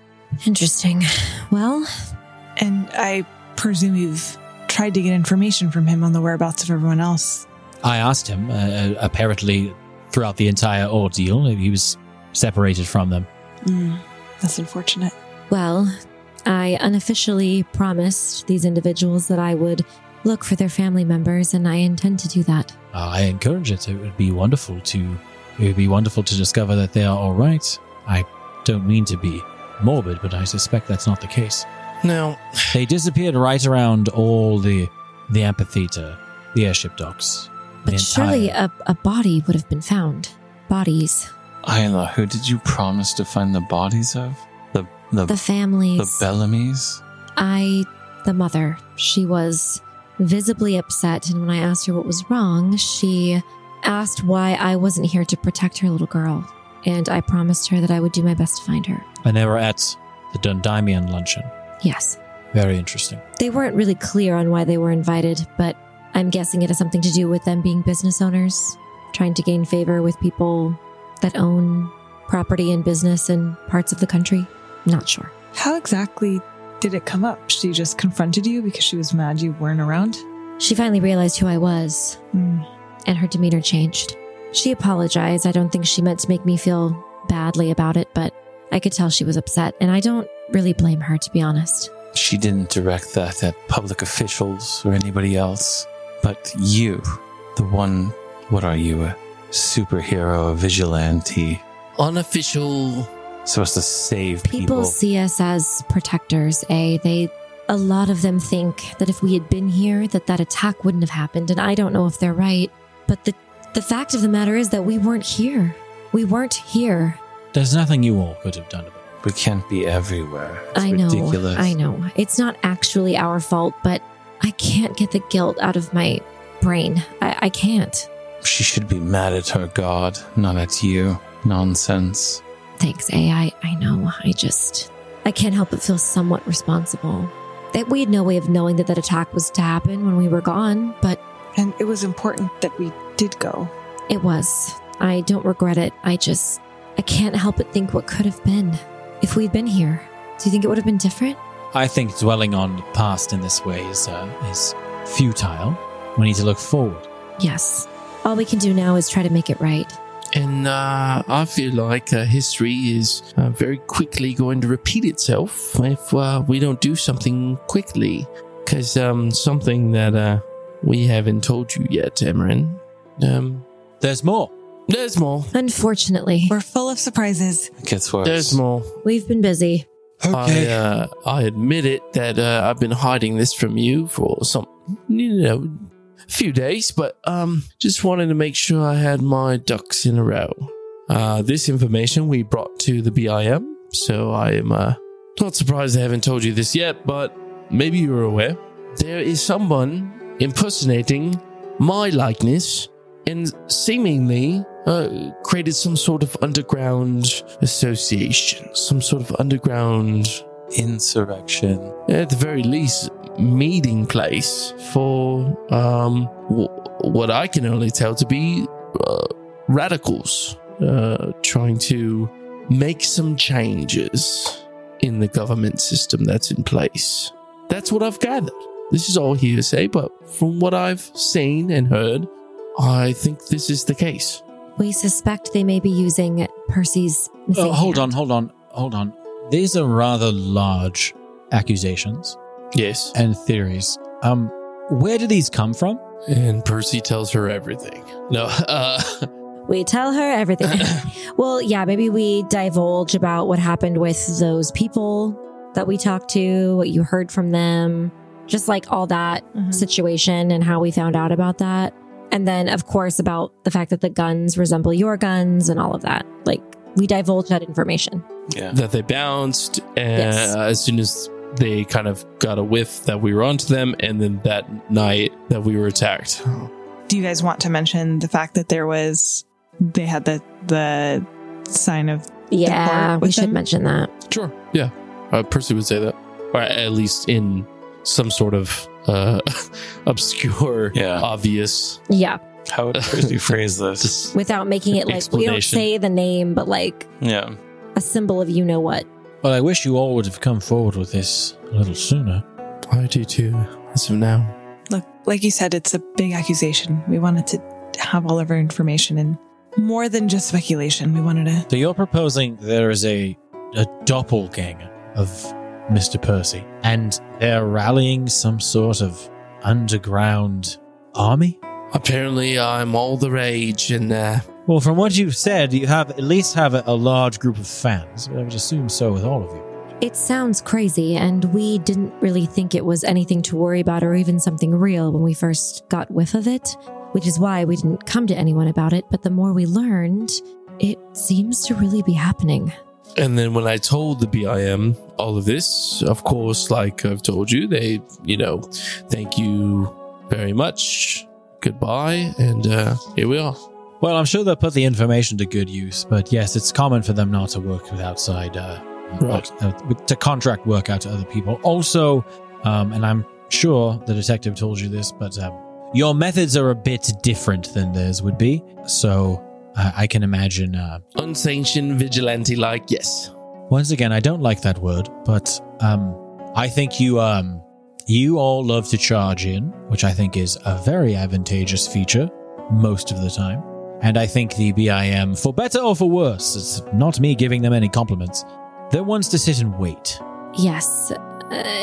S6: Interesting. Well,
S4: And I presume you've tried to get information from him on the whereabouts of everyone else.
S1: I asked him. Uh, Uh, apparently, throughout the entire ordeal, he was separated from them.
S4: Mm. That's unfortunate.
S6: well, I unofficially promised these individuals that I would look for their family members, and I intend to do that.
S1: Uh, I encourage it. It would be wonderful to. It would be wonderful to discover that they are all right. I don't mean to be morbid, but I suspect that's not the case.
S7: Now,
S1: They disappeared right around all the the amphitheater, the airship docks. the
S6: But surely uh,
S1: entire-
S6: a, a body would have been found. Bodies,
S3: Isla, who did you promise to find the bodies of? The
S6: the
S3: the the,
S6: families.
S3: Bellamy's?
S6: I, the mother, she was visibly upset. And when I asked her what was wrong, she asked why I wasn't here to protect her little girl. And I promised her that I would do my best to find her.
S1: and they were at the Dundamian luncheon.
S6: Yes.
S1: Very interesting.
S6: They weren't really clear on why they were invited, but I'm guessing it has something to do with them being business owners, trying to gain favor with people that own property and business in parts of the country. Not sure.
S4: How exactly did it come up? She just confronted you because she was mad you weren't around?
S6: She finally realized who I was,
S4: Mm.
S6: and her demeanor changed. She apologized. I don't think she meant to make me feel badly about it, but I could tell she was upset, and I don't really blame her, to be honest.
S3: She didn't direct that at public officials or anybody else, but you, the one. What are you, a superhero, a vigilante,
S7: unofficial.
S3: supposed to save
S6: People,
S3: people?
S6: see us as protectors, eh? They a lot of them think that if we had been here that that attack wouldn't have happened, and I don't know if they're right, but the the fact of the matter is that we weren't here. We weren't here.
S1: There's nothing you all could have done about. it.
S3: we can't be everywhere. It's
S6: I know.
S3: ridiculous.
S6: I know. It's not actually our fault, but I can't get the guilt out of my brain. I, I can't.
S3: She should be mad at her god, not at you. Nonsense.
S6: Thanks, AI. I know. I just, I can't help but feel somewhat responsible. That we had no way of knowing that that attack was to happen when we were gone, but
S4: And it was important that we did go.
S6: it was. I don't regret it. I just, I can't help but think what could have been if we'd been here. Do you think it would have been different?
S1: I think dwelling on the past in this way is uh, is futile. We need to look forward.
S6: Yes. All we can do now is try to make it right.
S7: And uh, I feel like uh, history is uh, very quickly going to repeat itself if uh, we don't do something quickly. Because um, something that uh, we haven't told you yet, Emerin. Um,
S1: There's more.
S7: there's more.
S6: Unfortunately,
S5: We're full of surprises.
S3: It gets worse.
S7: There's more.
S6: we've been busy.
S7: I, uh, I admit it that uh, I've been hiding this from you for some, you know, few days, but um, just wanted to make sure I had my ducks in a row. Uh, this information we brought to the BIM, so I am uh, not surprised I haven't told you this yet, but maybe you're aware. There is someone impersonating my likeness and seemingly uh, created some sort of underground association, some sort of underground
S3: insurrection.
S7: at the very least meeting place for um, w- what I can only tell to be uh, radicals uh, trying to make some changes in the government system that's in place. That's what I've gathered. This is all hearsay, but from what I've seen and heard, I think this is the case.
S6: We suspect they may be using Percy's. missing
S1: Oh, hold
S6: hand.
S1: on, hold on, hold on. These are rather large accusations
S7: Yes.
S1: and theories. Um, where do these come from?
S7: And Percy tells her everything. No, uh, [laughs]
S6: We tell her everything.
S1: [laughs]
S6: well, yeah, maybe we divulge about what happened with those people that we talked to, what you heard from them, just like all that
S4: Mhm.
S6: situation and how we found out about that. And then, of course, about the fact that the guns resemble your guns and all of that. Like, we divulge that information.
S3: Yeah.
S7: that they bounced uh,
S6: Yes.
S7: as soon as they kind of got a whiff that we were onto them and then that night that we were attacked
S4: Do you guys want to mention the fact that there was they had the the sign of
S6: Yeah,
S4: part
S6: we
S4: with
S6: should
S4: them?
S6: mention that.
S7: sure yeah uh, percy would say that or at least in some sort of uh, [laughs] obscure
S3: Yeah.
S7: obvious
S6: Yeah,
S3: How would [laughs] Percy phrase this?
S7: just
S6: without making it like we don't
S7: Explanation.
S6: say the name, but like
S3: Yeah.
S6: a symbol of you know what.
S1: Well, I wish you all would have come forward with this a little sooner.
S7: i do too as of now
S4: Look, like you said, it's a big accusation. We wanted to have all of our information and more than just speculation. We wanted to
S1: So you're proposing there is a a doppelganger of Mr. Percy, and they're rallying some sort of underground army?
S7: apparently i'm all the rage and uh,
S1: Well, from what you've said, you have at least have a, a large group of fans. I would assume so with all of you.
S6: It sounds crazy, and we didn't really think it was anything to worry about or even something real when we first got whiff of it, which is why we didn't come to anyone about it. But the more we learned, it seems to really be happening.
S7: And then when I told the BIM all of this, of course, like I've told you, they, you know, thank you very much. Goodbye. And uh, here we are.
S1: Well, I'm sure they'll put the information to good use, but yes, it's common for them not to work with outside, uh,
S7: Right.
S1: uh, with- to contract work out to other people. Also, um, and I'm sure the detective told you this, but um, your methods are a bit different than theirs would be. So uh, I can imagine. Uh,
S7: Unsanctioned vigilante, like, yes.
S1: once again, I don't like that word, but um, I think you um, you all love to charge in, which I think is a very advantageous feature most of the time. And I think the BIM, for better or for worse, it's not me giving them any compliments. They're ones to sit and wait.
S6: Yes, uh,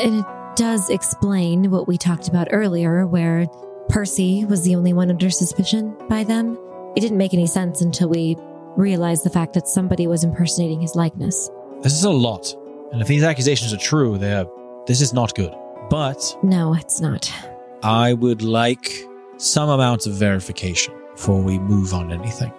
S6: and it does explain what we talked about earlier, where Percy was the only one under suspicion by them. It didn't make any sense until we realized the fact that somebody was impersonating his likeness.
S1: This is a lot, and if these accusations are true, they're this is not good. But
S6: No, it's not.
S1: I would like some amount of verification before we move on anything.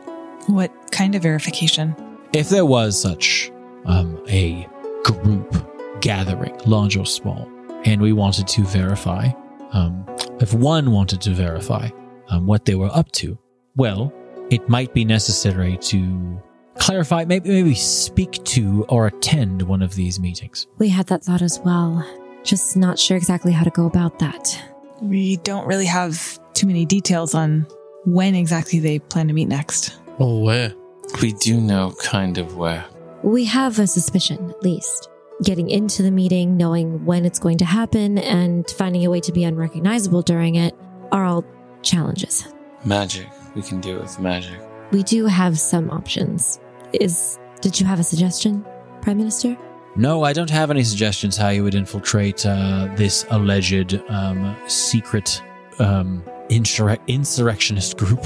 S4: what kind of verification?
S1: if there was such um, a group gathering, large or small, and we wanted to verify, um, if one wanted to verify um, what they were up to, well, it might be necessary to clarify, maybe, maybe speak to or attend one of these meetings.
S6: We had that thought as well. Just not sure exactly how to go about that.
S4: We don't really have too many details on when exactly they plan to meet next.
S7: Oh, where?
S3: We do know kind of where.
S6: We have a suspicion, at least. getting into the meeting, knowing when it's going to happen, and finding a way to be unrecognizable during it are all challenges.
S3: Magic. We can do it with magic.
S6: We do have some options. Is did you have a suggestion, Prime Minister?
S1: No, I don't have any suggestions how you would infiltrate uh, this alleged um, secret um, insurre- insurrectionist group,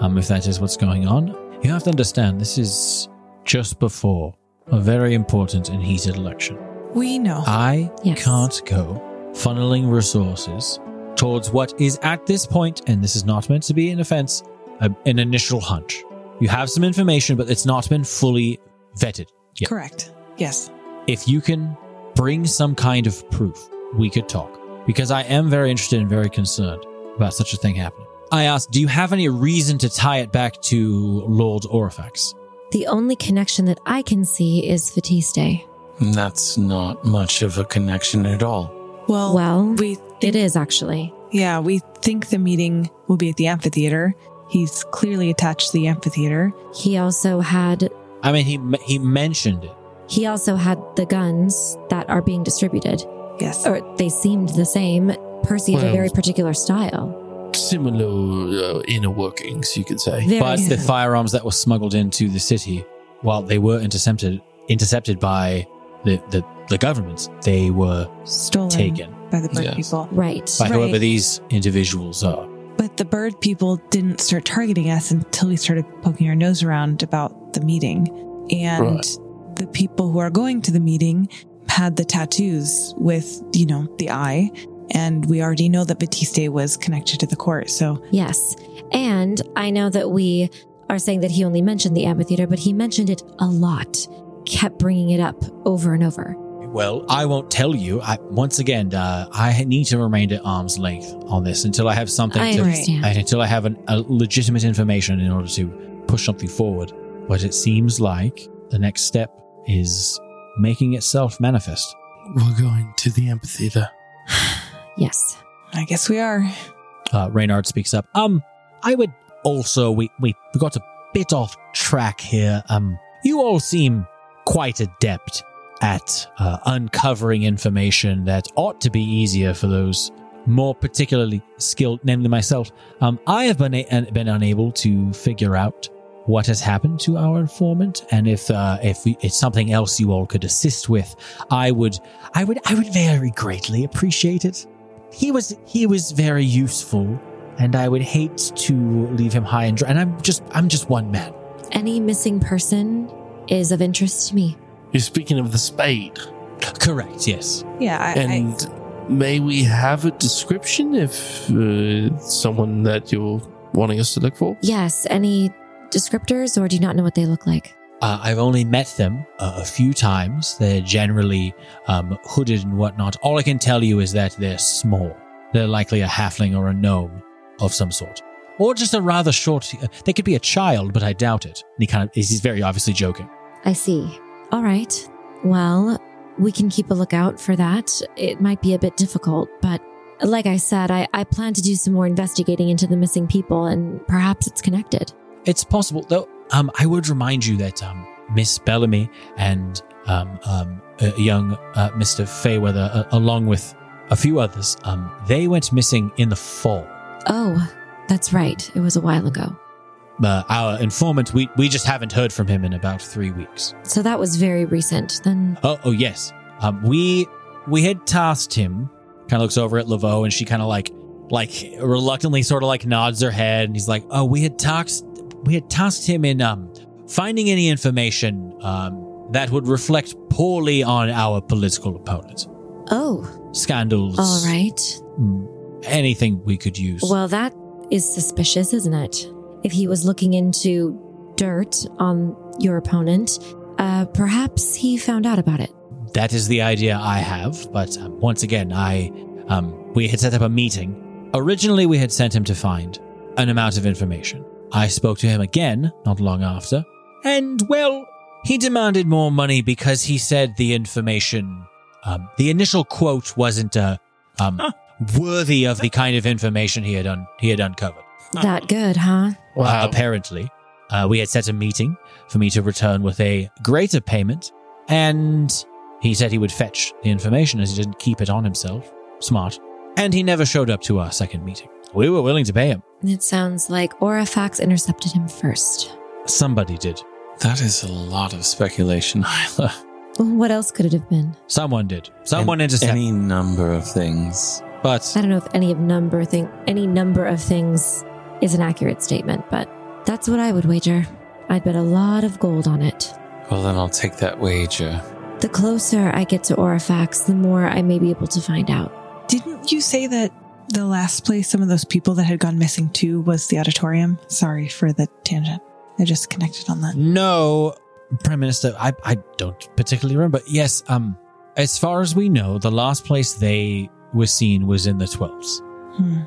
S1: um, if that is what's going on. You have to understand, this is just before a very important and heated election.
S4: We know.
S1: I
S6: Yes.
S1: can't go funneling resources towards what is at this point, and this is not meant to be an offense, a, an initial hunch. You have some information, but it's not been fully vetted. Yeah.
S4: Correct. Yes.
S1: If you can bring some kind of proof, we could talk because I am very interested and very concerned about such a thing happening. I asked, do you have any reason to tie it back to Lord Orifax?
S6: The only connection that I can see is Fatiste.
S3: And that's not much of a connection at all.
S4: Well,
S6: Well,
S4: we
S6: It is actually.
S4: yeah, we think the meeting will be at the amphitheater. He's clearly attached to the amphitheater.
S6: He also had
S1: I mean, he he mentioned it.
S6: he also had the guns that are being distributed.
S4: Yes.
S6: Or they seemed the same. Percy had a
S7: Well.
S6: very particular style.
S7: Similar uh, inner workings, you could say.
S6: Very
S1: but the
S6: similar.
S1: firearms that were smuggled into the city, while they were intercepted intercepted by the the, the government, they were
S4: Stolen
S1: taken
S4: by the bird
S3: Yes.
S4: people.
S6: right.
S1: by
S4: Right.
S1: whoever these individuals are.
S4: But the bird people didn't start targeting us until we started poking our nose around about the meeting. And
S7: Right.
S4: the people who are going to the meeting had the tattoos with, you know, the eye. And we already know that Batiste was connected to the court. So
S6: Yes. And I know that we are saying that he only mentioned the amphitheater, but he mentioned it a lot, kept bringing it up over and over.
S1: Well, I won't tell you. I, once again, uh, I need to remain at arm's length on this until I have something
S6: I
S1: to,
S6: understand.
S1: and until I have an, a legitimate information in order to push something forward. But it seems like the next step is making itself manifest.
S7: We're going to the amphitheater.
S6: Yes.
S4: I guess we are.
S1: Uh, Reynard speaks up. Um, I would also we, we we got a bit off track here. Um, you all seem quite adept at uh, uncovering information that ought to be easier for those more particularly skilled, namely myself. Um, I have been a- an- been unable to figure out what has happened to our informant, and if uh, if we, it's something else you all could assist with, I would I would I would very greatly appreciate it he was he was very useful and i would hate to leave him high and dry and i'm just i'm just one man
S6: Any missing person is of interest to me.
S7: You're speaking of the spade.
S1: correct yes
S4: Yeah. I, I,
S7: and may we have a description if uh, someone that you're wanting us to look for?
S6: Yes. Any descriptors, or do you not know what they look like?
S1: uh, i've only met them uh, a few times they're generally um, hooded and whatnot all i can tell you is that they're small they're likely a halfling or a gnome of some sort or just a rather short uh, they could be a child but i doubt it and he kind of he's very obviously joking
S6: I see. All right. Well, we can keep a lookout for that. It might be a bit difficult, but like I said, I, I plan to do some more investigating into the missing people, and perhaps it's connected.
S1: It's possible, though. Um, I would remind you that um, Miss Bellamy and um, um, uh, young uh, Mister Fayweather, uh, along with a few others, um, they went missing in the fall.
S6: Oh, that's right. It was a while ago.
S1: Uh, our informant, we we just haven't heard from him in about three weeks.
S6: So that was very recent. Then,
S1: Oh, oh yes. Um, we we had tasked him. Kind of looks over at Laveau, and she kind of like like reluctantly sort of like nods her head, and he's like, "Oh, we had tasked we had tasked him in um finding any information um that would reflect poorly on our political opponent,
S6: oh,
S1: scandals,
S6: all right.
S1: mm, anything we could use."
S6: Well, that is suspicious, isn't it? If he was looking into dirt on your opponent, uh, perhaps he found out about it.
S1: that is the idea I have. But um, once again, I um, we had set up a meeting. Originally, we had sent him to find an amount of information. I spoke to him again not long after, and well, he demanded more money because he said the information, um, the initial quote wasn't uh, um, worthy of the kind of information he had un- he had uncovered.
S6: That good, huh?
S1: Uh, apparently, uh, we had set a meeting for me to return with a greater payment, and He said he would fetch the information as he didn't keep it on himself. Smart. And he never showed up to our second meeting. We were willing to pay him.
S6: It sounds like Aurafax intercepted him first.
S1: Somebody did.
S3: That is a lot of speculation, [laughs] Hyla.
S6: What else could it have been?
S1: Someone did. Someone
S3: And
S1: intercepted.
S3: Any number of things.
S1: but
S6: I don't know if any of number thing any number of things is an accurate statement, but that's what I would wager. I'd bet a lot of gold on it.
S3: Well, then I'll take that wager.
S6: The closer I get to Aurafax, the more I may be able to find out.
S4: Didn't you say that the last place some of those people that had gone missing to was the auditorium? Sorry for the tangent. I just connected on that.
S1: no, Prime Minister, I, I don't particularly remember. Yes, um, as far as we know, the last place they were seen was in the 12s.
S4: Hmm.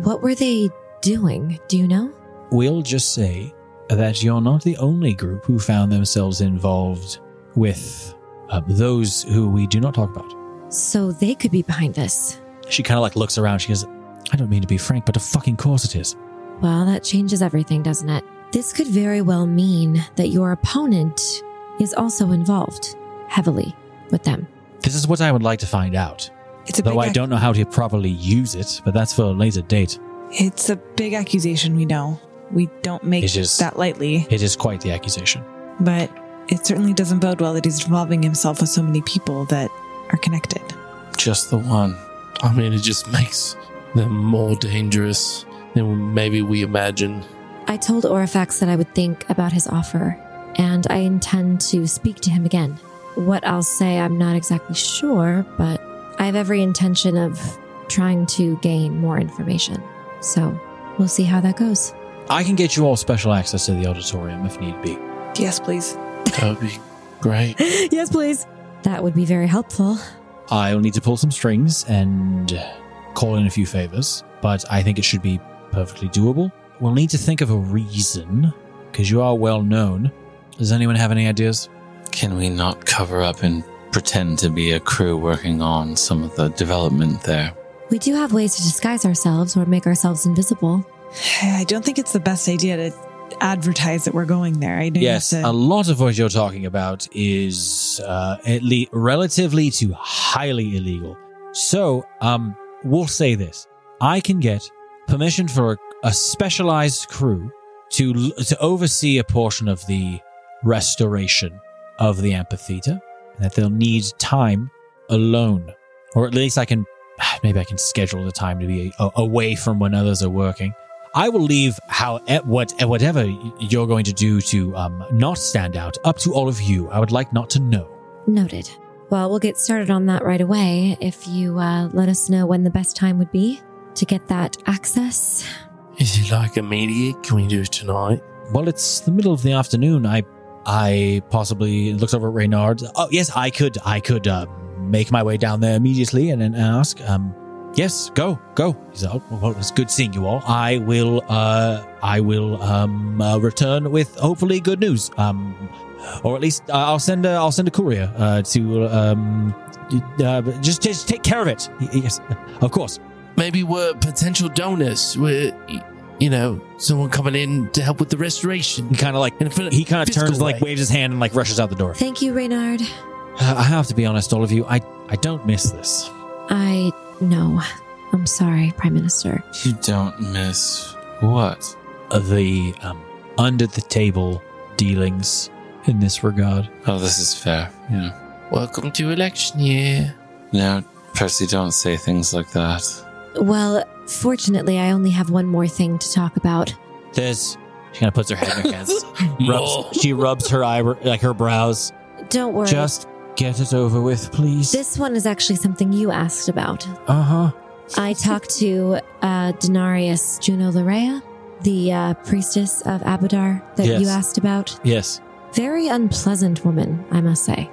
S6: What were they doing? Do you know?
S1: We'll just say that you're not the only group who found themselves involved with uh, those who we do not talk about.
S6: So they could be behind this.
S1: She kind of like looks around. She goes, I don't mean to be frank, but of fucking course it is.
S6: Well, that changes everything, doesn't it? This could very well mean that your opponent is also involved heavily with them.
S1: This is what I would like to find out.
S4: It's a big
S1: Though I
S4: ac-
S1: don't know how to properly use it, but that's for a later date.
S4: It's a big accusation. We know we don't make
S1: It is-
S4: that lightly,
S1: It is quite the accusation.
S4: but it certainly doesn't bode well that he's involving himself with so many people that are connected.
S3: Just the one.
S7: I mean, it just makes them more dangerous than maybe we imagine.
S6: I told Orifax that I would think about his offer, and I intend to speak to him again. What I'll say, I'm not exactly sure, but I have every intention of trying to gain more information. So we'll see how that goes.
S1: I can get you all special access to the auditorium if need be.
S4: Yes, please.
S7: That would be great.
S6: [laughs] yes, please. That would be very helpful.
S1: I'll need to pull some strings and call in a few favors, but I think it should be perfectly doable. We'll need to think of a reason, because you are well known. Does anyone have any ideas?
S3: Can we not cover up and pretend to be a crew working on some of the development there?
S6: We do have ways to disguise ourselves or make ourselves invisible.
S4: [sighs] I don't think it's the best idea to advertise that we're going there. I know you
S1: Yes,
S4: have to-
S1: a lot of what you're talking about is uh, at least relatively to highly illegal. So, um, we'll say this: I can get permission for a, a specialized crew to l- to oversee a portion of the restoration of the amphitheater, and that they'll need time alone, or at least I can [sighs] maybe I can schedule the time to be a, away from when others are working. I will leave how at what at whatever you're going to do to um, not stand out up to all of you. I would like not to know.
S6: Noted. Well, we'll get started on that right away if you uh, let us know when the best time would be to get that access.
S7: Is it like immediate? Can we do it tonight?
S1: Well, it's the middle of the afternoon. I I possibly looks over at Reynard. Oh yes, I could I could uh, make my way down there immediately and, and ask. Um, yes, go go. He's like, oh, well, it's good seeing you all. I will uh I will um uh, return with hopefully good news. Um. Or at least uh, I'll send a I'll send a courier uh, to um, uh, just just take care of it. Y- Yes, of course.
S7: Maybe we're potential donors. We're, y- you know, someone coming in to help with the restoration.
S1: He kind of like
S7: And for-
S1: he kind of
S7: Physical
S1: turns like
S7: way.
S1: waves his hand and like rushes out the door.
S6: Thank you, Reynard.
S1: Uh, I have to be honest, all of you. I I don't miss this.
S6: I know. I'm sorry, Prime Minister.
S3: You don't miss what?
S1: Uh, the um, under the table dealings in this regard.
S3: Oh, this is fair. Yeah.
S7: Welcome to election year.
S3: Now, Percy, don't say things like that.
S6: Well, fortunately, I only have one more thing to talk about.
S1: There's she kind of puts her head in her
S6: [laughs]
S1: hands.
S7: Oh.
S1: rubs, she rubs her eye like her brows.
S6: Don't worry.
S1: Just get it over with, please.
S6: this one is actually something you asked about.
S1: uh huh.
S6: I talked to uh, Denarius Juno Larea, the uh, priestess of Abadar that
S1: Yes.
S6: you asked about.
S1: Yes.
S6: Very unpleasant woman, I must say.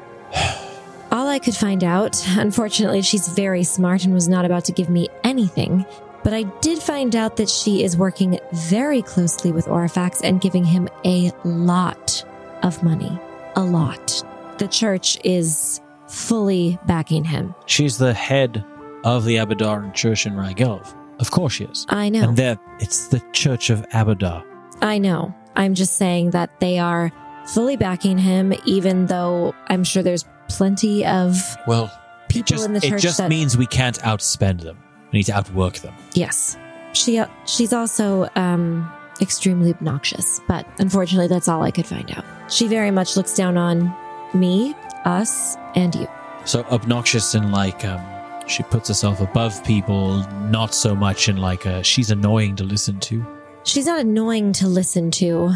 S6: All I could find out, unfortunately, she's very smart and was not about to give me anything. But I did find out that she is working very closely with Orifax and giving him a lot of money. A lot. The church is fully backing him.
S1: She's the head of the Abadaran church in Rygelv. Of course she is.
S6: I know.
S1: And there, it's the Church of Abadar.
S6: I know. I'm just saying that they are fully backing him, even though I'm sure there's plenty of
S3: Well,
S6: people
S1: just,
S6: in the
S1: it
S6: church
S1: just
S6: that
S1: means we can't outspend them. We need to outwork them.
S6: yes, she uh, she's also um, extremely obnoxious. But unfortunately, that's all I could find out. She very much looks down on me, us, and you.
S1: So obnoxious and like um, she puts herself above people, not so much in like a, she's annoying to listen to.
S6: She's not annoying to listen to.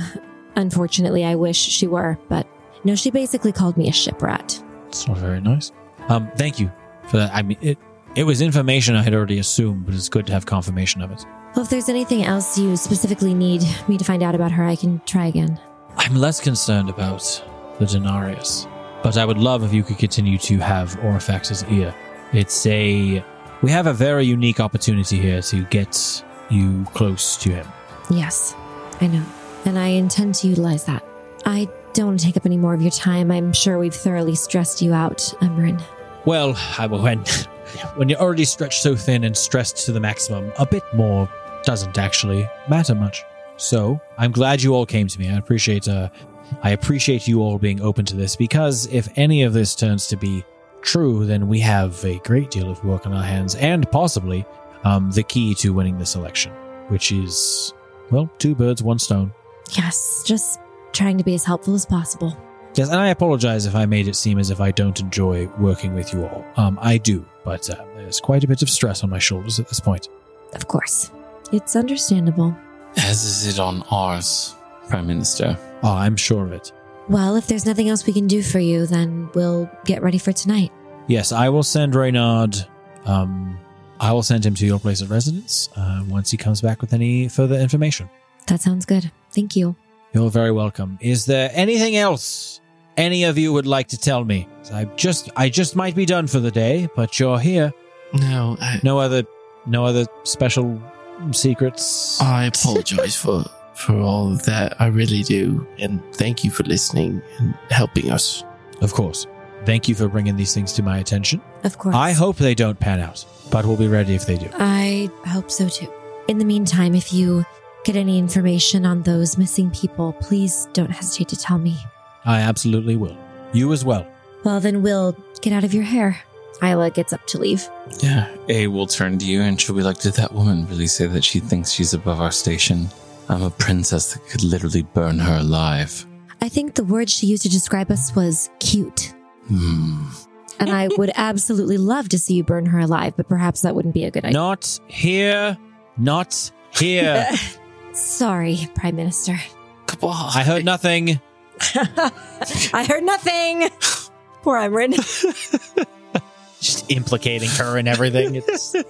S6: Unfortunately, I wish she were, but no, she basically called me a ship rat.
S1: It's not very nice. Um, thank you for that. I mean, it it was information I had already assumed, but it's good to have confirmation of it.
S6: Well, if there's anything else you specifically need me to find out about her, I can try again.
S1: I'm less concerned about the denarius, but I would love if you could continue to have Orifax's ear. It's a we have a very unique opportunity here to get you close to him.
S6: Yes, I know. And I intend to utilize that. I don't want to take up any more of your time. I'm sure we've thoroughly stressed you out, Emrin.
S1: Well, I will when [laughs] when you're already stretched so thin and stressed to the maximum, a bit more doesn't actually matter much. So I'm glad you all came to me. I appreciate uh, I appreciate you all being open to this because if any of this turns to be true, then we have a great deal of work on our hands and possibly um, the key to winning this election, which is well, two birds, one stone.
S6: Yes, just trying to be as helpful as possible.
S1: Yes, and I apologize if I made it seem as if I don't enjoy working with you all. Um, I do, but uh, there's quite a bit of stress on my shoulders at this point.
S6: Of course. It's understandable.
S3: as is it on ours, Prime Minister.
S1: Oh, I'm sure of it.
S6: Well, if there's nothing else we can do for you, then we'll get ready for tonight.
S1: Yes, I will send Reynard. Um, I will send him to your place of residence uh, once he comes back with any further information.
S6: That sounds good. Thank you.
S1: You're very welcome. Is there anything else any of you would like to tell me? I just, I just might be done for the day, but you're here.
S9: No, I,
S1: No other, no other special secrets.
S9: I apologize for for all of that. I really do, and thank you for listening and helping us.
S1: Of course. Thank you for bringing these things to my attention.
S6: Of course.
S1: I hope they don't pan out, but we'll be ready if they do.
S6: I hope so too. In the meantime, if you get any information on those missing people, please don't hesitate to tell me.
S1: I absolutely will. You as well.
S6: Well, then we'll get out of your hair. Isla gets up to leave.
S3: Yeah, A will turn to you and she'll be like, Did that woman really say that she thinks she's above our station? I'm a princess that could literally burn her alive.
S6: I think the word she used to describe us was cute.
S3: Hmm.
S6: And I would absolutely love to see you burn her alive, but perhaps that wouldn't be a good idea.
S1: Not here. Not
S6: [laughs]
S1: here.
S6: Sorry, Prime Minister.
S9: Come on,
S1: I heard nothing.
S6: [laughs] I heard nothing. Poor Emrin.
S1: [laughs] Just implicating her and everything.
S6: [laughs]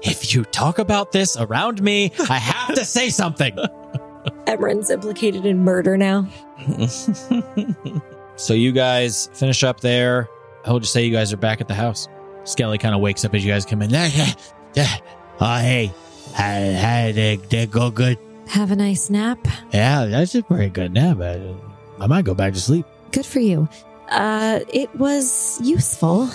S1: It's, if you talk about this around me, I have to say something.
S6: Emrin's implicated in murder now.
S1: So you guys finish up there. I'll just say you guys are back at the house. Skelly kind of wakes up as you guys come in. [laughs] Oh, hey. Hey, hey, did, did go good?
S6: Have a nice nap.
S1: Yeah, that's a pretty good nap. I, I might go back to sleep.
S6: Good for you. Uh, it was useful.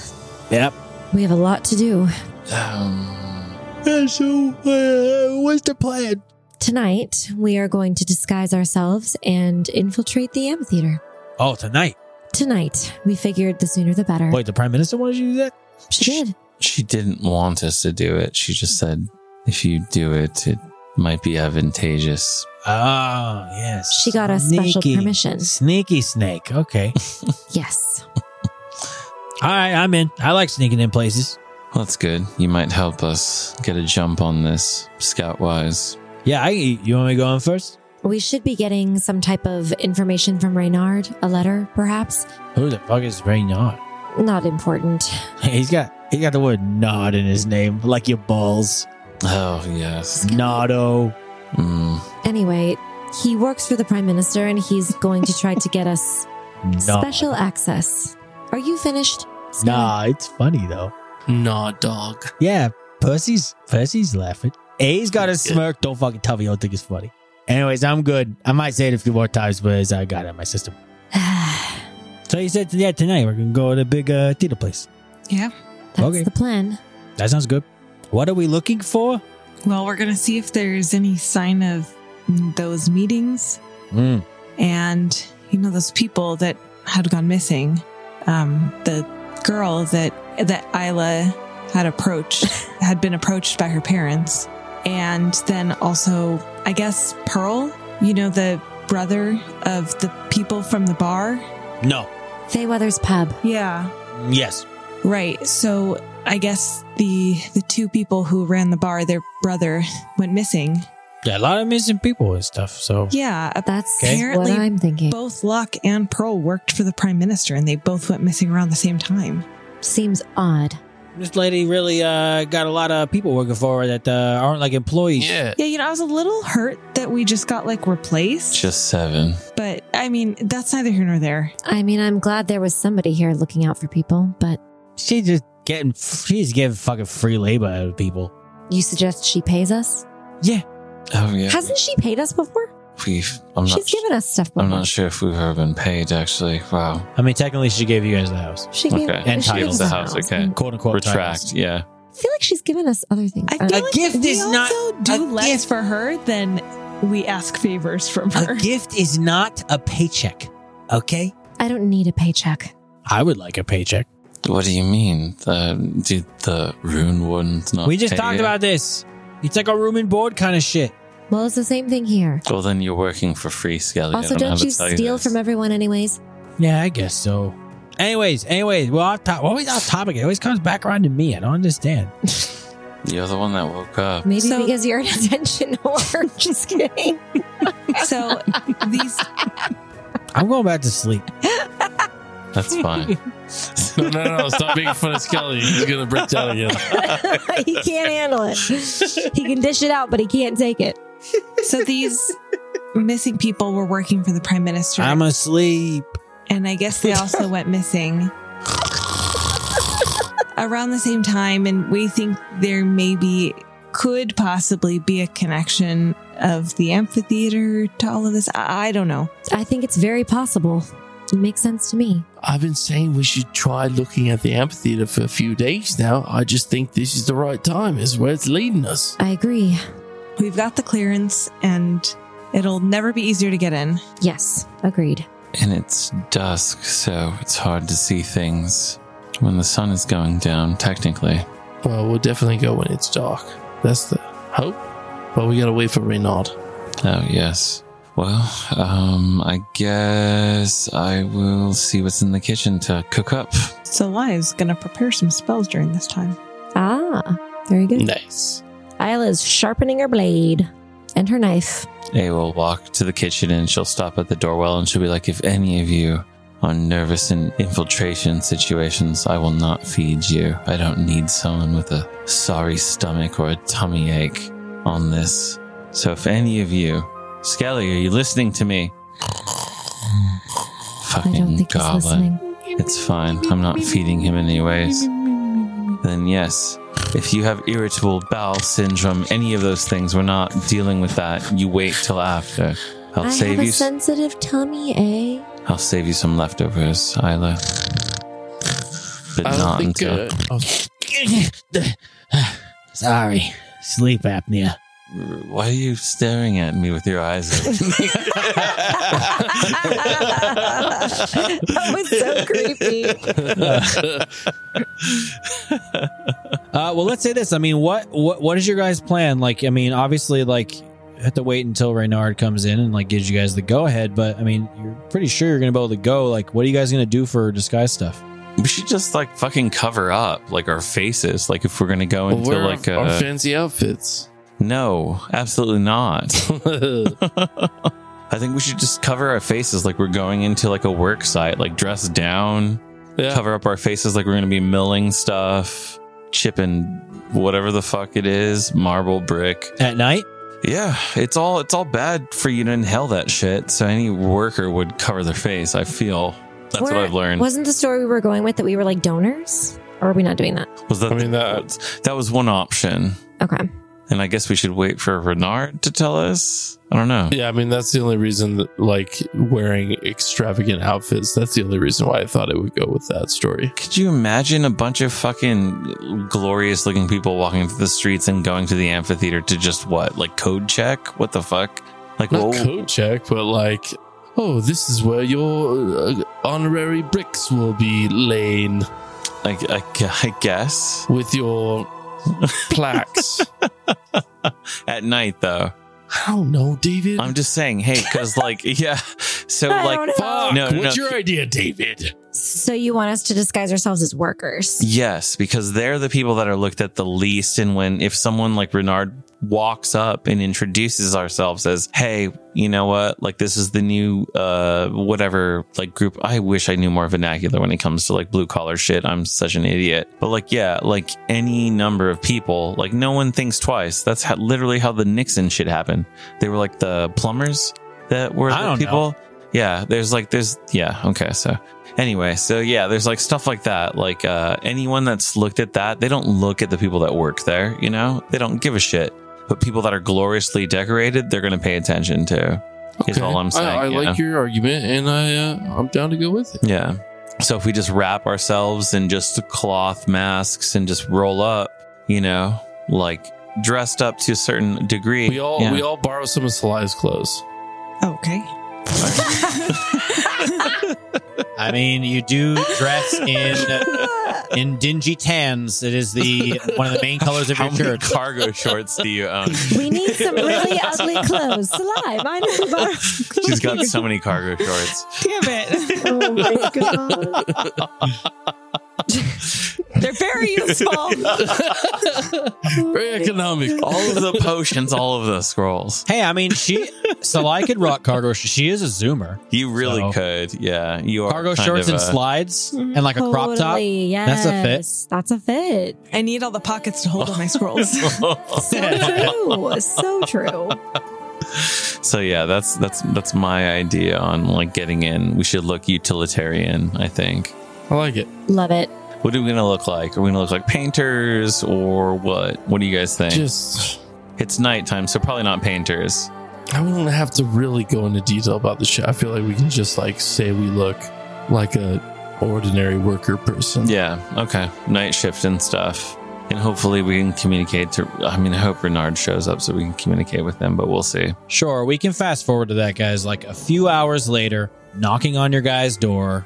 S1: Yep.
S6: We have a lot to do.
S3: Um,
S1: so, uh, what's the plan?
S6: Tonight, we are going to disguise ourselves and infiltrate the amphitheater.
S1: Oh, tonight.
S6: Tonight, we figured the sooner the better.
S1: Wait, the prime minister wanted you to do that?
S6: she did.
S3: she didn't want us to do it. She just said, If you do it, it might be advantageous.
S1: Ah, yes.
S6: She got a special
S1: Sneaky-
S6: permission.
S1: Sneaky snake.
S6: [laughs]
S1: Okay.
S6: Yes.
S1: All right, I'm in. I like sneaking in places.
S3: Well, that's good. You might help us get a jump on this, scout wise.
S1: Yeah, I. You want me to go on first?
S6: We should be getting some type of information from Reynard, a letter, perhaps.
S1: Who the fuck is Ray Nod?
S6: Not important.
S1: [laughs] He's got he got the word Nod in his name, like your balls.
S3: Oh, yes.
S1: Noddo.
S3: Mm.
S6: Anyway, he works for the Prime Minister and he's going to try to get
S3: [laughs]
S6: us
S1: Nod.
S6: special access. Are you finished? Sky?
S1: Nah, it's funny though.
S9: nah, dog.
S1: Yeah, Percy's Percy's laughing. A's got a smirk. Don't fucking tell me you don't think it's funny. Anyways, I'm good. I might say it a few more times, but it's- I got it in my system. So you said yeah tonight we're gonna go to the big uh, theater place.
S6: [sighs] That's
S1: Okay.
S6: the plan.
S1: That sounds good. What are we looking for?
S4: Well, we're going to see if there's any sign of those meetings
S1: Mm.
S4: and, you know, those people that had gone missing. um, the girl that that Isla had approached had been approached by her parents, and then also I guess Pearl, you know, the brother of the people from the bar.
S1: No.
S6: Fayweather's pub.
S4: Yeah,
S1: Yes.
S4: Right. So I guess the the two people who ran the bar, their brother went missing.
S1: Yeah, a lot of missing people and stuff. So
S4: Yeah,
S6: That's
S4: Apparently
S6: what I'm thinking.
S4: both Locke and Pearl worked for the prime minister, and they both went missing around the same time.
S6: Seems odd.
S1: this lady really uh, got a lot of people working for her that uh, aren't like employees.
S7: Yeah.
S4: Yeah, you know, I was a little hurt that we just got like replaced,
S3: Just seven.
S4: but I mean, that's neither here nor there.
S6: I mean, I'm glad there was somebody here looking out for people, but
S1: She just getting she's giving fucking free labor out of people.
S6: you suggest she pays us?
S3: Oh yeah.
S6: Hasn't she paid us before?
S3: we've. I'm not.
S6: She's given us stuff before.
S3: I'm not sure if we've ever been paid. Actually, wow.
S1: I mean, technically, she gave you guys the house,
S6: She gave,
S3: Okay.
S6: she
S1: Entitled
S6: gave us
S1: to
S6: a
S3: house, okay.
S1: quote unquote.
S3: Retract.
S1: titles.
S3: Yeah.
S6: I feel like she's given us other things.
S4: I feel
S1: A
S4: like
S1: gift
S4: if we
S1: is not-
S4: also
S1: a
S4: do less
S1: gift-
S4: for her than we ask favors from her.
S1: A gift is not a paycheck. Okay.
S6: I don't need a paycheck.
S1: I would like a paycheck.
S3: What do you mean? The, did the rune wardens not?
S1: we just
S3: pay
S1: talked
S3: you?
S1: about this. It's like a room and board kind of shit.
S6: Well, it's the same thing here.
S3: Well, then you're working for free, Skelly.
S6: also,
S3: I don't, know
S6: don't
S3: how
S6: you
S3: to tell
S6: steal
S3: this.
S6: from everyone, anyways?
S1: Yeah, I guess so. Anyways, anyways, well, off top, always off topic. It always comes back around to me. I don't understand.
S3: You're the one that woke up.
S6: Maybe
S4: So-
S6: because you're an [laughs] attention whore. [laughs] Just kidding.
S4: so these
S1: I'm going back to sleep.
S3: That's
S1: [laughs]
S3: fine.
S10: no, no, no. Stop making fun of Skelly. He's going to break down again.
S6: he can't handle it. He can dish it out, but he can't take it.
S4: so these missing people were working for the prime
S1: [laughs]
S4: minister.
S1: I'm asleep. [sighs]
S4: and I guess they [laughs] also went missing around the same time. And we think there maybe could possibly be a connection of the amphitheater to all of this. I, I don't know.
S6: I think it's very possible. It makes sense to me.
S7: I've been saying we should try looking at the amphitheater for a few days now. I just think this is the right time, is where it's leading us.
S6: I agree.
S4: We've got the clearance, and it'll never be easier to get in.
S6: Yes, agreed.
S3: and it's dusk, so it's hard to see things when the sun is going down. Technically,
S7: Well, we'll definitely go when it's dark. That's the hope. But we gotta wait for Renaud.
S3: oh yes. Well, um, I guess I will see what's in the kitchen to cook up.
S4: So Live's gonna prepare some spells during this time.
S6: Ah, very good.
S7: Nice.
S6: Isla's sharpening her blade and her knife.
S3: A will walk to the kitchen and she'll stop at the doorwell and she'll be like, "If any of you are nervous in infiltration situations, I will not feed you. I don't need someone with a sorry stomach or a tummy ache on this. So if any of you, Skelly, are you listening to me?
S6: I don't
S3: Fucking
S6: think he's
S3: goblin.
S6: listening.
S3: It's fine. I'm not feeding him anyways. Then yes, if you have irritable bowel syndrome, any of those things, we're not dealing with that. You wait till after. I'll
S6: I
S3: save
S6: have a
S3: you.
S6: sensitive tummy, eh?
S3: I'll save you some leftovers, Isla. But
S7: I don't
S3: not
S7: think.
S3: until
S7: Uh, oh,
S1: Sorry, sleep apnea.
S3: Why are you staring at me with your eyes
S7: [laughs]
S3: open?
S6: that was so creepy.
S1: Uh, well, let's say this. I mean, what what what is your guys' plan? Like, I mean, obviously, like you have to wait until Reynard comes in and like gives you guys the go ahead. But I mean, you're pretty sure you're gonna be able to go. Like, what are you guys gonna do for disguise stuff?
S3: we should just like fucking cover up like our faces, like if we're gonna go
S7: well,
S3: into
S7: wear
S3: like
S10: uh,
S7: our, our
S3: a
S7: fancy outfits. [laughs]
S3: no, absolutely not.
S7: That's
S3: I think we should just cover our faces like we're going into like a work site, like dress down,
S10: Yeah.
S3: cover up our faces like we're going to be milling stuff, chipping whatever the fuck it is, marble brick.
S1: At night?
S3: Yeah, it's all it's all bad for you to inhale that shit. So any worker would cover their face. I feel that's what
S6: We're-
S3: I've learned. Was,
S6: Wasn't the story we were going with that we were like donors? Or are we not doing that?
S3: that
S10: I mean,
S3: that that was one option,
S6: Okay.
S3: and I guess we should wait for Renard to tell us. I don't know.
S10: Yeah, I mean that's the only reason that like wearing extravagant outfits. That's the only reason why I thought it would go with that story.
S3: Could you imagine a bunch of fucking glorious looking people walking through the streets and going to the amphitheater to just what? Like code check? What the fuck? Like,
S10: Not
S3: what,
S10: code check, but like
S7: Oh, this is where your uh, honorary bricks will be laying
S3: I, I gu- I guess. [laughs]
S7: with your plaques.
S3: At night, though.
S7: I don't know, Oh, David.
S3: I'm just saying, hey, because, like, [laughs] yeah. So,
S6: I
S3: like,
S6: don't know.
S7: Fuck,
S3: No,
S7: what's
S3: no.
S7: your idea, David?
S6: So you want us to disguise ourselves as workers?
S3: Yes, because they're the people that are looked at the least. And when if someone like Renard walks up and introduces ourselves as, hey, you know what? Like this is the new uh whatever like group. I wish I knew more vernacular when it comes to like blue collar shit. I'm such an idiot. But like yeah, like any number of people, like no one thinks twice. That's how, literally how the Nixon shit happened. They were like the plumbers that were
S1: I
S3: the
S1: don't know.
S3: people. Yeah, there's like there's yeah, okay, so anyway so yeah there's like stuff like that like uh, anyone that's looked at that they don't look at the people that work there you know they don't give a shit but people that are gloriously decorated they're going to pay attention to is all I'm saying,
S7: I, I like your argument, and I uh, I'm down to go with it.
S3: yeah so if we just wrap ourselves in just cloth masks and just roll up you know like dressed up to a certain degree
S7: We all
S3: yeah.
S7: we all borrow some of Salai's clothes.
S4: Okay.
S1: I mean, you do dress in in dingy tans. It is the one of the main colors of
S3: how
S1: your
S3: many
S7: [laughs]
S1: church.
S3: cargo shorts do you own
S6: [laughs] We need some really ugly clothes. Sly, mine are bar-
S3: she's got so many cargo shorts
S4: Damn it.
S6: [laughs] Oh my god.
S4: [laughs]
S5: They're very useful.
S7: Very economic.
S3: all of [laughs] the potions all of the scrolls
S1: Hey, I mean, she Salai could rock cargo. sh- She is a zoomer.
S3: You really
S1: So-
S3: could, yeah. You are
S1: Cargo
S3: kind
S1: shorts
S3: of
S1: and
S3: a-
S1: slides and like a crop top.
S6: Totally,
S1: That's a fit.
S6: yes. That's a fit.
S4: I need all the pockets to hold all my scrolls.
S6: So true. So true.
S3: [laughs] So yeah, that's that's that's my idea on like getting in. We should look utilitarian. I think.
S7: I like it.
S6: Love it.
S3: What are we gonna look like? Are we gonna look like painters or what? What do you guys think?
S7: Just
S3: it's nighttime, so probably not painters.
S7: I wouldn't have to really go into detail about the shit. I feel like we can just like say we look like a ordinary worker person.
S3: Yeah. Okay. Night shift and stuff. And hopefully we can communicate to. I mean, I hope Renard shows up so we can communicate with them. But we'll see.
S1: Sure, we can fast forward to that, guys. Like a few hours later, knocking on your guy's door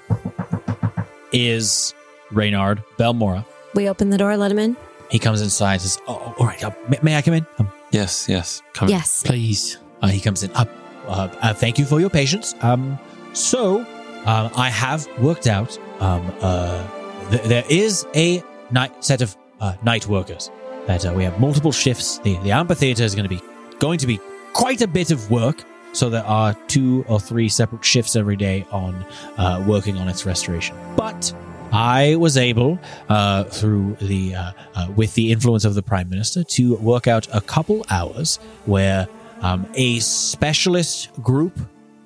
S1: is Reynard Belmora.
S6: We open the door, let him in.
S1: He comes inside and says, Oh, oh, all right. Uh, may, may I come in? Um,
S3: Yes. Yes. Come.
S6: Yes.
S7: Please.
S1: uh, he comes in. Uh, uh, uh, thank you for your patience. Um, so, um, I have worked out um, uh, th- there is a night set of uh, night workers that uh, we have multiple shifts. The, the amphitheater is going to be going to be quite a bit of work. So there are two or three separate shifts every day on uh, working on its restoration. But I was able, uh, through the uh, uh, with the influence of the prime minister, to work out a couple hours where um, a specialist group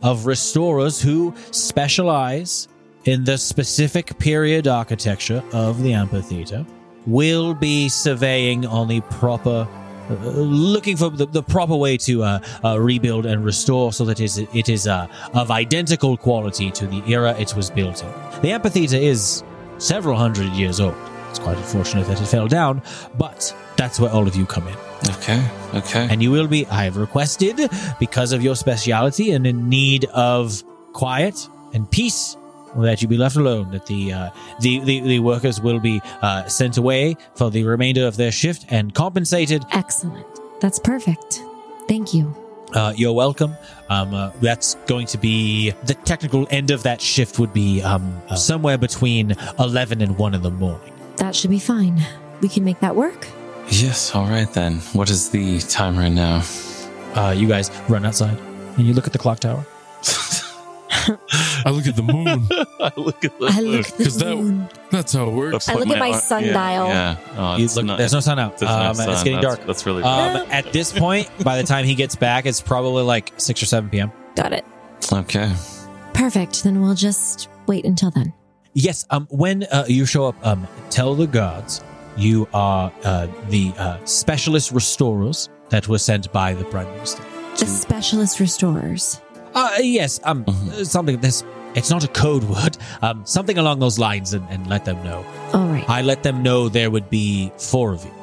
S1: of restorers who specialize in the specific period architecture of the amphitheater will be surveying on the proper uh, looking for the, the proper way to uh, uh, rebuild and restore so that it is, it is uh, of identical quality to the era it was built in. The amphitheater is several hundred years old. It's quite unfortunate that it fell down, but that's where all of you come in.
S3: Okay. Okay.
S1: And you will be, I have requested, because of your speciality and in need of quiet and peace, that you be left alone. That the uh, the, the the workers will be uh, sent away for the remainder of their shift and compensated.
S6: Excellent. That's perfect. Thank you.
S1: Uh, you're welcome. Um, uh, that's going to be the technical end of that shift would be um, uh, somewhere between eleven and one in the morning.
S6: That should be fine. We can make that work.
S3: Yes. All right then. What is the time right now?
S1: Uh, you guys run outside and you look at the clock tower.
S7: I look at the moon.
S3: [laughs] I look at the
S6: I look at
S7: Because
S6: the
S7: that-
S6: moon.
S7: That's how it
S3: [laughs]
S7: works.
S6: I look at my sundial.
S3: Yeah. yeah. Oh,
S1: You
S3: it's
S1: look-
S3: not-
S1: there's no sun out.
S3: there's no
S1: Um,
S3: sun.
S1: It's getting
S3: That's-
S1: dark.
S3: That's really
S1: Um,
S6: No.
S1: At this point, by the time he gets back, it's probably like six or seven p.m.
S6: Got it.
S3: okay.
S6: Perfect. Then we'll just wait until then.
S1: Yes. Um. When uh, you show up, um, tell the guards you are uh, the uh, specialist restorers that were sent by the prime minister.
S6: The specialist restorers.
S1: Uh, yes. Um.
S3: Mhm.
S1: Something. This. It's not a code word. [laughs] Um. Something along those lines, and, and let them know.
S6: All right.
S1: I let them know there would be four of you.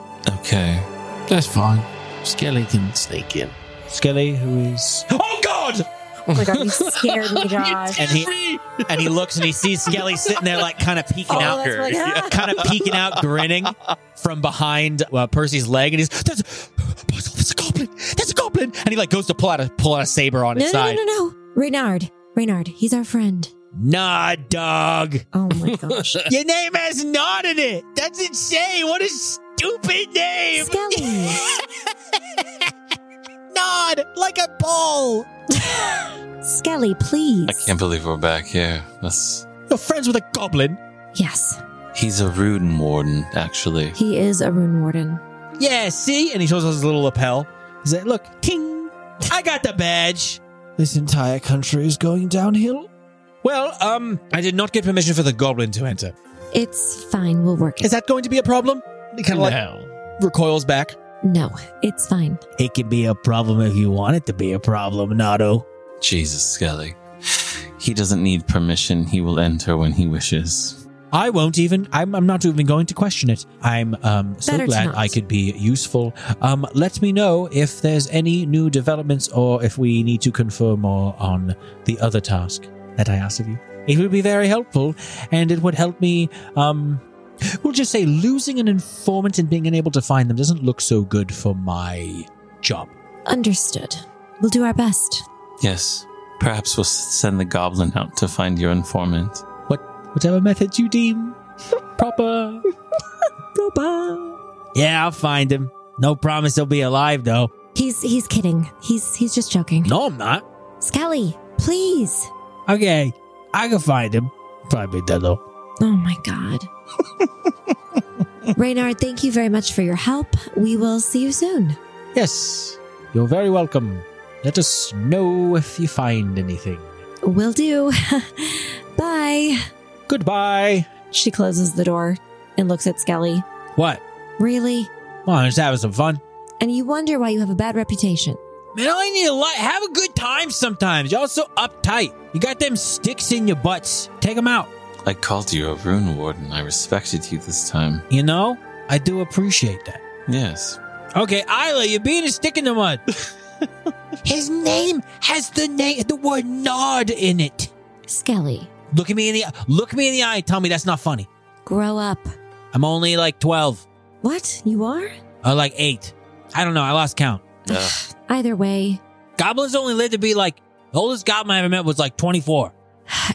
S3: Okay.
S9: That's fine. Skeleton snake in.
S1: Skelly, who is. Oh God!
S6: Like, are you scared me, Josh?
S1: And he and he looks and he sees Skelly sitting there, like kind of peeking
S6: Oh,
S1: out,
S6: that's really- [laughs] Yeah.
S1: kind of peeking out, grinning from behind uh, Percy's leg, and he's [gasps] that's, that's a goblin, that's a goblin, and he like goes to pull out a pull out a saber on
S6: No,
S1: its
S6: no,
S1: side.
S6: no, no, no. Reynard. Reynard, he's our friend.
S1: Nah, dog,
S6: Oh my gosh.
S1: your name has not in it. That's insane. What a stupid name.
S6: Skelly.
S1: Nod like a ball.
S6: Skelly, please.
S3: I can't believe we're back here. That's
S1: You're friends with a goblin.
S6: Yes,
S3: he's a rune warden, actually.
S6: he is a rune warden.
S1: Yeah, see? And he shows us his little lapel. He's like, look, ting, I got the badge. This entire country is going downhill. Well, um, I did not get permission for the goblin to enter.
S6: It's fine. We'll work
S1: Is
S6: it.
S1: that going to be a problem? He kind of like recoils back.
S6: No, it's fine.
S2: It can be a problem if you want it to be a problem, Nado.
S3: Jesus, Skelly. He doesn't need permission. He will enter when he wishes.
S1: I won't even, I'm, I'm not even going to question it. I'm um, so
S6: Better to
S1: glad
S6: not.
S1: I could be useful. Um, let me know if there's any new developments or if we need to confer more on the other task that I asked of you. It would be very helpful and it would help me. Um, we'll just say losing an informant and being unable to find them doesn't look so good for my job.
S6: Understood. We'll do our best.
S3: Yes. Perhaps we'll s- send the goblin out to find your informant.
S1: Whatever method you deem [laughs] proper.
S2: Yeah, I'll find him. No promise he'll be alive, though.
S6: He's he's kidding. He's he's just joking.
S2: No, I'm not.
S6: Skelly, please.
S2: Okay, I can find him. Probably dead, though.
S6: Oh my god. Reynard, thank you very much for your help. We will see you soon.
S1: Yes, you're very welcome. Let us know if you find anything.
S6: Will do. [laughs] Bye.
S1: Goodbye.
S6: She closes the door and looks at Skelly.
S1: What?
S6: Really?
S1: Come on, just having some fun.
S6: And you wonder why you have a bad reputation.
S1: Man, all you need a lot. Have a good time sometimes. Y'all so uptight. You got them sticks in your butts. Take them out.
S3: I called you a rune warden. I respected you this time.
S1: You know? I do appreciate that.
S3: Yes.
S1: Okay, Isla, you're being a stick in the mud. His name has the name, the word nod in it.
S6: Skelly,
S1: Look at me in the look me in the eye. And tell me that's not funny.
S6: grow up.
S1: I'm only like twelve
S6: What? You are?
S1: or like eight. I don't know. I lost count.
S6: Either way.
S1: Goblins only live to be like the oldest goblin I ever met was like 24.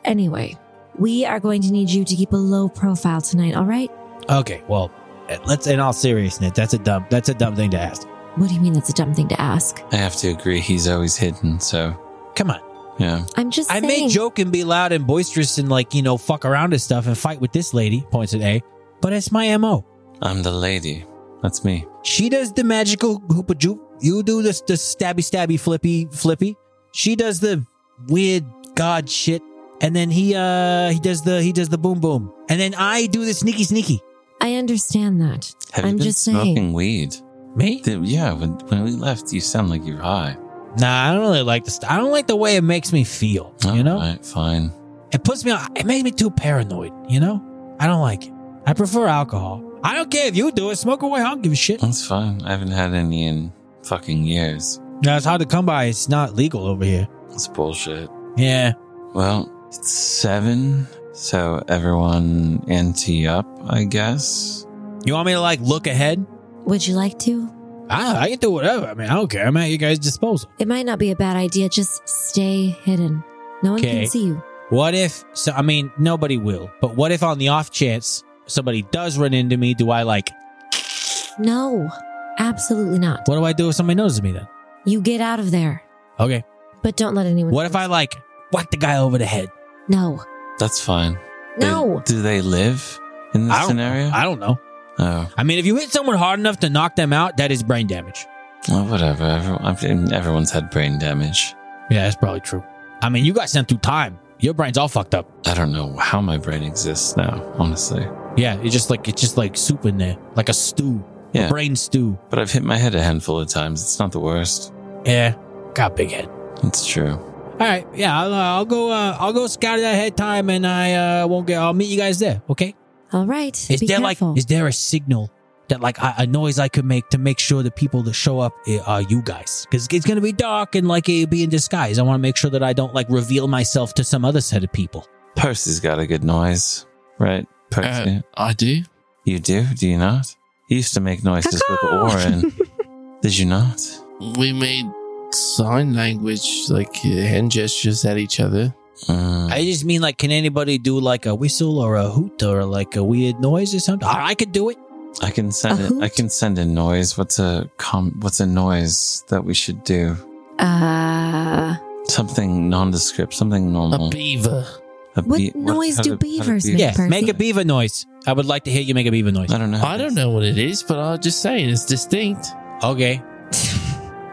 S6: Anyway, we are going to need you to keep a low profile tonight, all right?
S1: Okay, well, eh, let's in all seriousness, that's a dumb that's a dumb thing to ask.
S6: What do you mean that's a dumb thing to ask?
S3: I have to agree. He's always hidden, so
S1: Come on.
S3: yeah.
S6: I'm just
S1: I may
S6: saying.
S1: joke and be loud and boisterous and like, you know, fuck around and stuff and fight with this lady, points at A, but it's my MO.
S3: I'm the lady. That's me.
S1: She does the magical hoopa joop. You do this the stabby stabby flippy flippy. She does the weird god shit. And then he uh he does the he does the boom boom. And then I do the sneaky sneaky.
S6: I understand that.
S3: Have
S6: I'm
S3: you been
S6: just
S3: smoking
S6: saying.
S3: weed?
S1: Me?
S3: Th- yeah. When, when we left, you sound like you're high.
S1: Nah, I don't really like this. I don't like the way it makes me feel.
S3: All
S1: you know,
S3: right, fine.
S1: it puts me on. It makes me too paranoid. You know, I don't like it. I prefer alcohol. I don't care if you do it. Smoke away. I don't give a shit.
S3: That's fine. I haven't had any in fucking years.
S1: Now it's hard to come by. It's not legal over here.
S3: It's bullshit.
S1: Yeah.
S3: Well, it's seven, so everyone ante up, I guess.
S1: You want me to like look ahead?
S6: Would you like to?
S1: I, I can do whatever. I mean, I don't care. I'm at your guys' disposal.
S6: It might not be a bad idea. Just stay hidden. No one
S1: Okay.
S6: can see you.
S1: What if? So I mean, nobody will. But what if on the off chance somebody does run into me? Do I like?
S6: No, absolutely not.
S1: What do I do if somebody notices me then?
S6: You get out of there,
S1: Okay.
S6: but don't let anyone.
S1: What if I like whack the guy over the head?
S6: No,
S3: That's fine. They-
S6: no.
S3: do they live in this
S1: I don't,
S3: scenario?
S1: I don't know.
S3: oh,
S1: I mean, if you hit someone hard enough to knock them out, that is brain damage.
S3: Oh, well, whatever. Everyone, I've- everyone's had brain damage.
S1: Yeah, that's probably true. I mean, you got sent through time. Your brain's all fucked up.
S3: I don't know how my brain exists now, honestly.
S1: Yeah, it's just like it's just like soup in there, like a stew,
S3: Yeah.
S1: a brain stew.
S3: But I've hit my head a handful of times. It's not the worst.
S1: Yeah, got big head.
S3: It's true.
S1: All right, yeah, I'll, uh, I'll go. Uh, I'll go scout that head time, and I uh, won't get. I'll meet you guys there. Okay.
S6: All right.
S1: Is
S6: be
S1: there
S6: careful.
S1: like is there a signal that like I, a noise I could make to make sure the people that show up eh, are you guys because it's gonna be dark and like it'll be in disguise. I want to make sure that I don't like reveal myself to some other set of people.
S3: Percy's got a good noise, right? Percy,
S7: Uh, I do.
S3: you do? Do you not? You used to make noises with Orin.
S6: [laughs]
S3: Did you not?
S7: We made sign language, like uh, hand gestures at each other.
S3: Mm.
S1: I just mean like, can anybody do like a whistle or a hoot or like a weird noise or something? I, I could do it.
S3: I can send
S6: A
S3: it. I
S6: hoot?
S3: can send a noise. What's a com? What's a noise that we should do?
S6: Uh,
S3: Hmm. Something nondescript. Something normal.
S7: A beaver.
S3: A
S6: What
S3: bee-
S6: noise
S3: how
S6: do
S3: how
S6: beavers
S3: beavers-
S6: make?
S1: Yeah,
S6: Percy.
S1: make a beaver noise. I would like to hear you make a beaver noise.
S3: I don't know.
S7: I don't know what it is, but I'm just saying it's distinct.
S3: Uh-huh.
S1: Uh, Okay.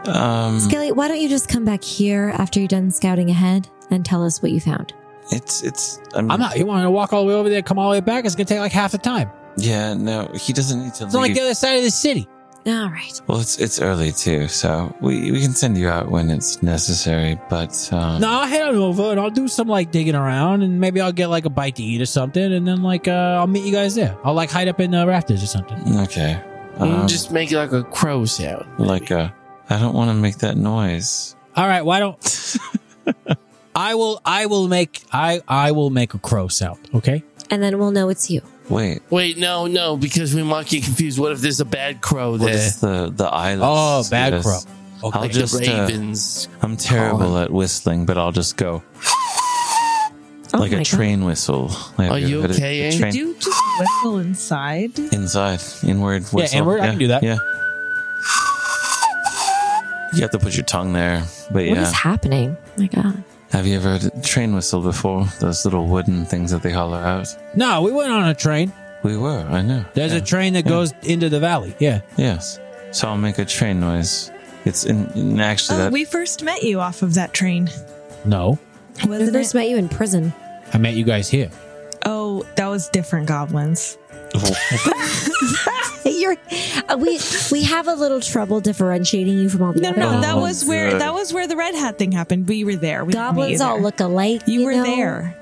S3: Um,
S6: Skelly, why don't you just come back here after you're done scouting ahead and tell us what you found?
S3: it's it's. I mean,
S1: I'm not. You want to walk all the way over there, come all the way back? It's gonna take like half the time.
S3: Yeah, no. He doesn't need to
S1: It's on like
S3: leave.
S1: the other side of the city.
S6: All right.
S3: well, it's it's early too, so we we can send you out when it's necessary. But um,
S1: No, I'll head on over and I'll do some like digging around and maybe I'll get like a bite to eat or something and then like uh, I'll meet you guys there. I'll like hide up in the rafters or something.
S3: Okay.
S7: Mm,
S3: Um,
S7: just make like a crow sound.
S3: like a. I don't want to make that noise.
S1: All right, why don't I will I will make I I will make a crow sound, okay?
S6: And then we'll know it's you.
S3: Wait,
S7: Wait, no, no, because we might get confused. What if there's a bad crow
S3: what
S7: there?
S3: is the the eyeless?
S1: Oh, bad
S3: Yes.
S1: crow. Okay.
S3: I'll
S7: like
S3: just.
S7: the
S3: uh,
S7: ravens.
S3: I'm terrible at whistling, but I'll just go
S6: Oh
S3: like
S6: my
S3: a
S6: God.
S3: train whistle. Like
S7: Are
S3: a-
S7: you
S3: a- a
S7: okay, Aang?
S3: train-
S4: Do you just whistle inside?
S3: Inside, inward whistle.
S1: inward, I can do that.
S3: Yeah. You have to put your tongue there, but
S6: What
S3: yeah.
S6: is happening? my God.
S3: have you ever heard a train whistle before? Those little wooden things that they holler out.
S1: No, we went on a train.
S3: We were, I know.
S1: There's a train that goes into the valley. Yeah.
S3: Yes. So I'll make a train noise. It's in, in actually
S4: Oh,
S3: that.
S4: we first met you off of that train.
S1: No.
S6: I
S4: Wasn't
S6: first
S4: it?
S6: met you in prison.
S1: I met you guys here.
S4: Oh, that was different goblins.
S6: [laughs] You're, uh, we we have a little trouble differentiating you from all the
S4: No,
S6: other
S4: no,
S3: Oh,
S4: that was where
S3: good.
S4: that was where the red hat thing happened. We were there. We didn't meet
S6: goblins.
S4: you
S6: All
S4: there.
S6: look alike.
S4: You, were
S6: know?
S4: there.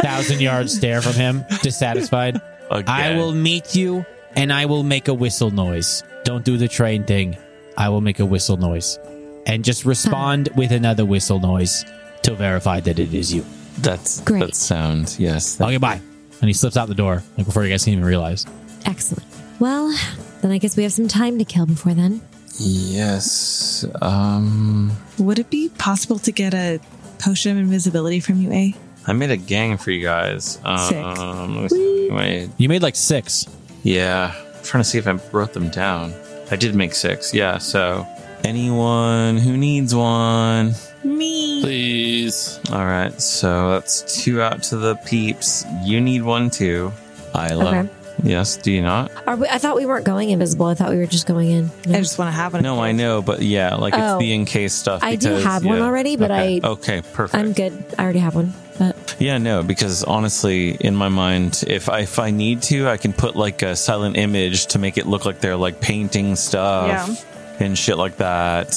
S1: thousand yard stare from him, dissatisfied. I will meet you and I will make a whistle noise. Don't do the train thing. I will make a whistle noise. And just respond with another whistle noise to verify that it is you.
S3: That's
S6: Great.
S3: that sound. Yes. That,
S1: Okay, bye. And he slips out the door like before you guys can even realize.
S6: Excellent. Well, then I guess we have some time to kill before then.
S3: Yes. Um.
S4: Would it be possible to get a potion of invisibility from you, A?
S3: I made a gang for you guys.
S4: Sick.
S3: Um, let me see if I-
S1: You made like six.
S3: Yeah. I'm trying to see if I wrote them down. I did make six. Yeah. So anyone who needs one.
S4: Me.
S7: Please.
S3: All right. So that's two out to the peeps. You need one too. I love.
S6: Okay.
S3: Yes. Do you not?
S6: Are we, I thought we weren't going invisible. I thought we were just going in.
S4: I just want to have one.
S3: [laughs] No, I know, but yeah, like
S6: Oh.
S3: it's the in case stuff.
S6: I do have one already, but
S3: okay.
S6: I-
S3: okay, perfect.
S6: I'm good. I already have one. But
S3: Yeah, no, because honestly, in my mind, if I, if I need to, I can put like a silent image to make it look like they're like painting stuff and shit like that.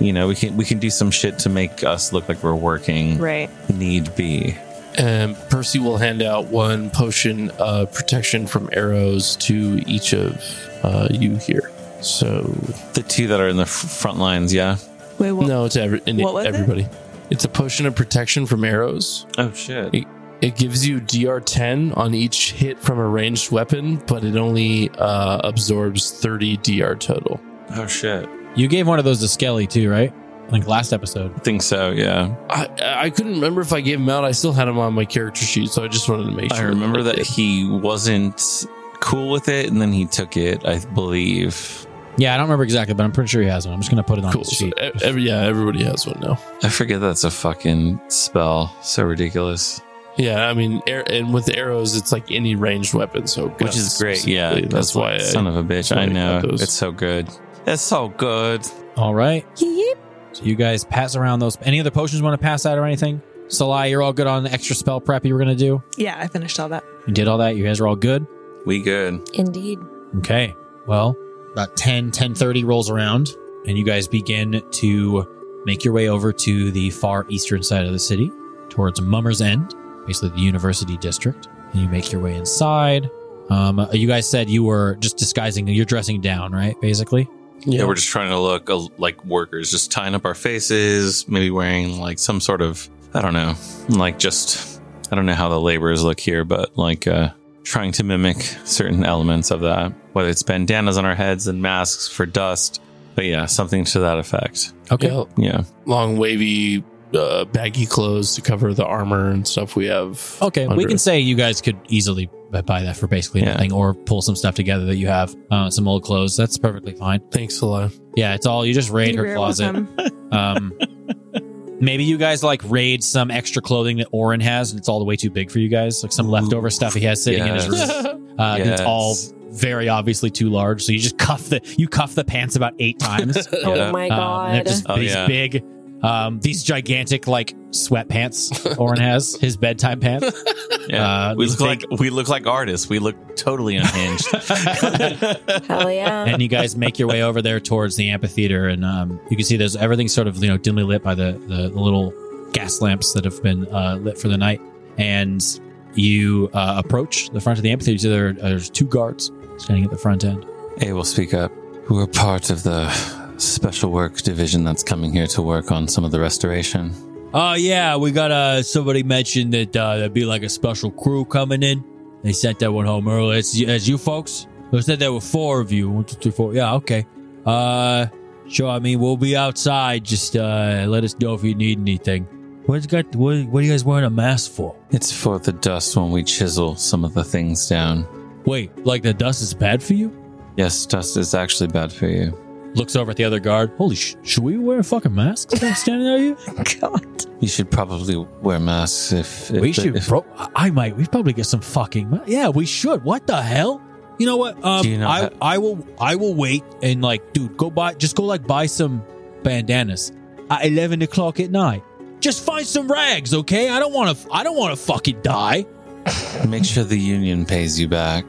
S3: You know, we can we can do some shit to make us look like we're working.
S4: Right.
S3: Need be.
S7: And Um, Percy will hand out one potion of protection from arrows to each of uh, you here. So
S3: The two that are in the f- front lines, yeah.
S4: Wait, what?
S7: no, to every, and
S4: what was it?
S7: everybody. It's a potion of protection from arrows.
S3: Oh shit.
S7: It, it gives you DR 10 on each hit from a ranged weapon, but it only uh, absorbs 30 DR total.
S3: Oh shit.
S1: You gave one of those to Skelly too, right? Like last episode.
S3: I think so. Yeah.
S7: I, I couldn't remember if I gave him out. I still had him on my character sheet, so I just wanted to make
S3: I
S7: sure.
S3: remember
S7: I
S3: that
S7: did.
S3: he wasn't cool with it, and then he took it. I believe.
S1: Yeah, I don't remember exactly, but I'm pretty sure he has one. I'm just gonna put it on
S7: Cool.
S1: the
S7: So,
S1: sheet.
S7: e- every, yeah, everybody has one now.
S3: I forget that's a fucking spell. So ridiculous.
S7: Yeah, I mean, air, and with the arrows, it's like any ranged weapon, so
S3: Which is
S7: guns
S3: great. Yeah.
S7: specifically. that's why. I,
S3: Son of a bitch.
S7: why
S3: I
S7: I
S3: know.
S7: got those.
S3: It's so good. It's so good.
S1: All right.
S6: Yeep.
S1: So you guys pass around those. Any other potions you want to pass out or anything? Salai, you're all good on the extra spell prep you were gonna do.
S4: Yeah, I finished all that.
S1: You did all that. You guys are all good.
S3: We good.
S6: indeed.
S1: Okay. Well, about 10, 1030 rolls around, and you guys begin to make your way over to the far eastern side of the city, towards Mummer's End, basically the university district. And you make your way inside. Um, you guys said you were just disguising, you're dressing down, right? Basically.
S3: Yeah, we're just trying to look uh, like workers, just tying up our faces, maybe wearing like some sort of, I don't know, like just, I don't know how the laborers look here, but like uh, trying to mimic certain elements of that, whether it's bandanas on our heads and masks for dust. But yeah, something to that effect.
S1: Okay.
S7: Yeah,
S3: Yeah.
S7: long wavy, uh, baggy clothes to cover the armor and stuff we have.
S1: Okay, we
S7: under-
S1: can say you guys could easily uh, buy that for basically
S3: Yeah.
S1: nothing, or pull some stuff together that you have, uh, some old clothes. That's perfectly fine.
S7: Thanks a lot.
S1: Yeah, it's all you just raid
S4: You
S1: her
S4: wear it with
S1: closet.
S4: them.
S1: Um, maybe you guys like raid some extra clothing that Oren has, and it's all the way too big for you guys. Like some leftover stuff he has sitting in his room. [laughs] Uh, and It's all
S3: Yes.
S1: very obviously too large. So you just cuff the you cuff the pants about
S6: [laughs]
S1: eight times.
S6: Oh
S3: Yeah.
S6: my
S1: Um, they're
S6: god.
S1: just
S3: Oh,
S1: these
S3: yeah.
S1: big, um, these gigantic like
S3: [laughs]
S1: sweatpants. Oren has his bedtime pants.
S3: Yeah.
S1: Uh,
S3: we
S1: these
S3: look
S1: big-
S3: like we look like artists. We look
S1: [laughs]
S3: totally unhinged.
S6: [laughs] Hell yeah.
S1: and you guys make your way over there towards the amphitheater, and um, you can see there's everything's sort of you know dimly lit by the the, the little gas lamps that have been uh, lit for the night. And you uh, approach the front of the amphitheater. There, there's two guards standing at the front end.
S3: A will speak up. Who are part of the special work division that's coming here to work on some of the restoration.
S1: Oh yeah, we got uh somebody mentioned that uh, there'd be like a special crew coming in. They sent that one home early. It's, it's you folks. They said there were four of you. One, two, three, four. Yeah, okay. Uh, sure. I mean, we'll be outside. Just uh, let us know if you need anything. What's got? What, what are you guys wearing a mask for?
S3: It's for the dust when we chisel some of the things down.
S1: Wait, like the dust is bad for you?
S3: Yes, dust is actually bad for you.
S1: Looks over at the other guard. Holy sh! Should we wear fucking masks? if I'm standing there, you.
S4: [laughs] God.
S3: You should probably wear masks if, if
S1: we
S3: the-
S1: should.
S3: if-
S1: Bro, I- I might. We probably get some fucking. ma- Yeah, we should. What the hell? You know what? Um,
S3: Do you know
S1: I
S3: that-
S1: I will I will wait and like, dude, go buy. Just go like buy some bandanas at eleven o'clock at night. Just find some rags, okay? I don't want to. I don't want to fucking die.
S3: make sure the union pays you back.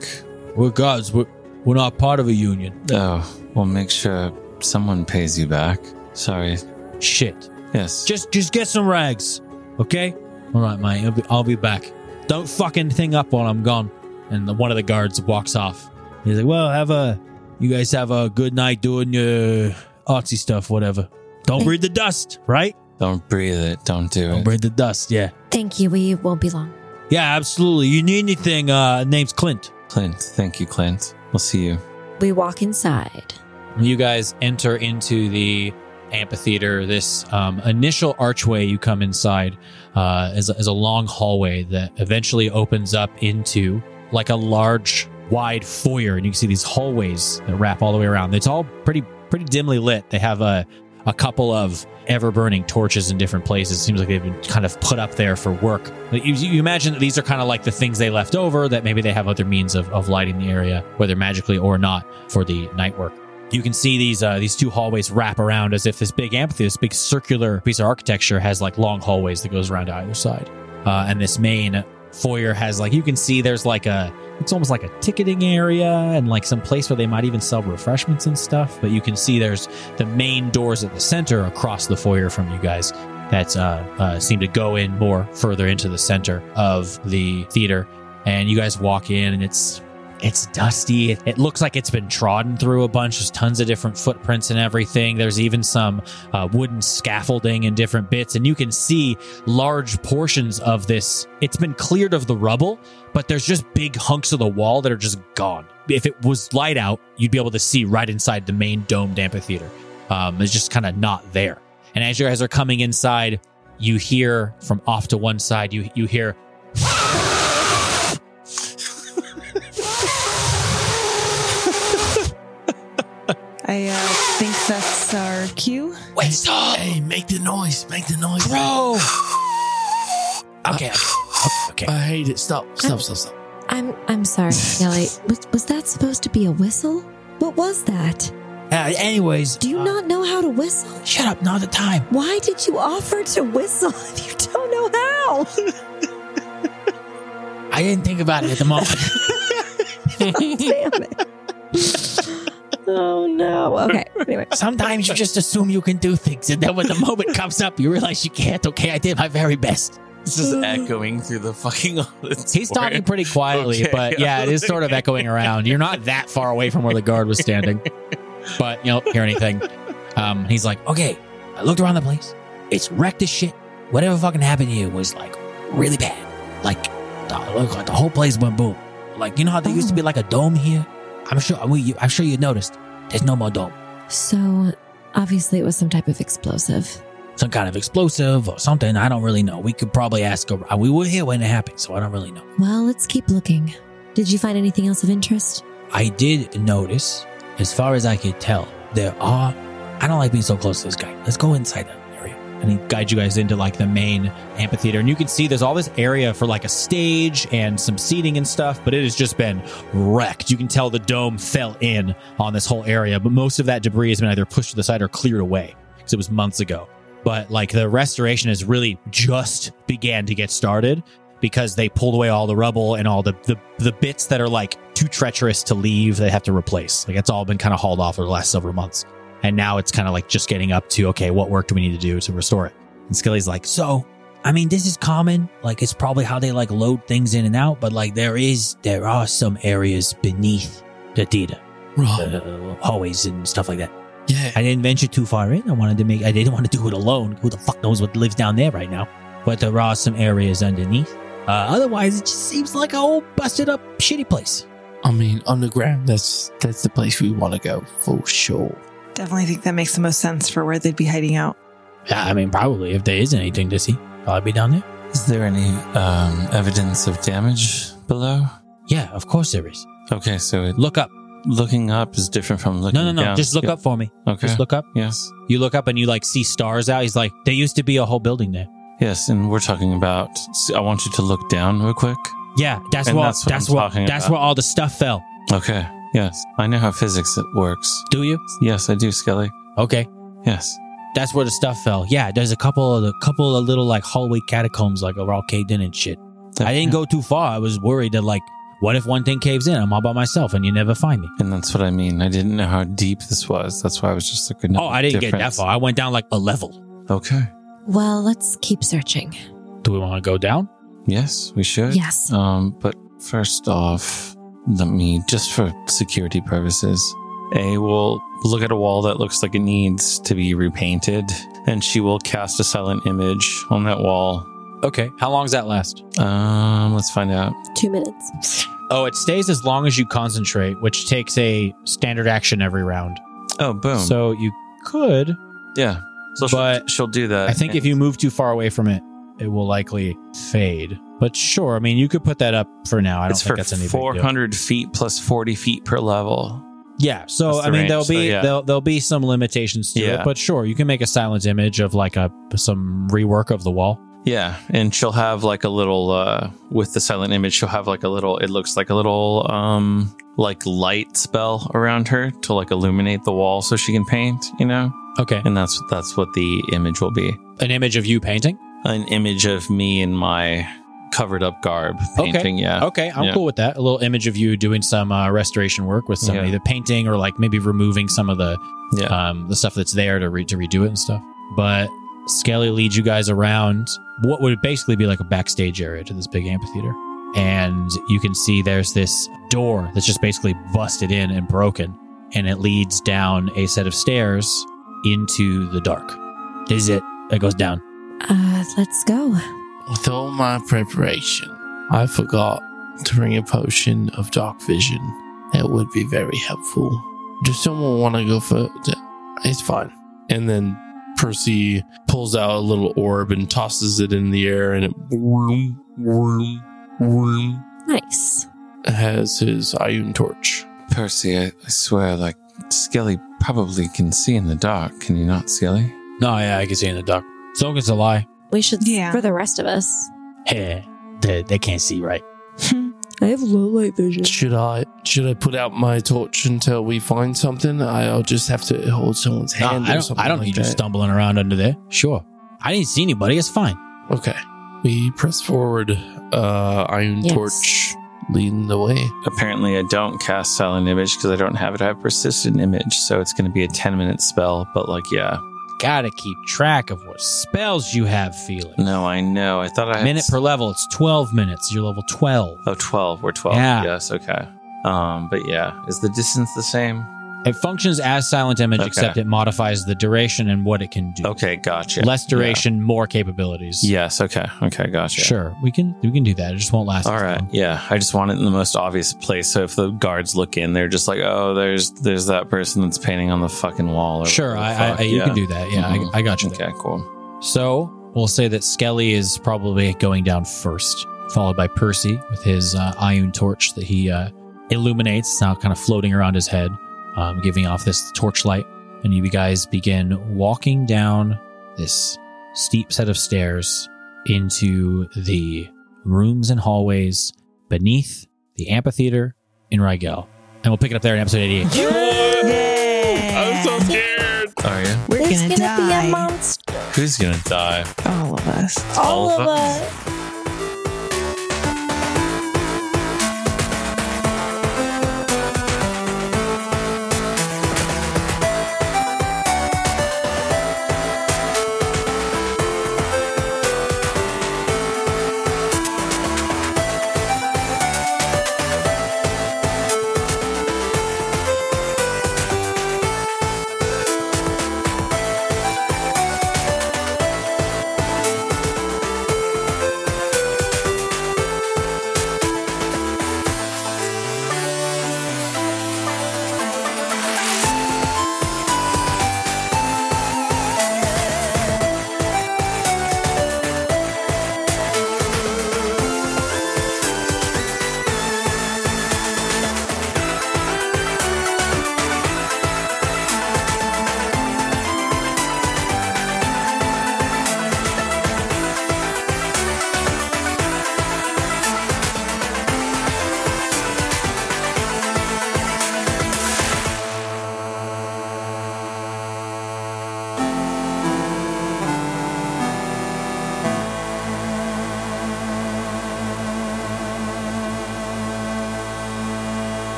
S1: We're guards. We're we're not part of a union.
S3: Oh, well, make sure someone pays you back. Sorry.
S1: Shit.
S3: Yes.
S1: Just just get some rags, okay? All right, mate. I'll be, I'll be back. Don't fuck anything up while I'm gone. And the, one of the guards walks off. He's like, "Well, have a you guys have a good night doing your artsy stuff, whatever. Don't breathe the dust, right?
S3: Don't breathe it. Don't do
S1: Don't
S3: it.
S1: breathe the dust. Yeah,
S6: Thank you. We won't be long.
S1: yeah, absolutely. You need anything? Uh, name's Clint.
S3: Clint, thank you, Clint. We'll see you.
S6: We walk inside.
S1: you guys enter into the amphitheater this um, initial archway you come inside uh, is, is a long hallway that eventually opens up into like a large wide foyer and you can see these hallways that wrap all the way around it's all pretty pretty dimly lit they have a, a couple of ever burning torches in different places it seems like they've been kind of put up there for work you, you imagine that these are kind of like the things they left over that maybe they have other means of, of lighting the area whether magically or not for the night work you can see these uh, these two hallways wrap around as if this big amphitheater, this big circular piece of architecture, has like long hallways that goes around to either side, uh, and this main foyer has like you can see there's like a it's almost like a ticketing area and like some place where they might even sell refreshments and stuff. But you can see there's the main doors at the center across the foyer from you guys that uh, uh, seem to go in more further into the center of the theater, and you guys walk in and it's it's dusty. It, it looks like it's been trodden through a bunch. There's tons of different footprints and everything. There's even some uh, wooden scaffolding and different bits. And you can see large portions of this. It's been cleared of the rubble, but there's just big hunks of the wall that are just gone. If it was light out, you'd be able to see right inside the main domed amphitheater. Um, it's just kind of not there. And as you guys are coming inside, you hear from off to one side, you, you hear
S4: I uh, think that's our cue.
S1: What's up?
S9: Hey, make the noise. Make the noise.
S1: Bro! okay, okay, okay.
S9: I hate it. Stop. Stop. Stop. Stop.
S6: I'm I'm sorry, Nelly. Was was that supposed to be a whistle? What was that?
S1: Uh, anyways,
S6: Do you
S1: uh,
S6: not know how to whistle?
S1: Shut up! Not the time.
S6: Why did you offer to whistle [laughs] if you don't know how? [laughs]
S1: I didn't think about it at
S9: [laughs]
S1: the moment.
S6: Damn it. Oh no. Okay. Anyway.
S1: Sometimes you
S3: [laughs]
S1: just assume you can do things, and then when the moment comes up, you realize you can't. Okay, I did my very best.
S3: It's just echoing through the fucking [laughs] auditorium.
S1: He's talking pretty quietly,
S3: Okay.
S1: but yeah, it is sort of echoing around. You're not that far away from where the guard was
S3: [laughs]
S1: standing, but you don't hear anything. Um, he's like, okay, I looked around the place. It's wrecked as shit. Whatever fucking happened here was like really bad. Like the, look, like, the whole place went boom. Like you know how there used to be like a dome here. I'm sure. we- you- I'm sure you noticed. There's no more dome.
S6: So obviously it was some type of explosive.
S1: Some kind of explosive or something. I don't really know. We could probably ask. Her. We were here when it happened, so I don't really know.
S6: Well, let's keep looking. Did you find anything else of interest?
S1: I did notice, as far as I could tell, there are. I don't like being so close to this guy. Let's go inside that area. And he guides you guys into like the main amphitheater. And you can see there's all this area for like a stage and some seating and stuff, but it has just been wrecked. You can tell the dome fell in on this whole area, but most of that debris has been either pushed to the side or cleared away because it was months ago. But like the restoration has really just began to get started because they pulled away all the rubble and all the, the the bits that are like too treacherous to leave they have to replace like it's all been kind of hauled off for the last several months and now it's kind of like just getting up to okay what work do we need to do to restore it
S2: And Skelly's like, so, I mean, this is common. Like, it's probably how they like load things in and out, but like, there is, there are some areas beneath the theater,
S9: Right.
S2: uh, hallways and stuff like that.
S9: Yeah.
S2: I didn't venture too far in. I wanted to make, I didn't want to do it alone. Who the fuck knows what lives down there right now? But there are some areas underneath. Uh, otherwise, it just seems like a old busted up shitty place.
S9: I mean, underground. That's that's the place we want to go for sure.
S4: Definitely think that makes the most sense for where they'd be hiding out.
S2: Yeah, I mean, probably if there is anything to see, probably be down there.
S3: Is there any um, evidence of damage below?
S2: Yeah, of course there is.
S3: Okay, so it,
S2: Look up.
S3: looking up is different from looking
S2: No, no, no.
S3: down.
S2: Just look
S3: Yeah.
S2: up for me.
S3: Okay.
S2: Just look up.
S3: yes.
S2: You look up and you like see stars out. He's like, there used to be a whole building there.
S3: Yes, and we're talking about. s- I want you to look down real quick.
S2: Yeah, that's
S3: And
S2: where
S3: that's
S2: that's,
S3: what I'm
S2: where
S3: talking
S2: that's
S3: about.
S2: where all the stuff fell.
S3: Okay. Yes, I know how physics it works.
S2: Do you?
S3: Yes, I do, Skelly.
S2: Okay,
S3: Yes.
S2: that's where the stuff fell. Yeah, there's a couple of the couple of little like hallway catacombs like are all caved in and shit. I didn't go too far. I was worried that like, what if one thing caves in? I'm all by myself and you never find me.
S3: And that's what I mean. I didn't know how deep this was. That's why I was just looking. at
S2: Oh,
S3: the
S2: I didn't get that
S3: difference.
S2: far. I went down like a level.
S3: Okay.
S6: Well, let's keep searching.
S2: Do we want to go down?
S3: Yes, we should.
S6: Yes.
S3: Um, but first off, let me just for security purposes, A will look at a wall that looks like it needs to be repainted, and she will cast a silent image on that wall.
S1: okay how long does that last
S3: Um, let's find out.
S6: Two minutes.
S1: oh it stays as long as you concentrate which takes a standard action every round
S3: Oh, boom.
S1: so you
S2: Uh,
S1: could
S3: yeah. So she'll-
S1: But
S3: she'll, do that.
S1: I think if you move too far away from it, it will likely fade. But sure, I mean, you could put that up for now. I don't
S3: it's
S1: think
S3: for
S1: that's anything.
S3: four hundred feet plus forty feet per level.
S1: Yeah, so
S3: That's the
S1: I mean,
S3: range,
S1: there'll
S3: so
S1: be
S3: yeah.
S1: there'll, there'll be some limitations to
S3: Yeah.
S1: it, but sure, you can make a silent image of like a some rework of the wall.
S3: Yeah, and she'll have like a little uh with the silent image, she'll have like a little it looks like a little um like light spell around her to like illuminate the wall so she can paint, you know?
S1: Okay,
S3: And that's that's what the image will be.
S1: an image of you painting.
S3: An image of me in my covered up garb
S1: Okay.
S3: painting, yeah.
S1: Okay, I'm
S3: Yeah.
S1: cool with that. A little image of you doing some uh, restoration work with some
S3: Yeah.
S1: either painting or like maybe removing some of the
S3: Yeah.
S1: um, the stuff that's there to re- to redo it and stuff. But Skelly leads you guys around what would basically be like a backstage area to this big amphitheater, and you can see there's this door that's just basically busted in and broken, and it leads down a set of stairs into the dark. This is it. It goes down.
S6: Uh, let's go.
S9: With all my preparation, I forgot to bring a potion of dark vision. That would be very helpful. Does someone want to go for It's fine. And then Percy pulls out a little orb and tosses it in the air, and it vroom, vroom, vroom,
S6: Nice.
S9: has his Ayun torch.
S3: Oh, Percy, I, I swear like Skelly probably can see in the dark. Can you not, Skelly?
S2: No, yeah, I can see in the dark.
S1: So it's a lie.
S6: We should
S4: Yeah.
S6: for the rest of us.
S2: Hey, they, they can't see right.
S6: I have low light vision.
S9: Should I should I put out my torch until we find something? I'll just have to hold someone's
S1: Nah,
S9: hand.
S1: I
S9: or
S1: don't.
S9: something
S1: I don't
S9: like
S1: need you
S9: that.
S1: stumbling around under there. Sure. I didn't see anybody. It's fine.
S9: Okay. We press forward, uh, Iron
S6: Yes.
S9: Torch leading the way.
S3: Apparently, I don't cast silent image because I don't have it. I have persistent image, so it's going to be a 10 minute spell. But, like, yeah,
S1: gotta keep track of what spells you have, Felix.
S3: No, I know. I thought I had
S1: Minute per level, it's 12 minutes. You're level 12.
S3: Oh, 12. We're 12.
S1: Yeah.
S3: Yes, okay. Um, but yeah, is the distance the same?
S1: It functions as silent image,
S3: Okay.
S1: except it modifies the duration and what it can do.
S3: Okay, gotcha.
S1: Less duration, more capabilities.
S3: Yeah. Yes, okay. Okay, gotcha.
S1: Sure, we can we can do that. It just won't last.
S3: All
S1: as
S3: right.
S1: long.
S3: Yeah, I just want it in the most obvious place. So if the guards look in, they're just like, "Oh, there's there's that person that's painting on the fucking wall." Or
S1: Sure,
S3: whatever
S1: I,
S3: the
S1: I,
S3: fuck.
S1: I you
S3: Yeah.
S1: can do that. Yeah,
S3: Mhm.
S1: I, I got you. there.
S3: Okay, cool.
S1: So we'll say that Skelly is probably going down first, followed by Percy with his uh, ion torch that he uh, illuminates. It's now kind of floating around his head, um, giving off this torchlight. And you guys begin walking down this steep set of stairs into the rooms and hallways beneath the amphitheater in Rigel. And we'll pick it up there in episode 88.
S4: Yay!
S7: I'm so scared.
S3: Are you?
S4: We're
S6: There's
S4: gonna,
S6: gonna, be
S4: die.
S6: a monster.
S3: Who's gonna die?
S4: All of us.
S6: All of us.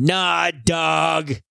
S1: Nah, dog.